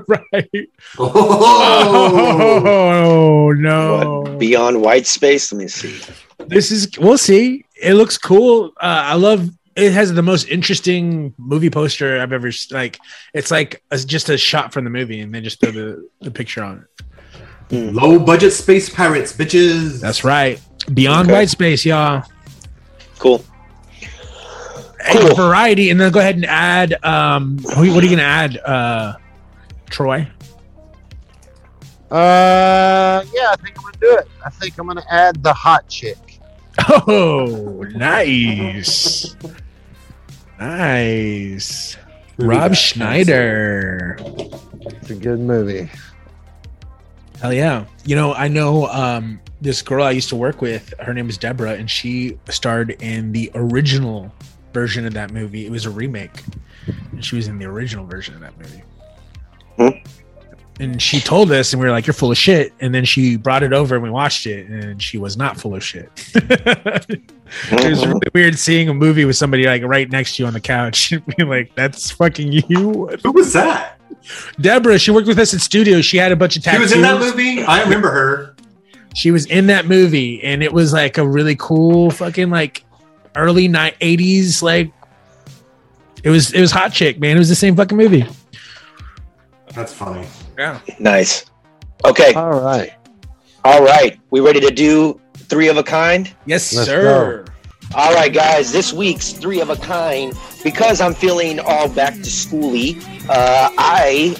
right.
Oh,
Oh no!
Beyond white space. Let me see.
This is we'll see. It looks cool. Uh, I love. It has the most interesting movie poster I've ever s- like. It's like a, just a shot from the movie, and they just throw the, the picture on it.
Low budget space pirates, bitches.
That's right. Beyond
Okay.
white space, y'all.
Cool.
And Variety, and then go ahead and add. Um, who- what are you gonna add, uh, Troy?
Uh, yeah, I think I'm gonna do it. I think I'm gonna add the hot chick.
Oh, nice. Nice. Rob Schneider.
It's a good movie.
Hell yeah. You know, I know um, this girl I used to work with, her name is Deborah, and she starred in the original version of that movie. It was a remake. And she was in the original version of that movie. And she told us, and we were like, You're full of shit. And then she brought it over and we watched it, and she was not full of shit. *laughs* it
Mm-hmm.
was really weird seeing a movie with somebody like right next to you on the couch *laughs* and being like, That's fucking you.
Who was that?
Deborah, she worked with us at studio. She had a bunch of
She
tattoos.
was in that movie. I remember her.
She was in that movie, and it was like a really cool fucking like early night eighties like. It was it was hot chick man. It was the same fucking movie.
That's funny.
Yeah.
Nice. Okay.
*laughs*
All right.
All right. We ready to do three of a kind?
Yes,
Let's
sir.
All right, guys, this week's three of a kind, because I'm feeling all back to schooly, uh, I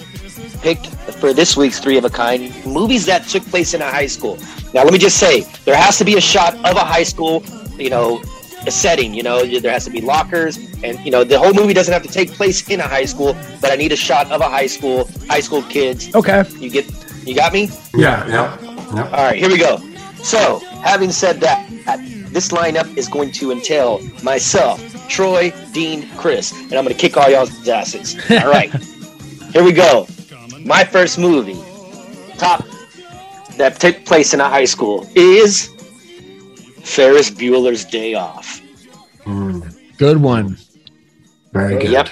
picked for this week's three of a kind movies that took place in a high school. Now, let me just say there has to be a shot of a high school, you know, a setting, you know, there has to be lockers, and, you know, the whole movie doesn't have to take place in a high school, but I need a shot of a high school, high school kids.
Okay.
You get, you got me?
Yeah, yeah. yeah.
All right, here we go. So, having said that, this lineup is going to entail myself, Troy, Dean, Chris, and I'm going to kick all y'all's asses. All right, here we go. My first movie, top that took place in a high school, is Ferris Bueller's Day Off.
Good one.
Hmm, Very good.
Yep,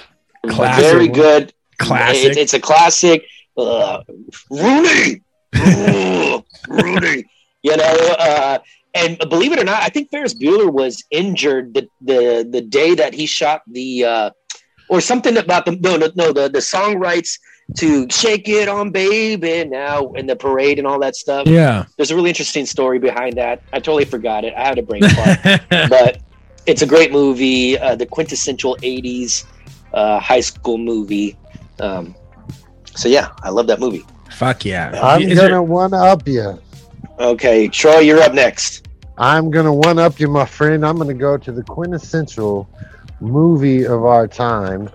Classic.
very good.
Classic.
It- it's a classic. Ugh. Rooney, Ugh, Rooney. You know, uh, and believe it or not, I think Ferris Bueller was injured the the, the day that he shot the uh, or something about the no no no the the song rights to "Shake It On, Baby" now and the parade and all that stuff.
Yeah. *laughs*
There's a really interesting story behind that. I totally forgot it. I had a brain fart, but it's a great movie. Uh, the quintessential '80s uh, high school movie. Um, so yeah, I love that movie.
Fuck yeah.
I'm
Is
gonna
there-
one up you.
Okay, Troy, you're up next.
I'm gonna one up you, my friend. I'm gonna go to the quintessential movie of our time,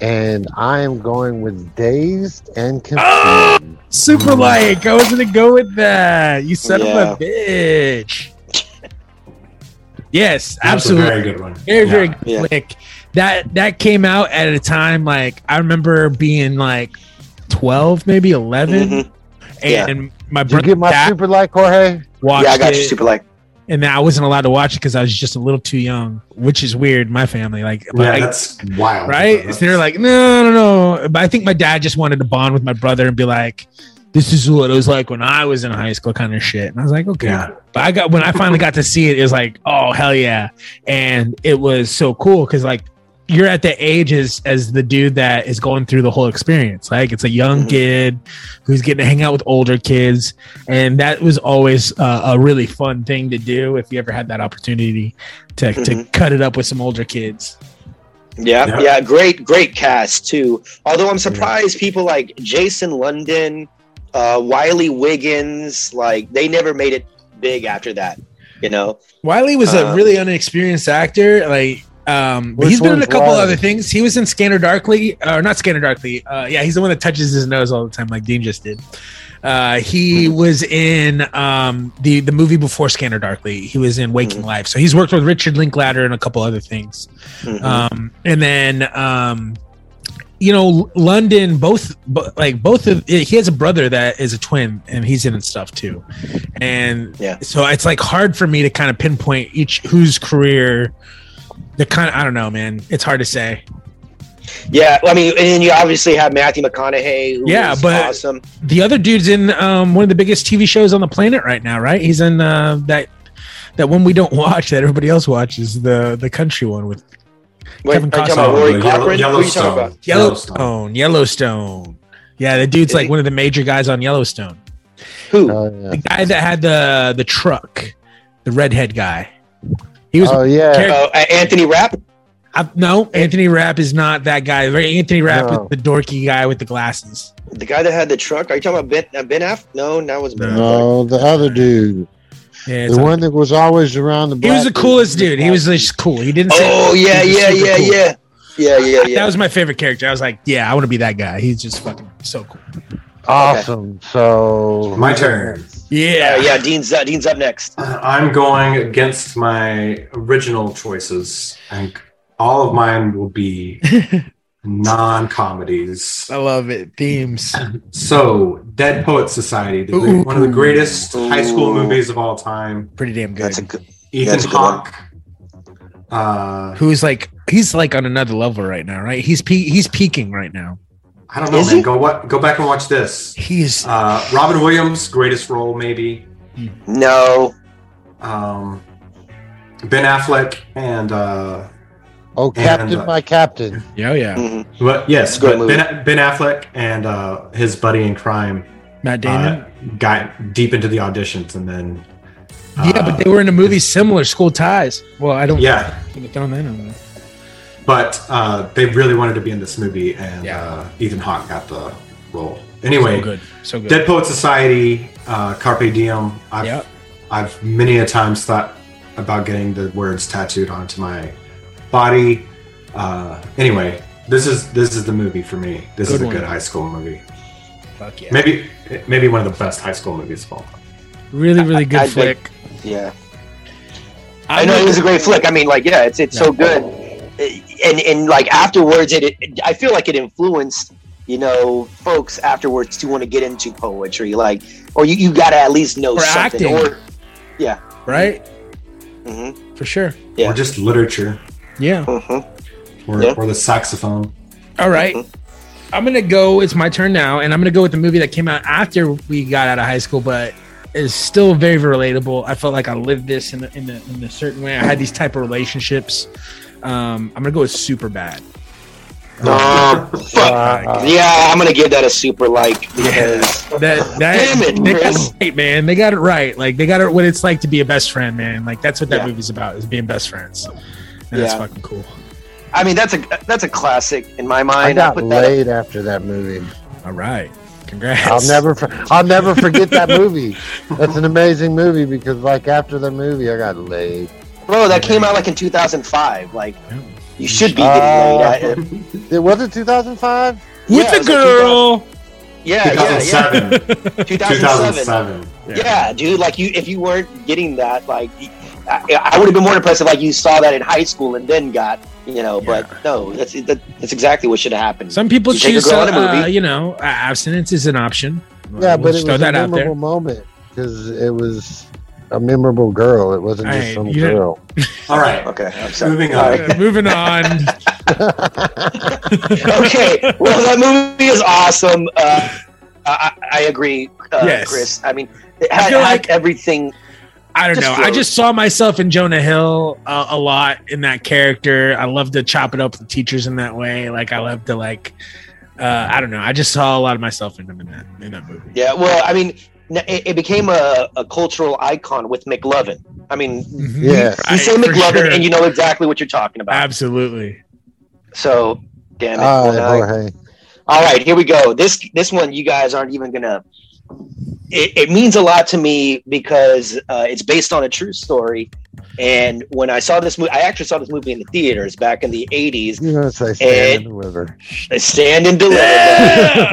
and I am going with Dazed and Confused.
Ah! super like. I was gonna go with that. You son of a bitch. Yes,
That's a
absolutely.
very good one.
Very, very
Yeah.
Yeah.
quick. That that came out at a time like I remember being like twelve, maybe 11
Mm-hmm. Yeah.
and my
Did you
brother
get my super like, Jorge?
watched
yeah, I got
it,
you. Super like.
and I wasn't allowed to watch it because I was just a little too young, which is weird. in My family, like, but
Yeah,
I-
that's wild.
right? So they're like, no, no, no. But I think my dad just wanted to bond with my brother and be like, this is what it was like when I was in high school, kind of shit. And I was like, okay.
Yeah.
But I got when I finally got to see it, it was like, oh hell yeah, and it was so cool because like you're at the age as as the dude that is going through the whole experience. Like it's a young kid who's getting to hang out with older kids, and that was always uh, a really fun thing to do if you ever had that opportunity to to cut it up with some older kids.
Yeah,
Yeah.
yeah, great, great cast too. Although I'm surprised people like Jason London, uh, Wiley Wiggins, like they never made it big after that. You know,
Wiley was a
Um,
really unexperienced actor. Like Um, but
Which
he's been in a
one's
couple
Riley?
other things. He was in Scanner Darkly, or not Scanner Darkly. Uh, yeah, he's the one that touches his nose all the time, like Dean just did. Uh, he
Hmm.
was in um, the the movie before Scanner Darkly. He was in Waking
Hmm.
Life. So he's worked with Richard Linklater and a couple other things.
Mhm.
Um, and then um, you know, London. Both bo- like both of he has a brother that is a twin, and he's in stuff too. And
Yeah.
so it's like hard for me to kind of pinpoint each whose career the kind of, I don't know, man. It's hard to say.
Yeah, I mean, and then you obviously have Matthew McConaughey. Who
Yeah,
is
but-
awesome.
The other dude's in um, one of the biggest TV shows on the planet right now, right? He's in uh, that that one we don't *laughs* watch that everybody else watches, the the country one with
Wait,
Kevin
are
Costner.
you talking about Rory
Yellow-
Cochrane? What are you talking about?
Yellowstone. Yellowstone. Yeah, the dude's like one of the major guys on Yellowstone.
Who?
Oh, yeah.
The guy that had the the truck, the redhead guy. He was
Oh, yeah.
Character-
Oh, A- Anthony Rapp.
Uh, no, Anthony Rapp is not that guy. Right, Anthony Rapp
No.
is the dorky guy with the glasses.
The guy that had the truck. Are you talking about Ben? Uh, ben Aff? No, that was Ben. Affleck.
No, the other dude,
Yeah, it's
the
not-
one that was always around the.
he was
black
the
dude.
coolest dude. He was just cool. He didn't. say-
Oh yeah,
he was
yeah,
super
yeah,
cool.
yeah, yeah, yeah,
That
yeah.
was my favorite character. I was like, yeah, I want to be that guy. He's just fucking so cool.
awesome. So
My turn.
Yeah,
Uh,
Oh,
yeah, Dean's uh, Dean's up next.
I'm going against my original choices, and all of mine will be
*laughs*
non comedies.
I love it. Themes.
So, Dead Poet Society, the, great- one of the greatest high school
Ooh.
movies of all time.
Pretty damn good.
That's a good.
Ethan
That's a good one.
Hawke. Uh,
Who's like he's like on another level right now, right? He's pe- he's peaking right now.
I don't know,
Is
man.
he?
Go what? Go back and watch this.
He's
Uh, Robin Williams, greatest role maybe.
No,
Um, ben Affleck and uh,
Oh, Captain,
uh,
my Captain.
yeah, Oh, yeah.
Mhm.
but yes,
Good
but
movie.
ben, ben Affleck and uh, his buddy in crime
Matt Damon.
uh, got deep into the auditions, and then uh,
yeah, but they were in a movie similar, School Ties. Well, I don't.
yeah,
think I've done that on there.
but uh, they really wanted to be in this movie, and
Yeah.
uh, Ethan Hawke got the role. Anyway,
so good, so good.
Dead Poet Society, uh, Carpe Diem. I've,
Yep.
I've many a times thought about getting the words tattooed onto my body. Uh, anyway, this is this is the movie for me. This
Good
is a
one.
good high school movie.
Fuck yeah.
Maybe maybe one of the best high school movies of all time.
Really, really good
I'd
flick.
yeah. I know it was a great flick. I mean, like, yeah, it's it's so good, Uh, and and like afterwards, it, it I feel like it influenced you know folks afterwards to want to get into poetry, like, or you, you got to at least know
Or
something,
acting.
or
right?
Mhm.
For sure.
Yeah.
Or just literature,
Yeah.
Mhm.
or,
Yeah.
or the saxophone.
All right. I'm gonna go. It's my turn now, and I'm gonna go with the movie that came out after we got out of high school, but is still very relatable. I felt like I lived this in the, in the, in a certain way. I had these type of relationships. Um, I'm gonna go with super bad.
Oh,
Uh,
fuck. yeah, I'm gonna give that a super like because *laughs*
That that
Damn it,
they got
Chris.
it right, man. They got it right. Like they got it what it's like to be a best friend, man. Like that's what that
Yeah.
movie's about is being best friends. And that's
Yeah.
fucking cool.
I mean that's a that's a classic in my
I,
mind. I,
got
put that.
laid after that movie.
All right. Congrats.
I'll never, for,
*laughs*
I'll never forget that movie. That's an amazing movie because, like, after that movie, I got laid.
Bro, that came out like in 2005. Like,
Yeah.
you should be
Uh,
getting laid. I-
It was it 2005.
with
yeah,
the
it's like
girl.
Yeah, yeah,
2007.
*laughs* yeah. 2007.
2007.
Yeah. dude. Like you, if you weren't getting that, like I, I would have been more impressed if like you saw that in high school and then got you know. But no, that's that, that's exactly what should have happened.
Some people
You take a
choose,
girl
uh,
in a movie.
uh, you know, uh, abstinence is an option.
Yeah,
We'll
but
just
it
throw
was
that
a
out there.
memorable moment because it was a memorable girl. It wasn't just
Hey,
some
you didn't- *laughs*
girl.
All right,
okay, I'm sorry.
moving
All
on.
right.
Uh, Moving
*laughs*
on.
*laughs*
okay, well that movie is awesome. Uh, I, I I agree, uh,
Yes.
Chris. I mean, it had,
feel
had
like-
everything.
I don't
Just
know.
throw
I
it.
just saw myself in Jonah Hill uh, a lot in that character. I love to chop it up with teachers in that way. Like I love to like. Uh, I don't know. I just saw a lot of myself in him in that in that movie.
Yeah. Well, I mean, n- it, it became a, a cultural icon with McLovin. I mean,
Yes.
you say
Right, for
McLovin,
sure.
and you know exactly what you're talking about.
Absolutely.
So, damn it.
All
Well, now I-
right, Jorge.
All right, here we go. This this one you guys aren't even gonna. It, it means a lot to me because uh, it's based on a true story, And when I saw this movie, I actually saw this movie in the theaters back in the 80s.
You know, it's like stand and deliver.
Stand and deliver.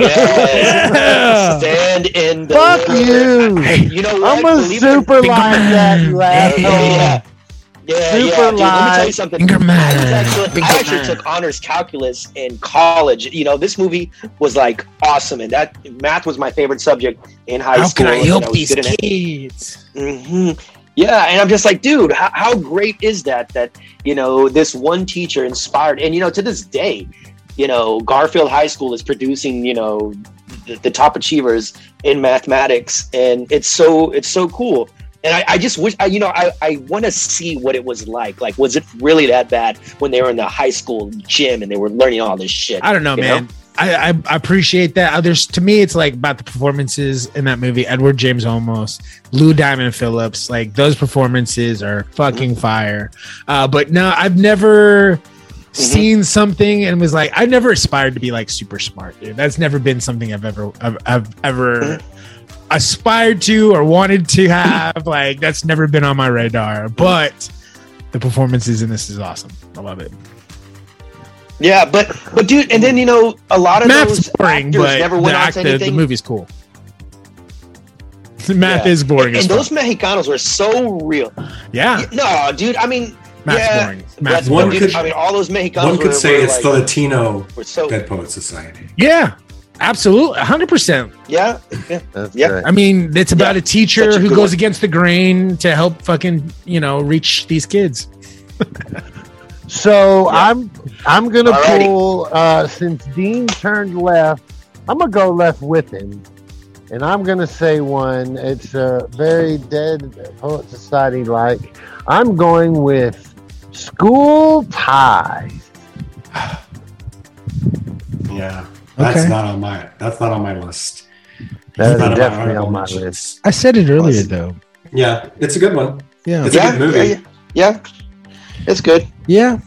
Yes. Stand and
Fuck you.
You know what?
I'm a
Believe it-
super line that you asshole.
Yeah. Yeah,
Super
yeah, dude, let me tell
lie.
you something. I, was actually, I actually took honors calculus in college. You know, this movie was like awesome, and that math was my favorite subject in high
How
school.
can I
and
help
was
these
good in it.
kids?
hmm Yeah, and I'm just like, dude, how, how great is that? That you know, this one teacher inspired, and you know, to this day, you know, Garfield High School is producing, you know, the, the top achievers in mathematics, and it's so it's so cool. And I, I just wish, I, you know, I, I want to see what it was like. Like, was it really that bad when they were in the high school gym and they were learning all this shit?
I don't know,
you
man. I, I I appreciate that. Others to me, it's like about the performances in that movie. Edward James Olmos, Lou Diamond Phillips, like those performances are fucking fire. Uh, but no, I've never seen something and was like, I never aspired to be like super smart, dude. That's never been something I've ever I've, I've ever aspired to or wanted to have. *laughs* like that's never been on my radar. But the performances in this is awesome. I love it.
Yeah, but but dude, and then you know, a lot of
Math's
those
boring,
actors
but
never
the,
went on
act-
to
the,
anything.
the movie's cool. *laughs* Math
Yeah.
is boring as
and
fuck.
those Mexicanos were so real.
yeah,
No, dude. I mean,
Math's
yeah,
boring.
that's
Math's
one
boring.
I mean, all those Mexicanos.
One
were-
could say
were
it's
like-
the Latino
were so-
Dead Poet Society.
yeah, absolutely, hundred percent.
Yeah,
Yeah.
I mean, it's about a teacher
Such a
who
good
goes
one.
against the grain to help fucking you know reach these kids.
So I'm I'm gonna
Alrighty.
pull uh, since Dean turned left, I'm gonna go left with him, and I'm gonna say one. It's a very dead poet society like. I'm going with school ties.
Yeah, that's
Okay.
not on my that's not on my list. Not
That
on
is
my
definitely
honorable
on my
mentions.
list.
I said it
earlier,
though.
Yeah, it's a good one.
Yeah,
It's a
yeah,
good movie.
yeah, yeah, yeah. It's good.
yeah.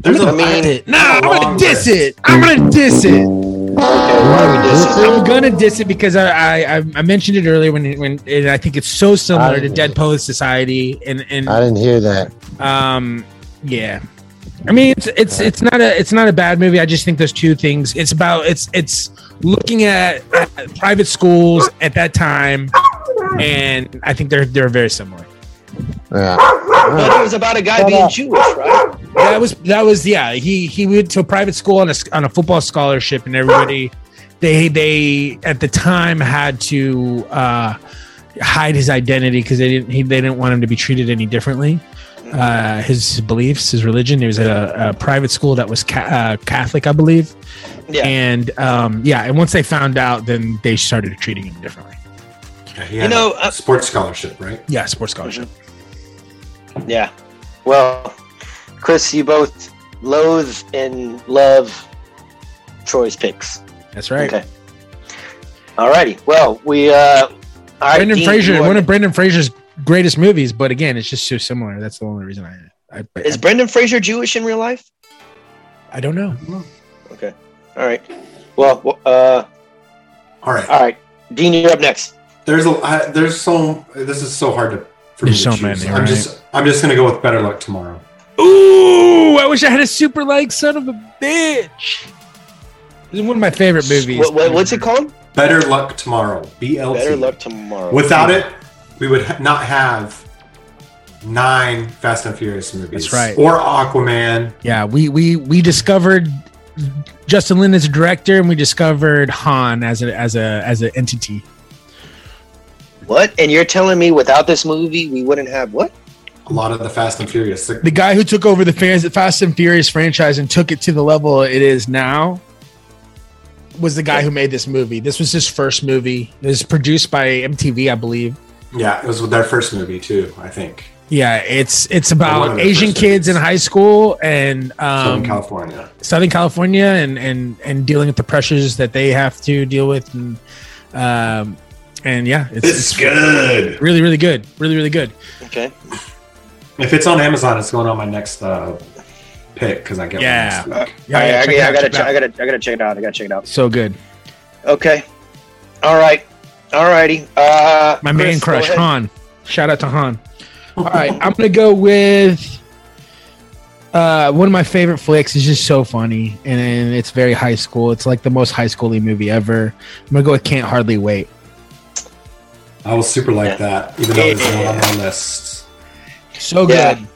There's a
I mean-
I-
No, I'm
Long
gonna diss
list.
it. I'm gonna diss it.
Okay, why are we dissing?
I'm gonna diss it because I I, I I mentioned it earlier when when and I think it's so similar to Dead Poet Society and and
I didn't hear that.
Um, yeah. I mean, it's it's it's not a it's not a bad movie. I just think there's two things. It's about it's it's looking at, at private schools at that time, and I think they're they're very similar.
Yeah.
But it was about a guy
Shut
being
up.
Jewish, right?
That was that was yeah. He he went to a private school on a s- on a football scholarship, and everybody they they at the time had to uh, hide his identity because they didn't he, they didn't want him to be treated any differently. Uh, his beliefs, his religion. He was at a, a private school that was ca- uh, Catholic, I believe.
Yeah.
And um, yeah, and once they found out, then they started treating him differently.
yeah,
You know, uh,
sports scholarship, right?
Yeah, sports scholarship.
Yeah. Well, Chris, you both loathe and love Troy's picks.
That's right.
Okay. Alrighty. Well, we uh. all right,
Brendan
Dean,
Fraser,
you are-
one of Brendan Fraser's greatest movies, but again, it's just so similar. That's the only reason I. I, I
Is Brendan Fraser Jewish in real life?
I don't know.
Okay. All right. Well, w- uh,
All right.
all right. Dean, you're up next.
There's a I, there's so this is so hard to for
There's
me to
so many,
choose. I'm
right?
just I'm just gonna go with Better Luck Tomorrow.
Ooh, I wish I had a super like son of a bitch. This is one of my favorite movies.
What, what, what's it called?
Better Luck Tomorrow. BLT.
Better luck tomorrow.
Without it, we would ha- not have nine Fast and Furious movies.
That's right.
Or Aquaman.
Yeah, we we we discovered Justin Lin as a director, and we discovered Han as a as a as an entity.
What? And you're telling me without this movie, we wouldn't have what?
A lot of the Fast and Furious.
The guy who took over the fans, the Fast and Furious franchise and took it to the level it is now was the guy who made this movie. This was his first movie. It was produced by MTV, I believe.
Yeah, it was with their first movie too. I think
Yeah, it's it's
One of
about
the
Asian
first
kids in
movies.
high school and
Southern
um,
California.
Southern California and and and dealing with the pressures that they have to deal with and um and yeah, it's, it's
good.
really really good, really really good.
Okay.
If it's on Amazon, it's going on my next uh, pick because I get
Yeah.
one next week.
all right. I,
check it
I,
out,
gotta,
check it
check,
out.
I gotta, I gotta check it out. I gotta check it out.
So good.
Okay. All right. All righty. Uh,
My man
Chris, go
crush
ahead.
Han. Shout out to Han. All right, I'm gonna go with uh, one of my favorite flicks. It's just so funny, and, and it's very high school. It's like the most high schooly movie ever. I'm gonna go with Can't Hardly Wait.
*laughs* I was super like that, even though it's not on my list.
So good.
Yeah.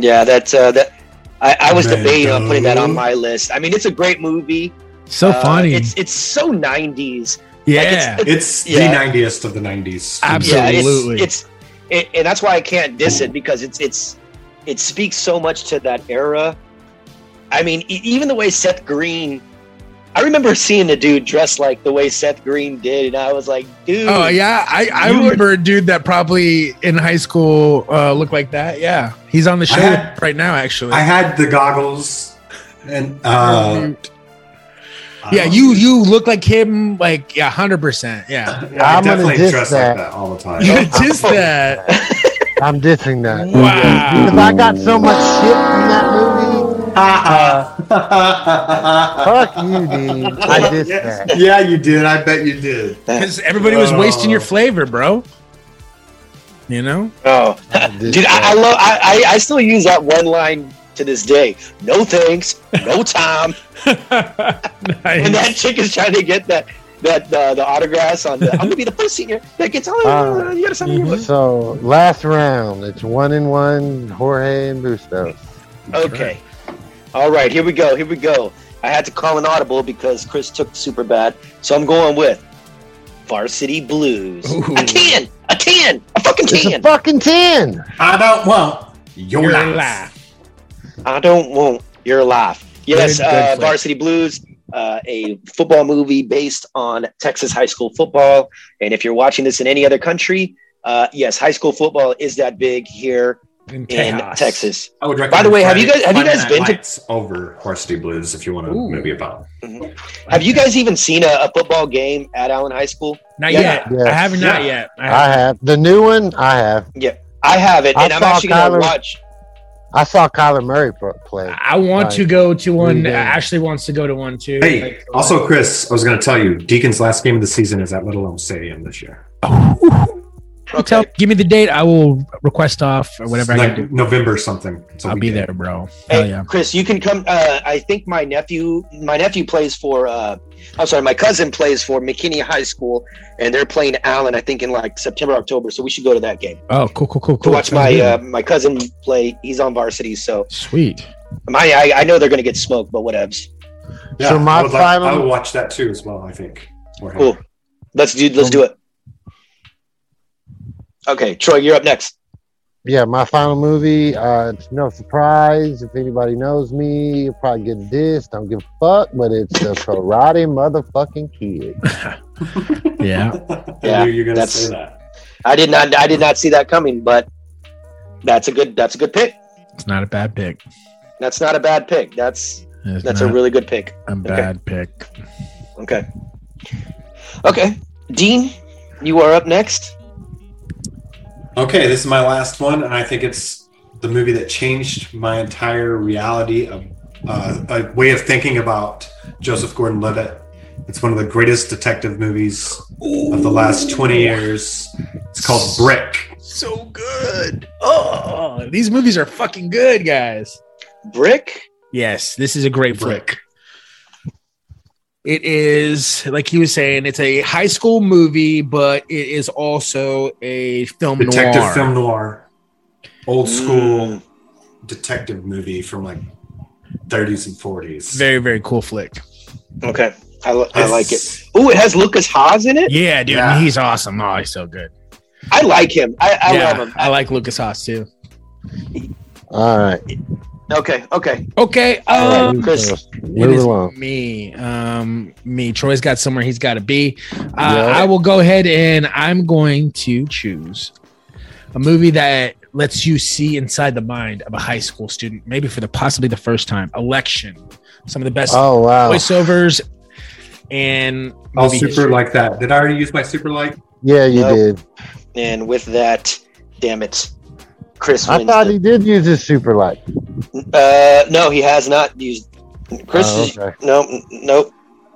Yeah, that's uh, that. I, I was
Man,
debating on putting that on
dude.
my list. I mean, it's a great movie.
So
Uh,
funny.
It's it's so '90s.
yeah.
It's
Yeah.
the 90th of the 90s.
Absolutely.
Yeah, it's, it's it, and that's why I can't diss it because it's it's it speaks so much to that era. I mean, e- even the way Seth Green. I remember seeing the dude dressed like the way Seth Green did, and I was like, dude.
oh yeah, I, I
you were-
remember a dude that probably in high school uh, looked like that. Yeah, he's on the show
had-
right now. Actually,
I had the goggles and uh,
yeah, you you look like him. Like yeah, hundred percent.
*laughs*
Yeah,
yeah, I
I'm gonna
definitely
diss
dress
that.
like that all
*laughs*
the time.
you just that.
I'm dissing that.
Wow.
Because I got so much shit from that movie. Fuck you, dude.
*laughs*
I dissed
yeah,
that.
yeah, you did. I bet you did.
Because everybody was
Oh.
wasting your flavor, bro. You *laughs* know?
Oh,
I dissed
dude, I, I
that.
love. I, I I still use that one line to this day. No thanks.
*laughs*
No time. and that
nice.
chick is trying to get that that uh, the autographs on the. I'm gonna be the first senior that gets all.
Uh,
Ah.
you gotta sign
mm-hmm.
your book.
So last round, it's one and one. Jorge and Bustos.
Okay. All right, here we go. Here we go. I had to call an audible because Chris took super bad, so I'm going with Varsity Blues.
Ooh.
A ten, a ten, a fucking
It's a
ten.
fucking ten.
I don't want your,
You're
life.
alive.
I don't want your life. Yes,
Good, good
uh,
flick.
Varsity Blues, uh, a football movie based on Texas high school football. And if you're watching this in any other country, uh, yes, high school football is that big here
In
in
chaos.
Texas.
I would
By the way, have you guys- have you
Friday
guys
Night
been to-
Lights over Varsity Blues if you want a
Ooh.
movie about?
Have you guys even seen a, a football game at Allen High School?
Not
Yeah.
yet.
Yeah.
I haven't. Not
Yeah.
yet. I
I
haven't.
have the new one. I have.
I have it,
I
and I'm
saw
actually going to
Kyler-
watch.
I saw Kyler Murray pl- play.
I want
Right. to
to go to
one.
one.
Yeah.
Ashley wants to go to one too.
Hey, also Chris, I was going to tell you, Deacon's last game of the season is at Little Elm Stadium this year.
tell, give me the date. I will request off or whatever I
Like
can do.
November something. It's a
I'll be
weekend.
there, bro. Hell
Hey,
yeah.
Chris, you can come. Uh, I think my nephew, my nephew plays for. Uh, I'm sorry, my cousin plays for McKinney High School, and they're playing Allen. I think in like September, October. So we should go to that game
Oh, cool, cool, cool,
to
cool.
watch
Sounds
my
good.
uh, my cousin play. He's on varsity, so
Sweet.
my I, I know they're going to get smoked, but whatevs.
Yeah,
So my
I would, like,
final-
I would watch that too as well. I think. Or-
Cool. Let's do let's do it. Okay, Troy, you're up next.
yeah, my final movie. Uh, it's no surprise if anybody knows me. You'll probably get this. Don't give a fuck. But it's the Karate Motherfucking Kid.
Yeah.
*laughs*
Yeah,
I knew you were going to
that's-
say that.
I did not I did not see that coming, but that's a good that's a good pick.
It's not a bad pick.
That's not a bad pick. That's
It's
that's
not
a really good pick.
a bad pick.
Okay. Okay. Dean, you are up next.
Okay, this is my last one, and I think it's the movie that changed my entire reality of uh, a way of thinking about Joseph Gordon-Levitt. It's one of the greatest detective movies of the last twenty years. It's called Brick.
So good. Oh, these movies are fucking good, guys.
Brick.
Yes, this is a great
Brick.
flick. It is like he was saying, it's a high school movie, but it is also a film
detective
noir.
film noir, old school
Mm.
detective movie from like 30s and 40s.
Very, very cool flick.
Okay. I, li- I
It's-
like it. Ooh, it has Lucas Haas in it.
Yeah, dude,
Yeah.
he's awesome. Oh, he's so good.
I like him. I, I
yeah,
love him.
I like Lucas Haas too.
All right.
Okay. Okay.
Okay,
All right,
um,
you
Uh, Chris,
first.
It
move
is
along.
me. Um, me. Troy's got somewhere he's got to be. Uh,
Yeah.
I will go ahead and I'm going to choose a movie that lets you see inside the mind of a high school student, maybe for the possibly the first time. Election. Some of the best
Oh wow.
voiceovers and
I'll
movie
super
history.
like that. Did I already use my super like?
Yeah, you
Nope.
did.
And with that, damn it, Chris
I
wins.
thought
the-
he did use his super
*laughs*
light.
uh, no, he has not used. Chris,
Oh,
is-
okay.
no, n- no.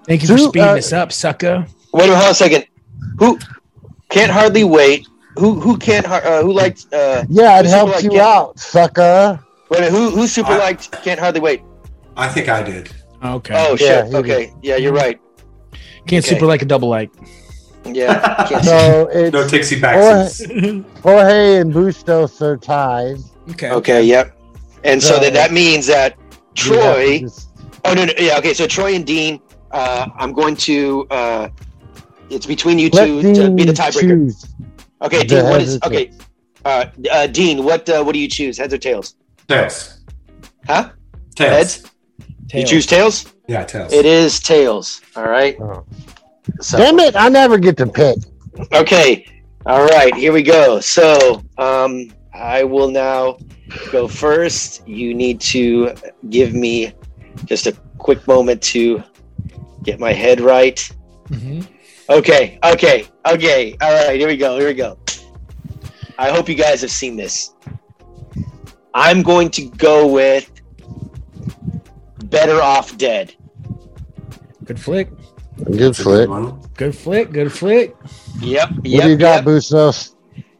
Thank you for
Two,
speeding
uh,
this up, sucker.
Wait a minute, hold on a second. Who can't hardly wait? who who can't har- uh, who liked uh
Yeah, it
who super
helped
liked
you
Can't-
out, sucker.
Wait a minute, who who super liked can't hardly wait?
I think I did.
*laughs*
Okay.
Oh
Yeah,
shit.
he
Okay. Yeah, you're right.
Can't
okay.
super like a double like.
*laughs*
Yeah. *laughs* can't see.
So it's
No Tixie Backsies.
Jorge, Jorge and Bustos are tied.
Okay.
okay. Yep. And so
So-
then that means that
You have to
Troy.
just-
Oh no, no. Yeah. Okay. So Troy and Dean. Uh, I'm going to. Uh, it's between you
Let
two to be the
Dean
tiebreaker.
choose.
Okay,
the
Dean. What
heads
is
or
okay? Uh, uh, Dean, what uh, what do you choose? Heads or tails?
Tails.
Huh?
Tails.
Heads. You choose tails.
Yeah, tails.
It is tails. All right.
Oh.
So
Damn it! I never get to pick.
Okay. All right. Here we go. So um, I will now go first. You need to give me just a quick moment to get my head right.
Mm-hmm.
Okay. Okay. Okay. All right. Here we go. Here we go. I hope you guys have seen this. I'm going to go with Better Off Dead.
Good flick.
Good flick. What
One.
Good flick. Good flick.
Yep. Yep.
do you got,
yep.
Bustos?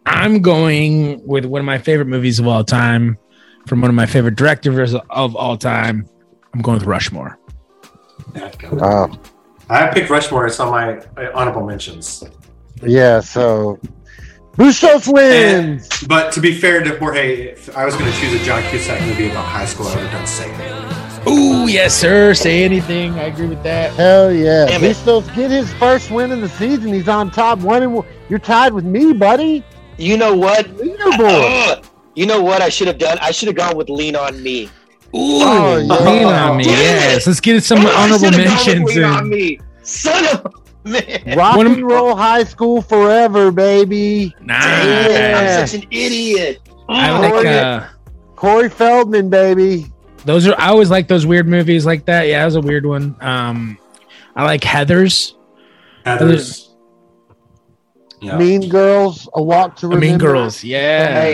I'm going with one of my favorite movies of all time from one of my favorite directors of all time. I'm going with Rushmore.
Yeah, I'd go with-
Oh,
I picked Rushmore. It's on my uh, honorable mentions.
yeah. So
*laughs*
Bustos wins.
But to be fair to Jorge, if I was going to choose a John Cusack movie about high school, I would have done Satan.
Ooh, yes, sir. Say anything. I agree with that.
Hell yeah!
Damn it.
Bustos get his first win in the season. He's on top. One and one. you're tied with me, buddy.
You know what?
Leaderboard.
Ugh. you know what I should have done? I should have gone with Lean on Me.
Ooh,
Oh, yeah.
lean on me.
Damn it.
Yes. Let's get some
I
honorable
Oh, should've gone
mentions.
with Lean on
In.
Me. Son of a man.
Rock
One of-
and roll high school forever, baby.
Nice.
Yeah.
Damn, I'm such an idiot.
I
Oh,
like uh,
Corey Feldman, baby.
those are. I always like those weird movies like that. Yeah, that was a weird one. Um, I like Heather's.
Heather's. Yeah.
Mean Girls, A Walk to
I
Remember.
mean, Girls.
Hey,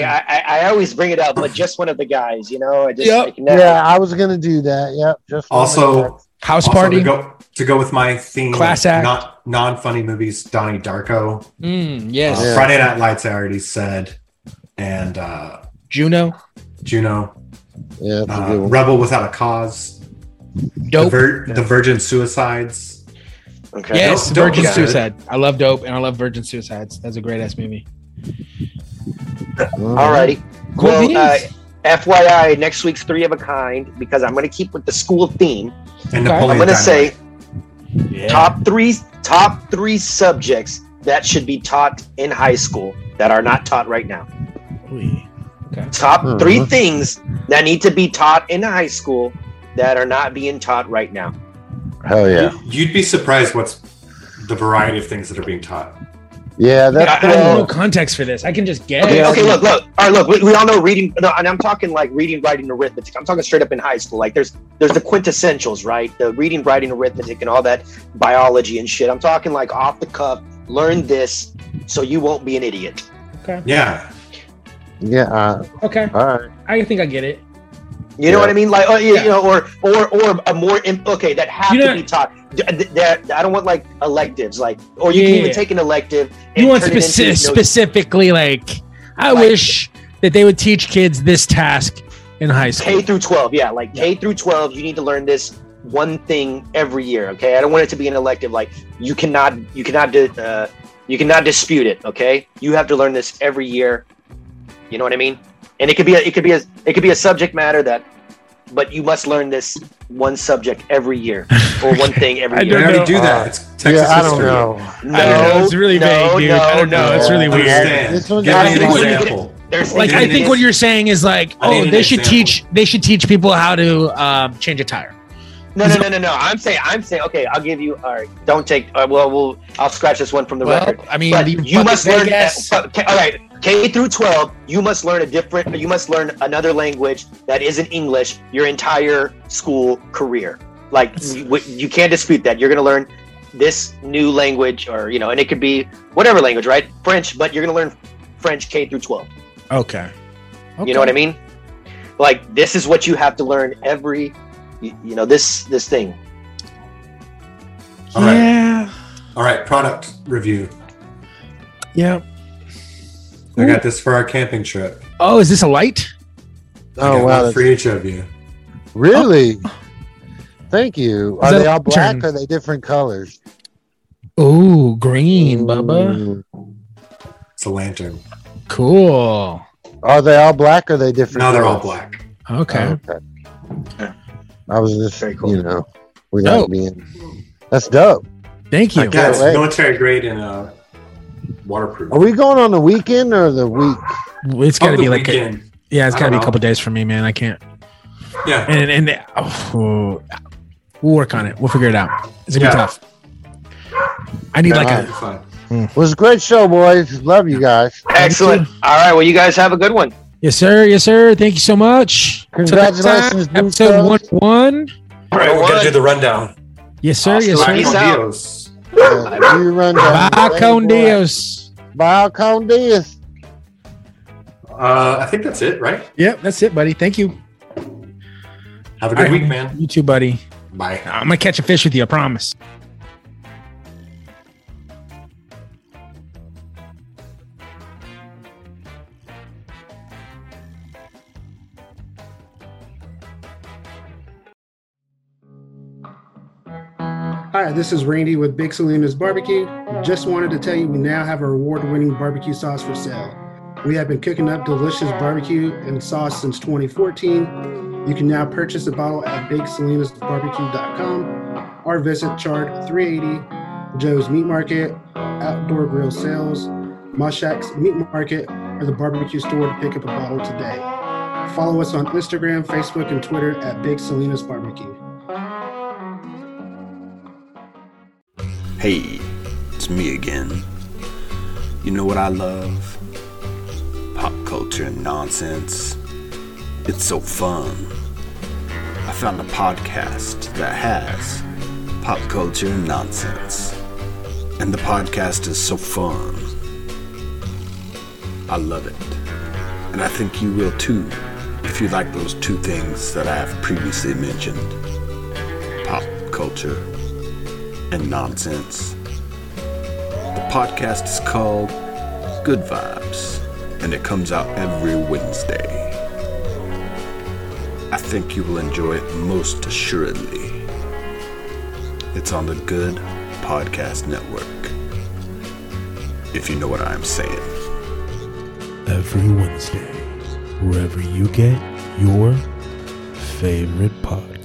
Yeah.
I, I, I always bring it up, but just one of the guys, you know. I just
Yep.
like, never-
Yeah, I was gonna do that. Yep. Just
Also,
House
also
Party.
To, go, to go with my theme,
Class act.
Not non-funny movies. Donnie Darko,
Mm, yes.
uh,
Yeah.
Friday Night Lights. I already said, and uh,
Juno.
Juno,
yeah, that's a
uh,
good one.
Rebel Without a Cause, the,
Dope.
Vir- the Virgin Suicides.
Okay.
Yes,
Dope- Dope
Virgin
was good.
Suicide. I love Dope and I love Virgin Suicides. That's a great ass movie.
Mm-hmm.
All righty.
Cool
well,
beans.
uh, FYI, next week's three of a kind because I'm going to keep with the school theme.
And
Okay.
Napoleon
I'm going to
Dynamite.
say top three top three subjects that should be taught in high school that are not taught right now. Top
Mhm.
three things that need to be taught in high school that are not being taught right now.
Hell yeah.
You'd be surprised what's the variety of things that are being taught.
Yeah,
I, I
that's
have no
well,
context for this. I can just get
Okay,
it.
okay, look, look. All right, look. We, we all know reading, no, and I'm talking like reading, writing, arithmetic. I'm talking straight up in high school. Like there's there's the quintessentials, right? The reading, writing, arithmetic, and all that biology and shit. I'm talking like off the cuff. Learn this so you won't be an idiot.
Yeah,
yeah. Uh,
Okay.
all right.
I think I get it.
You know
Yeah.
what I mean? Like, oh, you,
Yeah.
you know, or or or a more im- okay that have
You
to
know-
be taught. D- th- that- I don't want like electives, like, or you
Yeah,
can
yeah,
even
yeah.
take an elective.
You want
turn it into,
speci-
you know,
specifically like I
Like-
wish that they would teach kids this task in high
K
school.
through 12, yeah, like K through 12, you need to learn this one thing every year. Okay, I don't want it to be an elective. Like you cannot, you cannot, di- uh, you cannot dispute it. Okay, you have to learn this every year. You know what I mean? And it could be, a, it could be, a, it could be a subject matter that, but you must learn this one subject
*laughs*
every year or one thing every
I
they
don't
year.
know.
already do that. It's Texas
uh, yeah, I don't
history.
know.
I don't know. It's really
no,
vague, dude.
no,
I don't know.
no.
It's really weird.
Understand.
This one's
Give
not
me an
like-
example.
There's
Like I think what you're saying is like,
I need
oh,
an
they should
example.
teach they should teach people how to um, change a tire.
No, no, no, no, no. I'm saying, I'm saying. Okay, I'll give you. All right, don't take. Uh, well, we'll. I'll scratch this one from the
Well,
record.
I mean,
But
you
you
fucking
must learn.
Vegas.
uh, K, all right, K through twelve, you must learn a different. You must learn another language that isn't English your entire school career. Like you, w- you can't dispute that. You're going to learn this new language, or you know, and it could be whatever language, right? French, but you're going to learn French K through twelve.
Okay.
You know what I mean? Like this is what you have to learn every. You, you know this this thing.
All right.
Yeah.
All right. Product review.
Yeah.
I got this for our camping trip.
Oh, is this a light?
Oh,
I got Oh. one for each of you.
Really? Thank you.
Is
Are
that
they all black?
lantern?
Or are they different colors?
Ooh, green,
Mm.
Bubba.
It's a lantern.
Cool.
Are they all black? Or are they different?
No, they're all
colors? Oh,
black.
Okay.
Oh.
Okay. I was just, you know, we
Dope.
like being. That's dope.
Thank
Like, yeah, it's
Can't wait.
military grade and uh, waterproof.
Are we going on the weekend or the week?
It's got to
Oh, the
be like a,
weekend.
yeah, it's
I
got to
don't
be a
know.
couple days for me, man. I can't.
Yeah.
And and oh, we'll work on it. We'll figure it out. It's gonna
Yeah.
be tough. I need like a
Fine.
It was a great show, boys. Love you guys.
Excellent. All right. Well, you guys have a good one.
yes, sir, yes, sir. Thank you so much. Till next
Congratulations,
time, episode one one.
All right, we're gonna do the rundown.
Yes, sir. Yes, sir.
Peace out.
Adios.
Uh, you run
Bye,
down. Thank
con
you, boy.
Dios.
Bye, con Dios.
Uh, I think that's it, right?
Yep, that's it, buddy. Thank you.
Have a good
All right.
week, man.
You too, buddy.
Bye.
I'm gonna catch a fish with you. I promise.
Hi, this is Randy with Big Salinas Barbecue. Just wanted to tell you we now have our award winning barbecue sauce for sale. We have been cooking up delicious barbecue and sauce since 2014. You can now purchase a bottle at BigSalinasBarbecue.com or visit Chart 380, Joe's Meat Market, Outdoor Grill Sales, Mushak's Meat Market, or the barbecue store to pick up a bottle today. Follow us on Instagram, Facebook, and Twitter at Big Salinas Barbecue.
Hey, it's me again. You know what I love? Pop culture and nonsense. It's so fun. I found a podcast that has pop culture and nonsense. And the podcast is so fun. I love it. And I think you will too if you like those two things that I have previously mentioned pop culture and nonsense. The podcast is called Good Vibes, and it comes out every Wednesday. I think you will enjoy it most assuredly. It's on the Good Podcast Network, if you know what I'm saying.
Every Wednesday, wherever you get your favorite podcast.